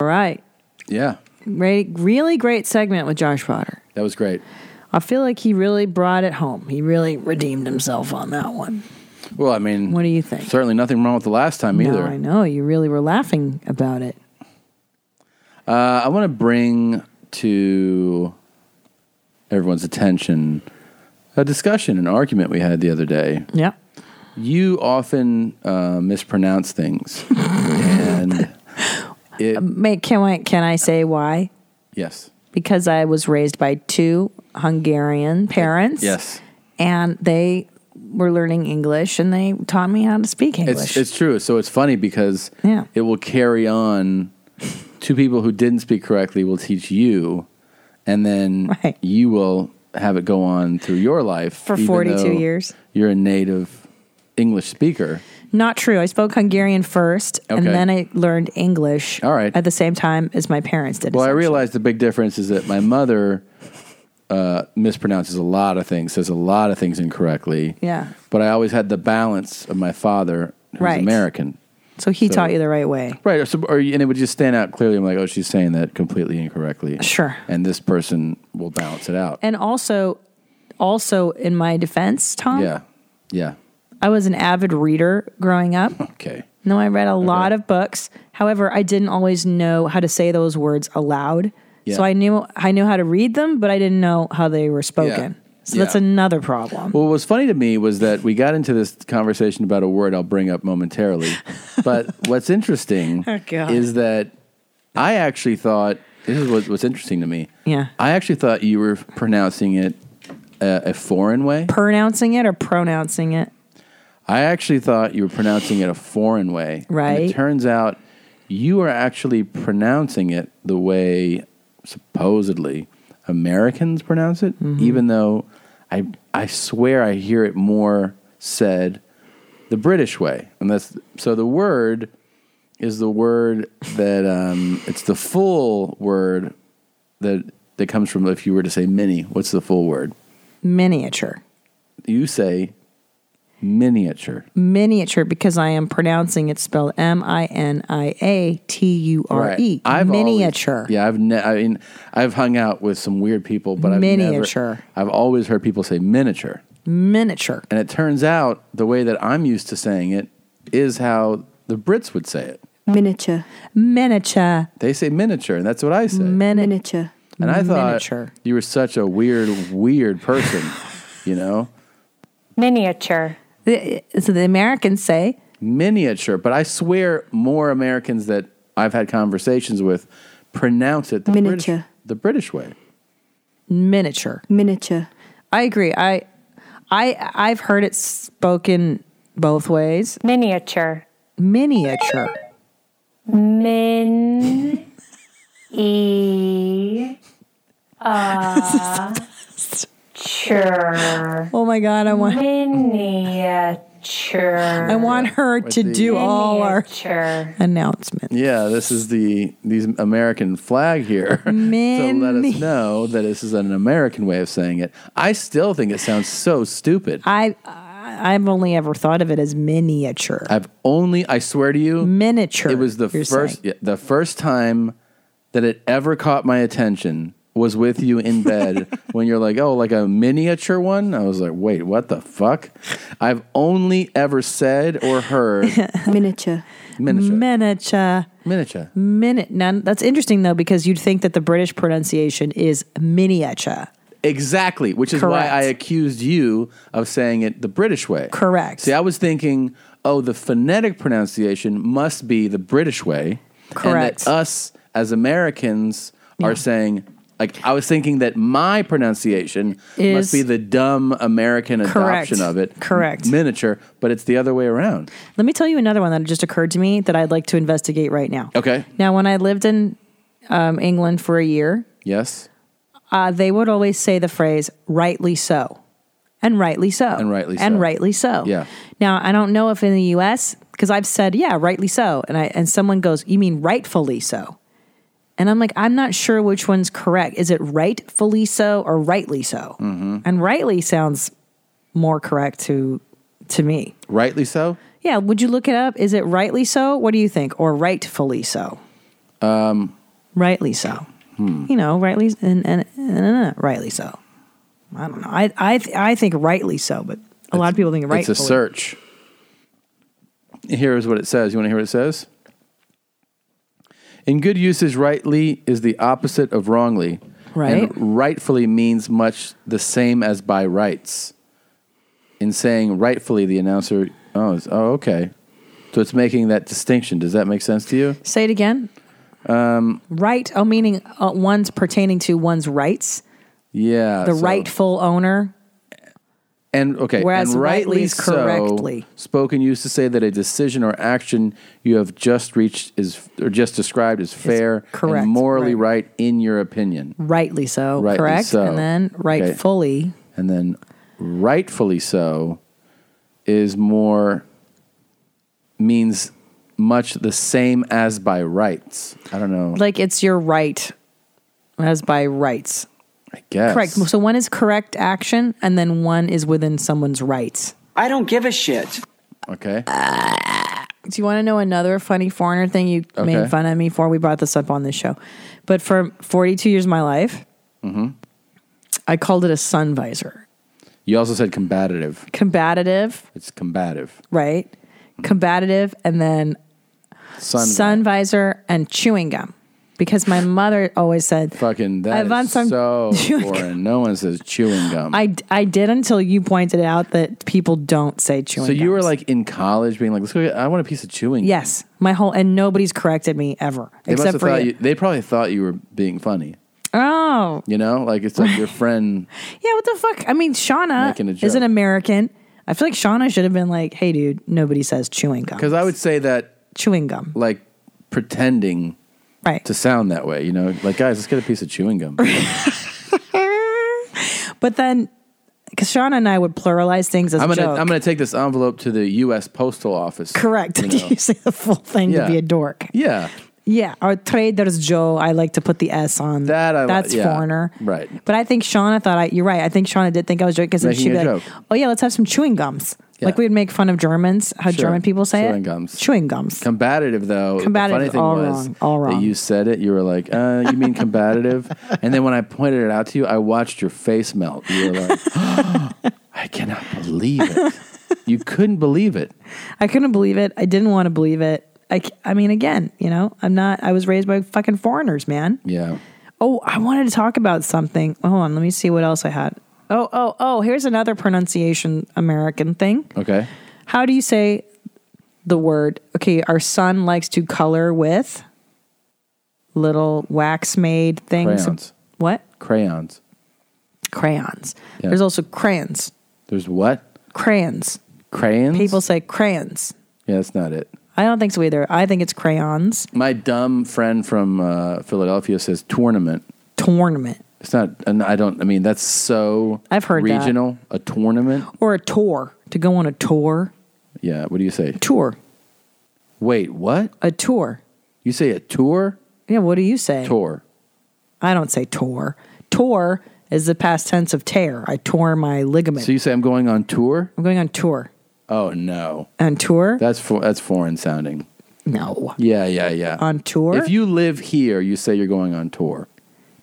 Speaker 2: All right.
Speaker 1: Yeah,
Speaker 2: Re- really great segment with Josh Potter.
Speaker 1: that was great.
Speaker 2: I feel like he really brought it home. He really redeemed himself on that one.
Speaker 1: Well, I mean,
Speaker 2: what do you think?
Speaker 1: Certainly nothing wrong with the last time
Speaker 2: No,
Speaker 1: either.
Speaker 2: I know. You really were laughing about it.
Speaker 1: Uh, I want to bring to everyone's attention a discussion, an argument we had the other day.
Speaker 2: Yep.
Speaker 1: You often uh, mispronounce things, and it,
Speaker 2: May, can, I, can I say why?
Speaker 1: yes,
Speaker 2: Because I was raised by two Hungarian parents.
Speaker 1: yes,
Speaker 2: And they were learning English and they taught me how to speak English.
Speaker 1: it's it's true. So it's funny because
Speaker 2: Yeah.
Speaker 1: it will carry on. Two people who didn't speak correctly will teach you, and then you will have it go on through your life
Speaker 2: For
Speaker 1: even
Speaker 2: 42
Speaker 1: though
Speaker 2: years.
Speaker 1: You're a native English speaker.
Speaker 2: Not true. I spoke Hungarian first and
Speaker 1: Okay.
Speaker 2: then I learned English
Speaker 1: All right.
Speaker 2: at the same time as my parents did.
Speaker 1: Well, I realized the big difference is that my mother uh, mispronounces a lot of things, says a lot of things incorrectly.
Speaker 2: Yeah.
Speaker 1: But I always had the balance of my father, who's
Speaker 2: Right.
Speaker 1: American.
Speaker 2: So he
Speaker 1: So-
Speaker 2: taught you the right way.
Speaker 1: Right. So, or, and it would just stand out clearly. I'm like, oh, she's saying that completely incorrectly.
Speaker 2: Sure.
Speaker 1: And this person will balance it out.
Speaker 2: And also, also in my defense, Tom,
Speaker 1: yeah. Yeah.
Speaker 2: I was an avid reader growing up.
Speaker 1: Okay.
Speaker 2: No, I read a lot of books. However, I didn't always know how to say those words aloud.
Speaker 1: Yeah.
Speaker 2: So I knew I knew how to read them, but I didn't know how they were spoken. So that's
Speaker 1: Yeah.
Speaker 2: another problem.
Speaker 1: Well, what was funny to me was that we got into this conversation about a word I'll bring up momentarily. but what's interesting
Speaker 2: Oh, God.
Speaker 1: is that I actually thought this is what, what's interesting to me.
Speaker 2: Yeah.
Speaker 1: I actually thought you were pronouncing it uh, a, a foreign way.
Speaker 2: Pronouncing it or pronouncing it.
Speaker 1: I actually thought you were pronouncing it a foreign way. And
Speaker 2: Right.
Speaker 1: it turns out you are actually pronouncing it the way supposedly Americans pronounce it, even though I I swear I hear it more said the British way. And that's so the word is the word that um, it's the full word that that comes from if you were to say mini, what's the full word?
Speaker 2: Miniature.
Speaker 1: You say miniature.
Speaker 2: Miniature because I am pronouncing it spelled M I N I A T U R E.
Speaker 1: I've always-
Speaker 2: Miniature.
Speaker 1: yeah, I've ne- I mean, I've hung out with some weird people, but I've never-
Speaker 2: Miniature.
Speaker 1: I've always heard people say miniature,
Speaker 2: Miniature.
Speaker 1: and it turns out the way that I'm used to saying it is how the Brits would say it.
Speaker 2: Miniature. Miniature.
Speaker 1: They say miniature, and that's what I say.
Speaker 2: Miniature.
Speaker 1: And I thought
Speaker 2: Miniature.
Speaker 1: you were such a weird, weird person. you know,
Speaker 2: Miniature. The, so the Americans say
Speaker 1: miniature. But I swear, more Americans that I've had conversations with pronounce it the British,
Speaker 2: Miniature.
Speaker 1: the British way.
Speaker 2: miniature. Miniature. I agree. I, I, I've heard it spoken both ways. Miniature. Miniature.
Speaker 21: Min e uh sure.
Speaker 2: Oh my god, I want
Speaker 21: miniature.
Speaker 2: I want her to
Speaker 1: the-
Speaker 2: do all our
Speaker 21: Miniature.
Speaker 2: announcements.
Speaker 1: Yeah, this is the these American flag here to let us know that this is an American way of saying it. I still think it sounds so stupid.
Speaker 2: I, I I've only ever thought of it as miniature.
Speaker 1: I've only, I swear to you,
Speaker 2: miniature.
Speaker 1: It was the
Speaker 2: you're
Speaker 1: first, yeah, the first time that it ever caught my attention was with you in bed when you're like, oh, like a miniature one. I was like, wait, what the fuck? I've only ever said or heard
Speaker 2: miniature.
Speaker 1: Miniature.
Speaker 2: Miniature.
Speaker 1: miniature.
Speaker 2: Minute. Now, that's interesting though because you'd think that the British pronunciation is miniature.
Speaker 1: Exactly, which is
Speaker 2: Correct.
Speaker 1: why I accused you of saying it the British way.
Speaker 2: Correct.
Speaker 1: See, I was thinking, oh, the phonetic pronunciation must be the British way. And
Speaker 2: Correct.
Speaker 1: that us as Americans are saying, like, I was thinking that my pronunciation
Speaker 2: Is-
Speaker 1: must be the dumb American
Speaker 2: Correct.
Speaker 1: adoption of it.
Speaker 2: Correct.
Speaker 1: Miniature, but it's the other way around.
Speaker 2: Let me tell you another one that just occurred to me that I'd like to investigate right now.
Speaker 1: Okay.
Speaker 2: Now, when I lived in um, England for a year,
Speaker 1: Yes.
Speaker 2: uh, they would always say the phrase "rightly so," and rightly so,
Speaker 1: And rightly so.
Speaker 2: and rightly so.
Speaker 1: Yeah.
Speaker 2: Now, I don't know if in the U.S. because I've said, "Yeah, rightly so," and I and someone goes, "You mean rightfully so?" And I'm like, I'm not sure which one's correct. Is it rightfully so or rightly so?
Speaker 1: Mm-hmm.
Speaker 2: And rightly sounds more correct to to me.
Speaker 1: Rightly so?
Speaker 2: Yeah, would you look it up? Is it rightly so? What do you think? Or rightfully so?
Speaker 1: Um,
Speaker 2: rightly so.
Speaker 1: Hmm.
Speaker 2: You know, rightly and and, and, and rightly so. I don't know. I I th- I think rightly so, but a lot of people think rightfully.
Speaker 1: It's a search. Here is what it says. You want to hear what it says? In good usage, rightly is the opposite of wrongly.
Speaker 2: Right.
Speaker 1: And rightfully means much the same as by rights. In saying rightfully, the announcer, oh, it's- oh okay. So it's making that distinction. Does that make sense to you?
Speaker 2: Say it again.
Speaker 1: Um,
Speaker 2: Right. Oh, meaning uh, one's pertaining to one's rights.
Speaker 1: yeah.
Speaker 2: the
Speaker 1: so-
Speaker 2: rightful owner.
Speaker 1: And okay,
Speaker 2: Whereas
Speaker 1: and
Speaker 2: rightly
Speaker 1: rightly
Speaker 2: is
Speaker 1: so,
Speaker 2: correctly.
Speaker 1: spoken used to say that a decision or action you have just reached is or just described is fair,
Speaker 2: correct,
Speaker 1: and morally right. in your opinion,
Speaker 2: Rightly so.
Speaker 1: Rightly
Speaker 2: correct.
Speaker 1: so.
Speaker 2: And then rightfully.
Speaker 1: and then rightfully so is more means much the same as by rights. I don't know.
Speaker 2: Like it's your right as by rights.
Speaker 1: I guess.
Speaker 2: Correct. So one is correct action and then one is within someone's rights.
Speaker 11: I don't give a shit.
Speaker 1: Okay.
Speaker 2: Do you want to know another funny foreigner thing you
Speaker 1: Okay.
Speaker 2: made fun of me for? We brought this up on this show. But for 42 years of my life,
Speaker 1: hmm
Speaker 2: I called it a sun visor.
Speaker 1: You also said combative.
Speaker 2: Combative,
Speaker 1: It's combative.
Speaker 2: right? Combative and then
Speaker 1: Sun.
Speaker 2: sun visor and chewing gum. Because my mother always said,
Speaker 1: Fucking
Speaker 2: I
Speaker 1: that is
Speaker 2: want some
Speaker 1: so
Speaker 2: chewing gum.
Speaker 1: foreign. No one says chewing gum.
Speaker 2: I, I did until you pointed out that people don't say chewing
Speaker 1: so
Speaker 2: gum.
Speaker 1: you were like in college, being like, "Let's go get. I want a piece of chewing." gum."
Speaker 2: Yes, my whole and nobody's corrected me ever
Speaker 1: They must
Speaker 2: except
Speaker 1: have
Speaker 2: for
Speaker 1: thought
Speaker 2: you.
Speaker 1: you, they probably thought you were being funny.
Speaker 2: Oh,
Speaker 1: You know, like it's like your friend.
Speaker 2: yeah. What the fuck? I mean,
Speaker 1: Making a
Speaker 2: Shauna
Speaker 1: joke.
Speaker 2: is an American. I feel like Shauna should have been like, "Hey, dude, nobody says chewing gum."
Speaker 1: Because I would say that
Speaker 2: chewing gum,
Speaker 1: like pretending,
Speaker 2: right,
Speaker 1: to sound that way. You know, like guys, let's get a piece of chewing gum.
Speaker 2: But then, because Shauna and I would pluralize things as
Speaker 1: I'm gonna
Speaker 2: joke.
Speaker 1: I'm gonna take this envelope to the U.S. Postal Office.
Speaker 2: Correct.
Speaker 1: You know?
Speaker 2: You say the full thing
Speaker 1: Yeah.
Speaker 2: to be a dork.
Speaker 1: yeah,
Speaker 2: Yeah, or Trader's Joe. I like to put the S on. That
Speaker 1: I li-
Speaker 2: that's
Speaker 1: yeah.
Speaker 2: foreigner.
Speaker 1: right.
Speaker 2: But I think Shauna thought I. You're right. I think Shauna did think I was joking because then
Speaker 1: Making
Speaker 2: she'd be
Speaker 1: a
Speaker 2: like,
Speaker 1: joke.
Speaker 2: "Oh yeah, let's have some chewing gums." Like we would make fun of Germans, how
Speaker 1: Sure.
Speaker 2: German people say
Speaker 1: Chewing
Speaker 2: it.
Speaker 1: gums.
Speaker 2: Chewing gums.
Speaker 1: Combative though.
Speaker 2: Combative,
Speaker 1: The funny thing
Speaker 2: all
Speaker 1: was
Speaker 2: wrong, all
Speaker 1: that
Speaker 2: wrong.
Speaker 1: you said it. You were like, uh, "You mean combative?" and then when I pointed it out to you, I watched your face melt. You were like, "I cannot believe it." You couldn't believe it.
Speaker 2: I couldn't believe it. I didn't want to believe it. I, c- I mean, again, you know, I'm not. I was raised by fucking foreigners, man.
Speaker 1: Yeah.
Speaker 2: Oh, I wanted to talk about something. Hold on, let me see what else I had. Oh, oh, oh, here's another pronunciation American thing.
Speaker 1: Okay.
Speaker 2: How do you say the word? Okay, our son likes to color with little wax made things.
Speaker 1: Crayons.
Speaker 2: What?
Speaker 1: Crayons.
Speaker 2: Crayons.
Speaker 1: Yeah.
Speaker 2: There's also crayons.
Speaker 1: There's what?
Speaker 2: Crayons.
Speaker 1: Crayons.
Speaker 2: People say crayons.
Speaker 1: Yeah, that's not it.
Speaker 2: I don't think so either. I think it's crayons.
Speaker 1: My dumb friend from uh, Philadelphia says tournament.
Speaker 2: Tournament.
Speaker 1: It's not. And I don't. I mean, that's so.
Speaker 2: I've heard that.
Speaker 1: regional. A tournament.
Speaker 2: Or a tour. To go on a tour.
Speaker 1: Yeah. What do you say?
Speaker 2: Tour.
Speaker 1: Wait. What?
Speaker 2: A tour.
Speaker 1: You say a tour?
Speaker 2: Yeah, what do you say?
Speaker 1: Tour.
Speaker 2: I don't say tore. Tore is the past tense of tear. I tore my ligament.
Speaker 1: So you say I'm going on tour?
Speaker 2: I'm going on tour.
Speaker 1: Oh no.
Speaker 2: On tour?
Speaker 1: That's for, that's foreign sounding.
Speaker 2: No.
Speaker 1: Yeah, yeah, yeah.
Speaker 2: On tour?
Speaker 1: If you live here, you say you're going on tour.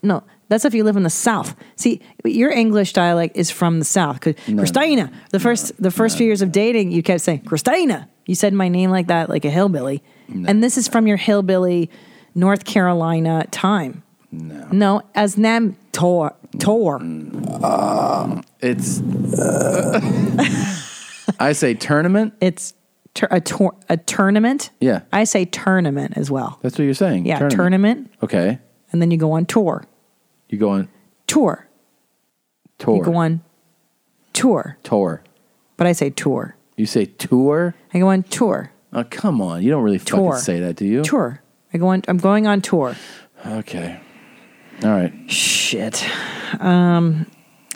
Speaker 2: No, that's if you live in the South. See, your English dialect is from the South. 'Cause Christina, the first the first few years of dating, you kept saying Christina. You said my name like that, like a hillbilly. and this is from your hillbilly North Carolina time. No, no, as nam tor tor.
Speaker 1: It's. uh, I say tournament.
Speaker 2: It's tur- a tor- a tournament.
Speaker 1: Yeah,
Speaker 2: I say tournament as well.
Speaker 1: that's what you're saying.
Speaker 2: Yeah, tournament.
Speaker 1: Okay,
Speaker 2: and then you go on tour.
Speaker 1: you go on
Speaker 2: Tour.
Speaker 1: tour.
Speaker 2: You go on tour.
Speaker 1: tour.
Speaker 2: But I say tour.
Speaker 1: You say tour.
Speaker 2: I go on tour.
Speaker 1: Oh come on, you don't really
Speaker 2: Tour.
Speaker 1: fucking say that, do you?
Speaker 2: Tour. I go on I'm going on tour.
Speaker 1: Okay. All right.
Speaker 2: Shit. Um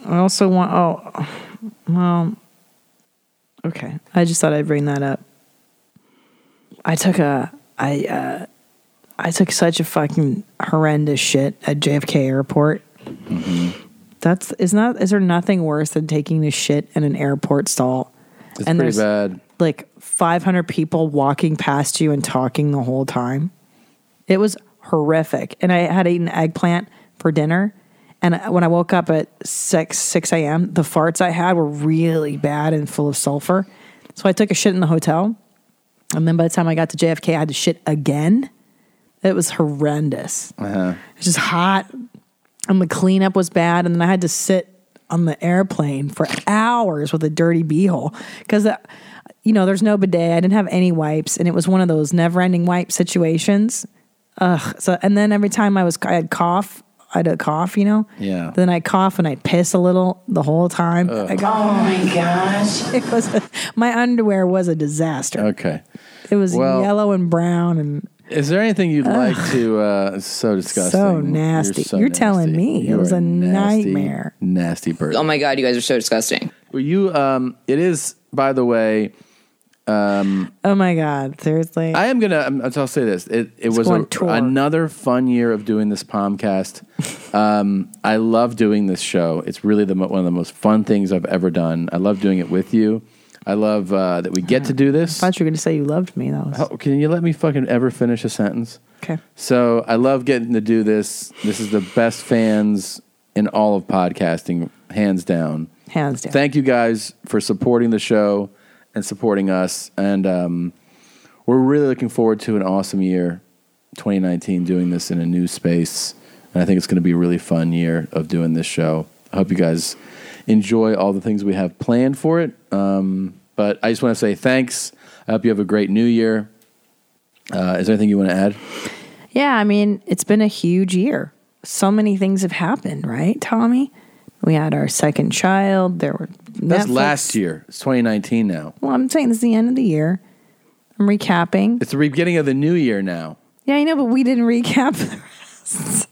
Speaker 2: I also want oh well okay. I just thought I'd bring that up. I took a I uh I took such a fucking horrendous shit at JFK airport.
Speaker 1: Mm-hmm.
Speaker 2: That's is not is there nothing worse than taking this shit in an airport stall?
Speaker 1: It's
Speaker 2: and
Speaker 1: pretty
Speaker 2: there's
Speaker 1: bad.
Speaker 2: like 500 people walking past you and talking the whole time. It was horrific. And I had eaten eggplant for dinner. And I- when I woke up at 6, 6 a.m., the farts I had were really bad and full of sulfur. So I took a shit in the hotel. And then by the time I got to JFK, I had to shit again. It was horrendous.
Speaker 1: Uh-huh.
Speaker 2: It was just hot. And the cleanup was bad. And then I had to sit on the airplane for hours with a dirty beehole because, you know, there's no bidet. I didn't have any wipes. And it was one of those never ending wipe situations. Ugh. So, and then every time I was, I had cough. I had a cough, you know?
Speaker 1: Yeah.
Speaker 2: Then I cough and I piss a little the whole time.
Speaker 1: Ugh.
Speaker 2: I go,
Speaker 1: Oh
Speaker 2: my gosh. It was my underwear was a disaster.
Speaker 1: Okay.
Speaker 2: It was
Speaker 1: Well-
Speaker 2: yellow and brown and
Speaker 1: Is there anything you'd
Speaker 2: Ugh.
Speaker 1: like to? Uh, it's so disgusting.
Speaker 2: so nasty. You're,
Speaker 1: so
Speaker 2: telling me
Speaker 1: You
Speaker 2: it was
Speaker 1: are
Speaker 2: a
Speaker 1: nasty,
Speaker 2: nightmare.
Speaker 1: Nasty person.
Speaker 4: Oh my god, you guys are so disgusting.
Speaker 1: Well, you. Um, it is. By the way, um,
Speaker 2: Oh my god, seriously.
Speaker 1: I am gonna. I'm, I'll say this. It it
Speaker 2: Let's
Speaker 1: was
Speaker 2: go
Speaker 1: a-
Speaker 2: on tour.
Speaker 1: another fun year of doing this podcast. um, I love doing this show. It's really the mo- one of the most fun things I've ever done. I love doing it with you. I love uh, that we get to do this.
Speaker 2: thought you were going to say you loved me. That was
Speaker 1: Oh, can you let me fucking ever finish a sentence?
Speaker 2: Okay.
Speaker 1: So I love getting to do this. This is the best fans in all of podcasting, hands down.
Speaker 2: hands down.
Speaker 1: Thank you guys for supporting the show and supporting us. And um, we're really looking forward to an awesome year, 2019, doing this in a new space. And I think it's going to be a really fun year of doing this show. I hope you guys enjoy all the things we have planned for it. Um, but I just want to say thanks. I hope you have a great new year. Uh, is there anything you want to add?
Speaker 2: Yeah, I mean, it's been a huge year. So many things have happened, right, Tommy? We had our second child. There were
Speaker 1: That's
Speaker 2: Netflix.
Speaker 1: last year. It's 2019 now.
Speaker 2: Well, I'm saying this is the end of the year. I'm recapping.
Speaker 1: It's the beginning of the new year now.
Speaker 2: Yeah, I know, but we didn't recap the rest.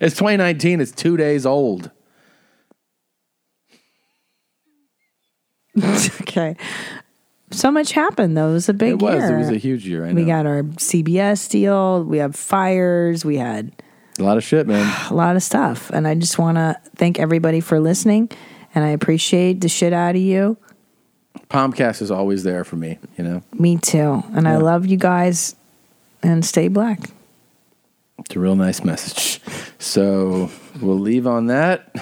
Speaker 1: It's 2019. It's two days old.
Speaker 2: okay. So much happened though. It was a big
Speaker 1: It was.
Speaker 2: year.
Speaker 1: It was a huge year. I
Speaker 2: We
Speaker 1: know.
Speaker 2: got our CBS deal. We have fires. We had
Speaker 1: a lot of shit, man.
Speaker 2: a lot of stuff. And I just want to thank everybody for listening. And I appreciate the shit out of you.
Speaker 1: Palmcast is always there for me, you know?
Speaker 2: Me too. And I love you guys. And stay black.
Speaker 1: It's a real nice message. So we'll leave on that.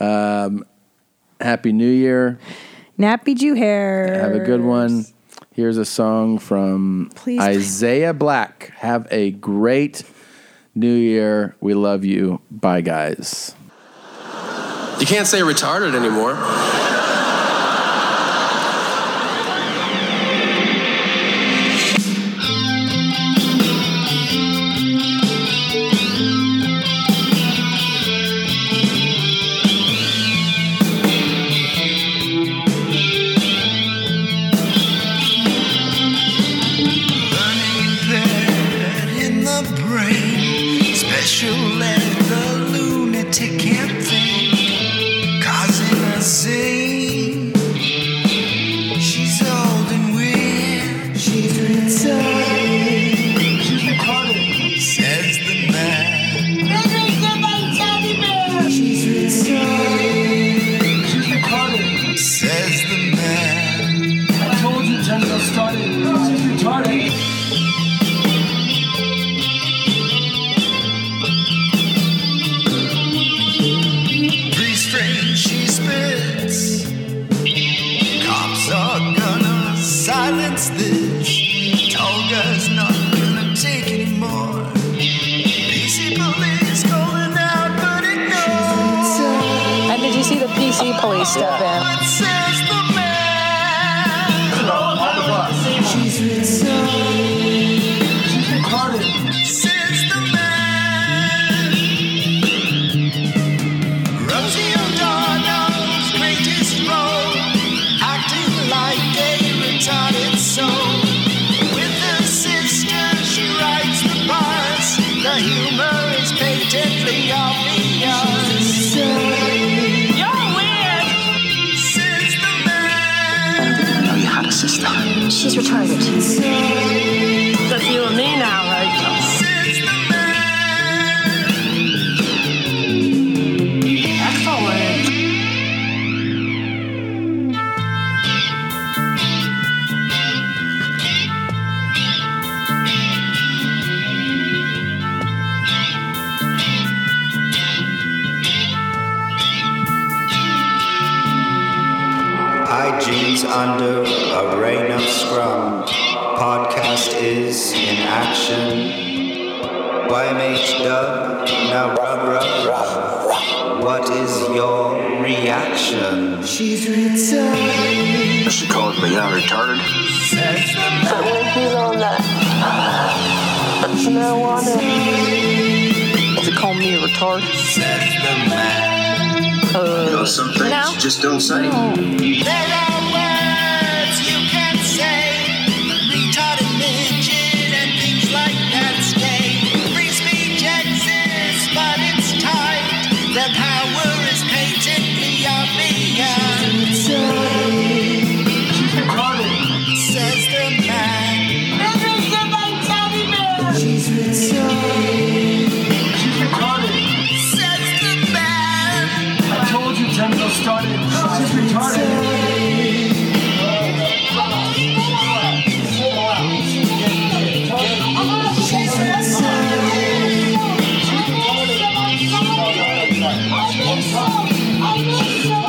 Speaker 1: Um, Happy New Year.
Speaker 2: Nappy Jew hair.
Speaker 1: Have a good one. Here's a song from
Speaker 2: Please,
Speaker 1: Isaiah Black. Have a great New Year. We love you. Bye, guys.
Speaker 22: You can't say retarded anymore.
Speaker 23: in the brain. Special ed, the lunatic can't think, causing a zing. She's old and weird. She's retarded. She's retarded. Says the man. She's retarded. She's retarded. Says the man. I told you, Jennifer started. She's retarded. Three strange she spits. Cops are gonna silence this. Tall guy's not gonna take anymore. PC police calling out, but ignores.
Speaker 24: And did you see the PC police step in?
Speaker 23: Says the man. She's retarded. She's retarded. Says the man. Rosie O'Donnell's greatest role, acting like a retarded soul. With her sister, she writes the parts. The humor is patently obvious. You're weird. Says the
Speaker 4: Jeans under a rain of scrum. Podcast is in action. YMH dub, now rub, rub, rub. What is your reaction?
Speaker 23: She's retarded.
Speaker 22: She called me not retarded.
Speaker 23: Says the man.
Speaker 24: Did you call me a retard?
Speaker 23: Says the man.
Speaker 22: You know, some things
Speaker 24: No.
Speaker 22: you just don't say.
Speaker 23: There are words you can't say. Retarded, midget, and things like that stay. Free speech exists, but it's tight. Their power is patently obvious. She's retarded. Says the man. This is the man teddy bear. She's retarded. She's retarded. Says the man. I told you Tempo started. She's retarded.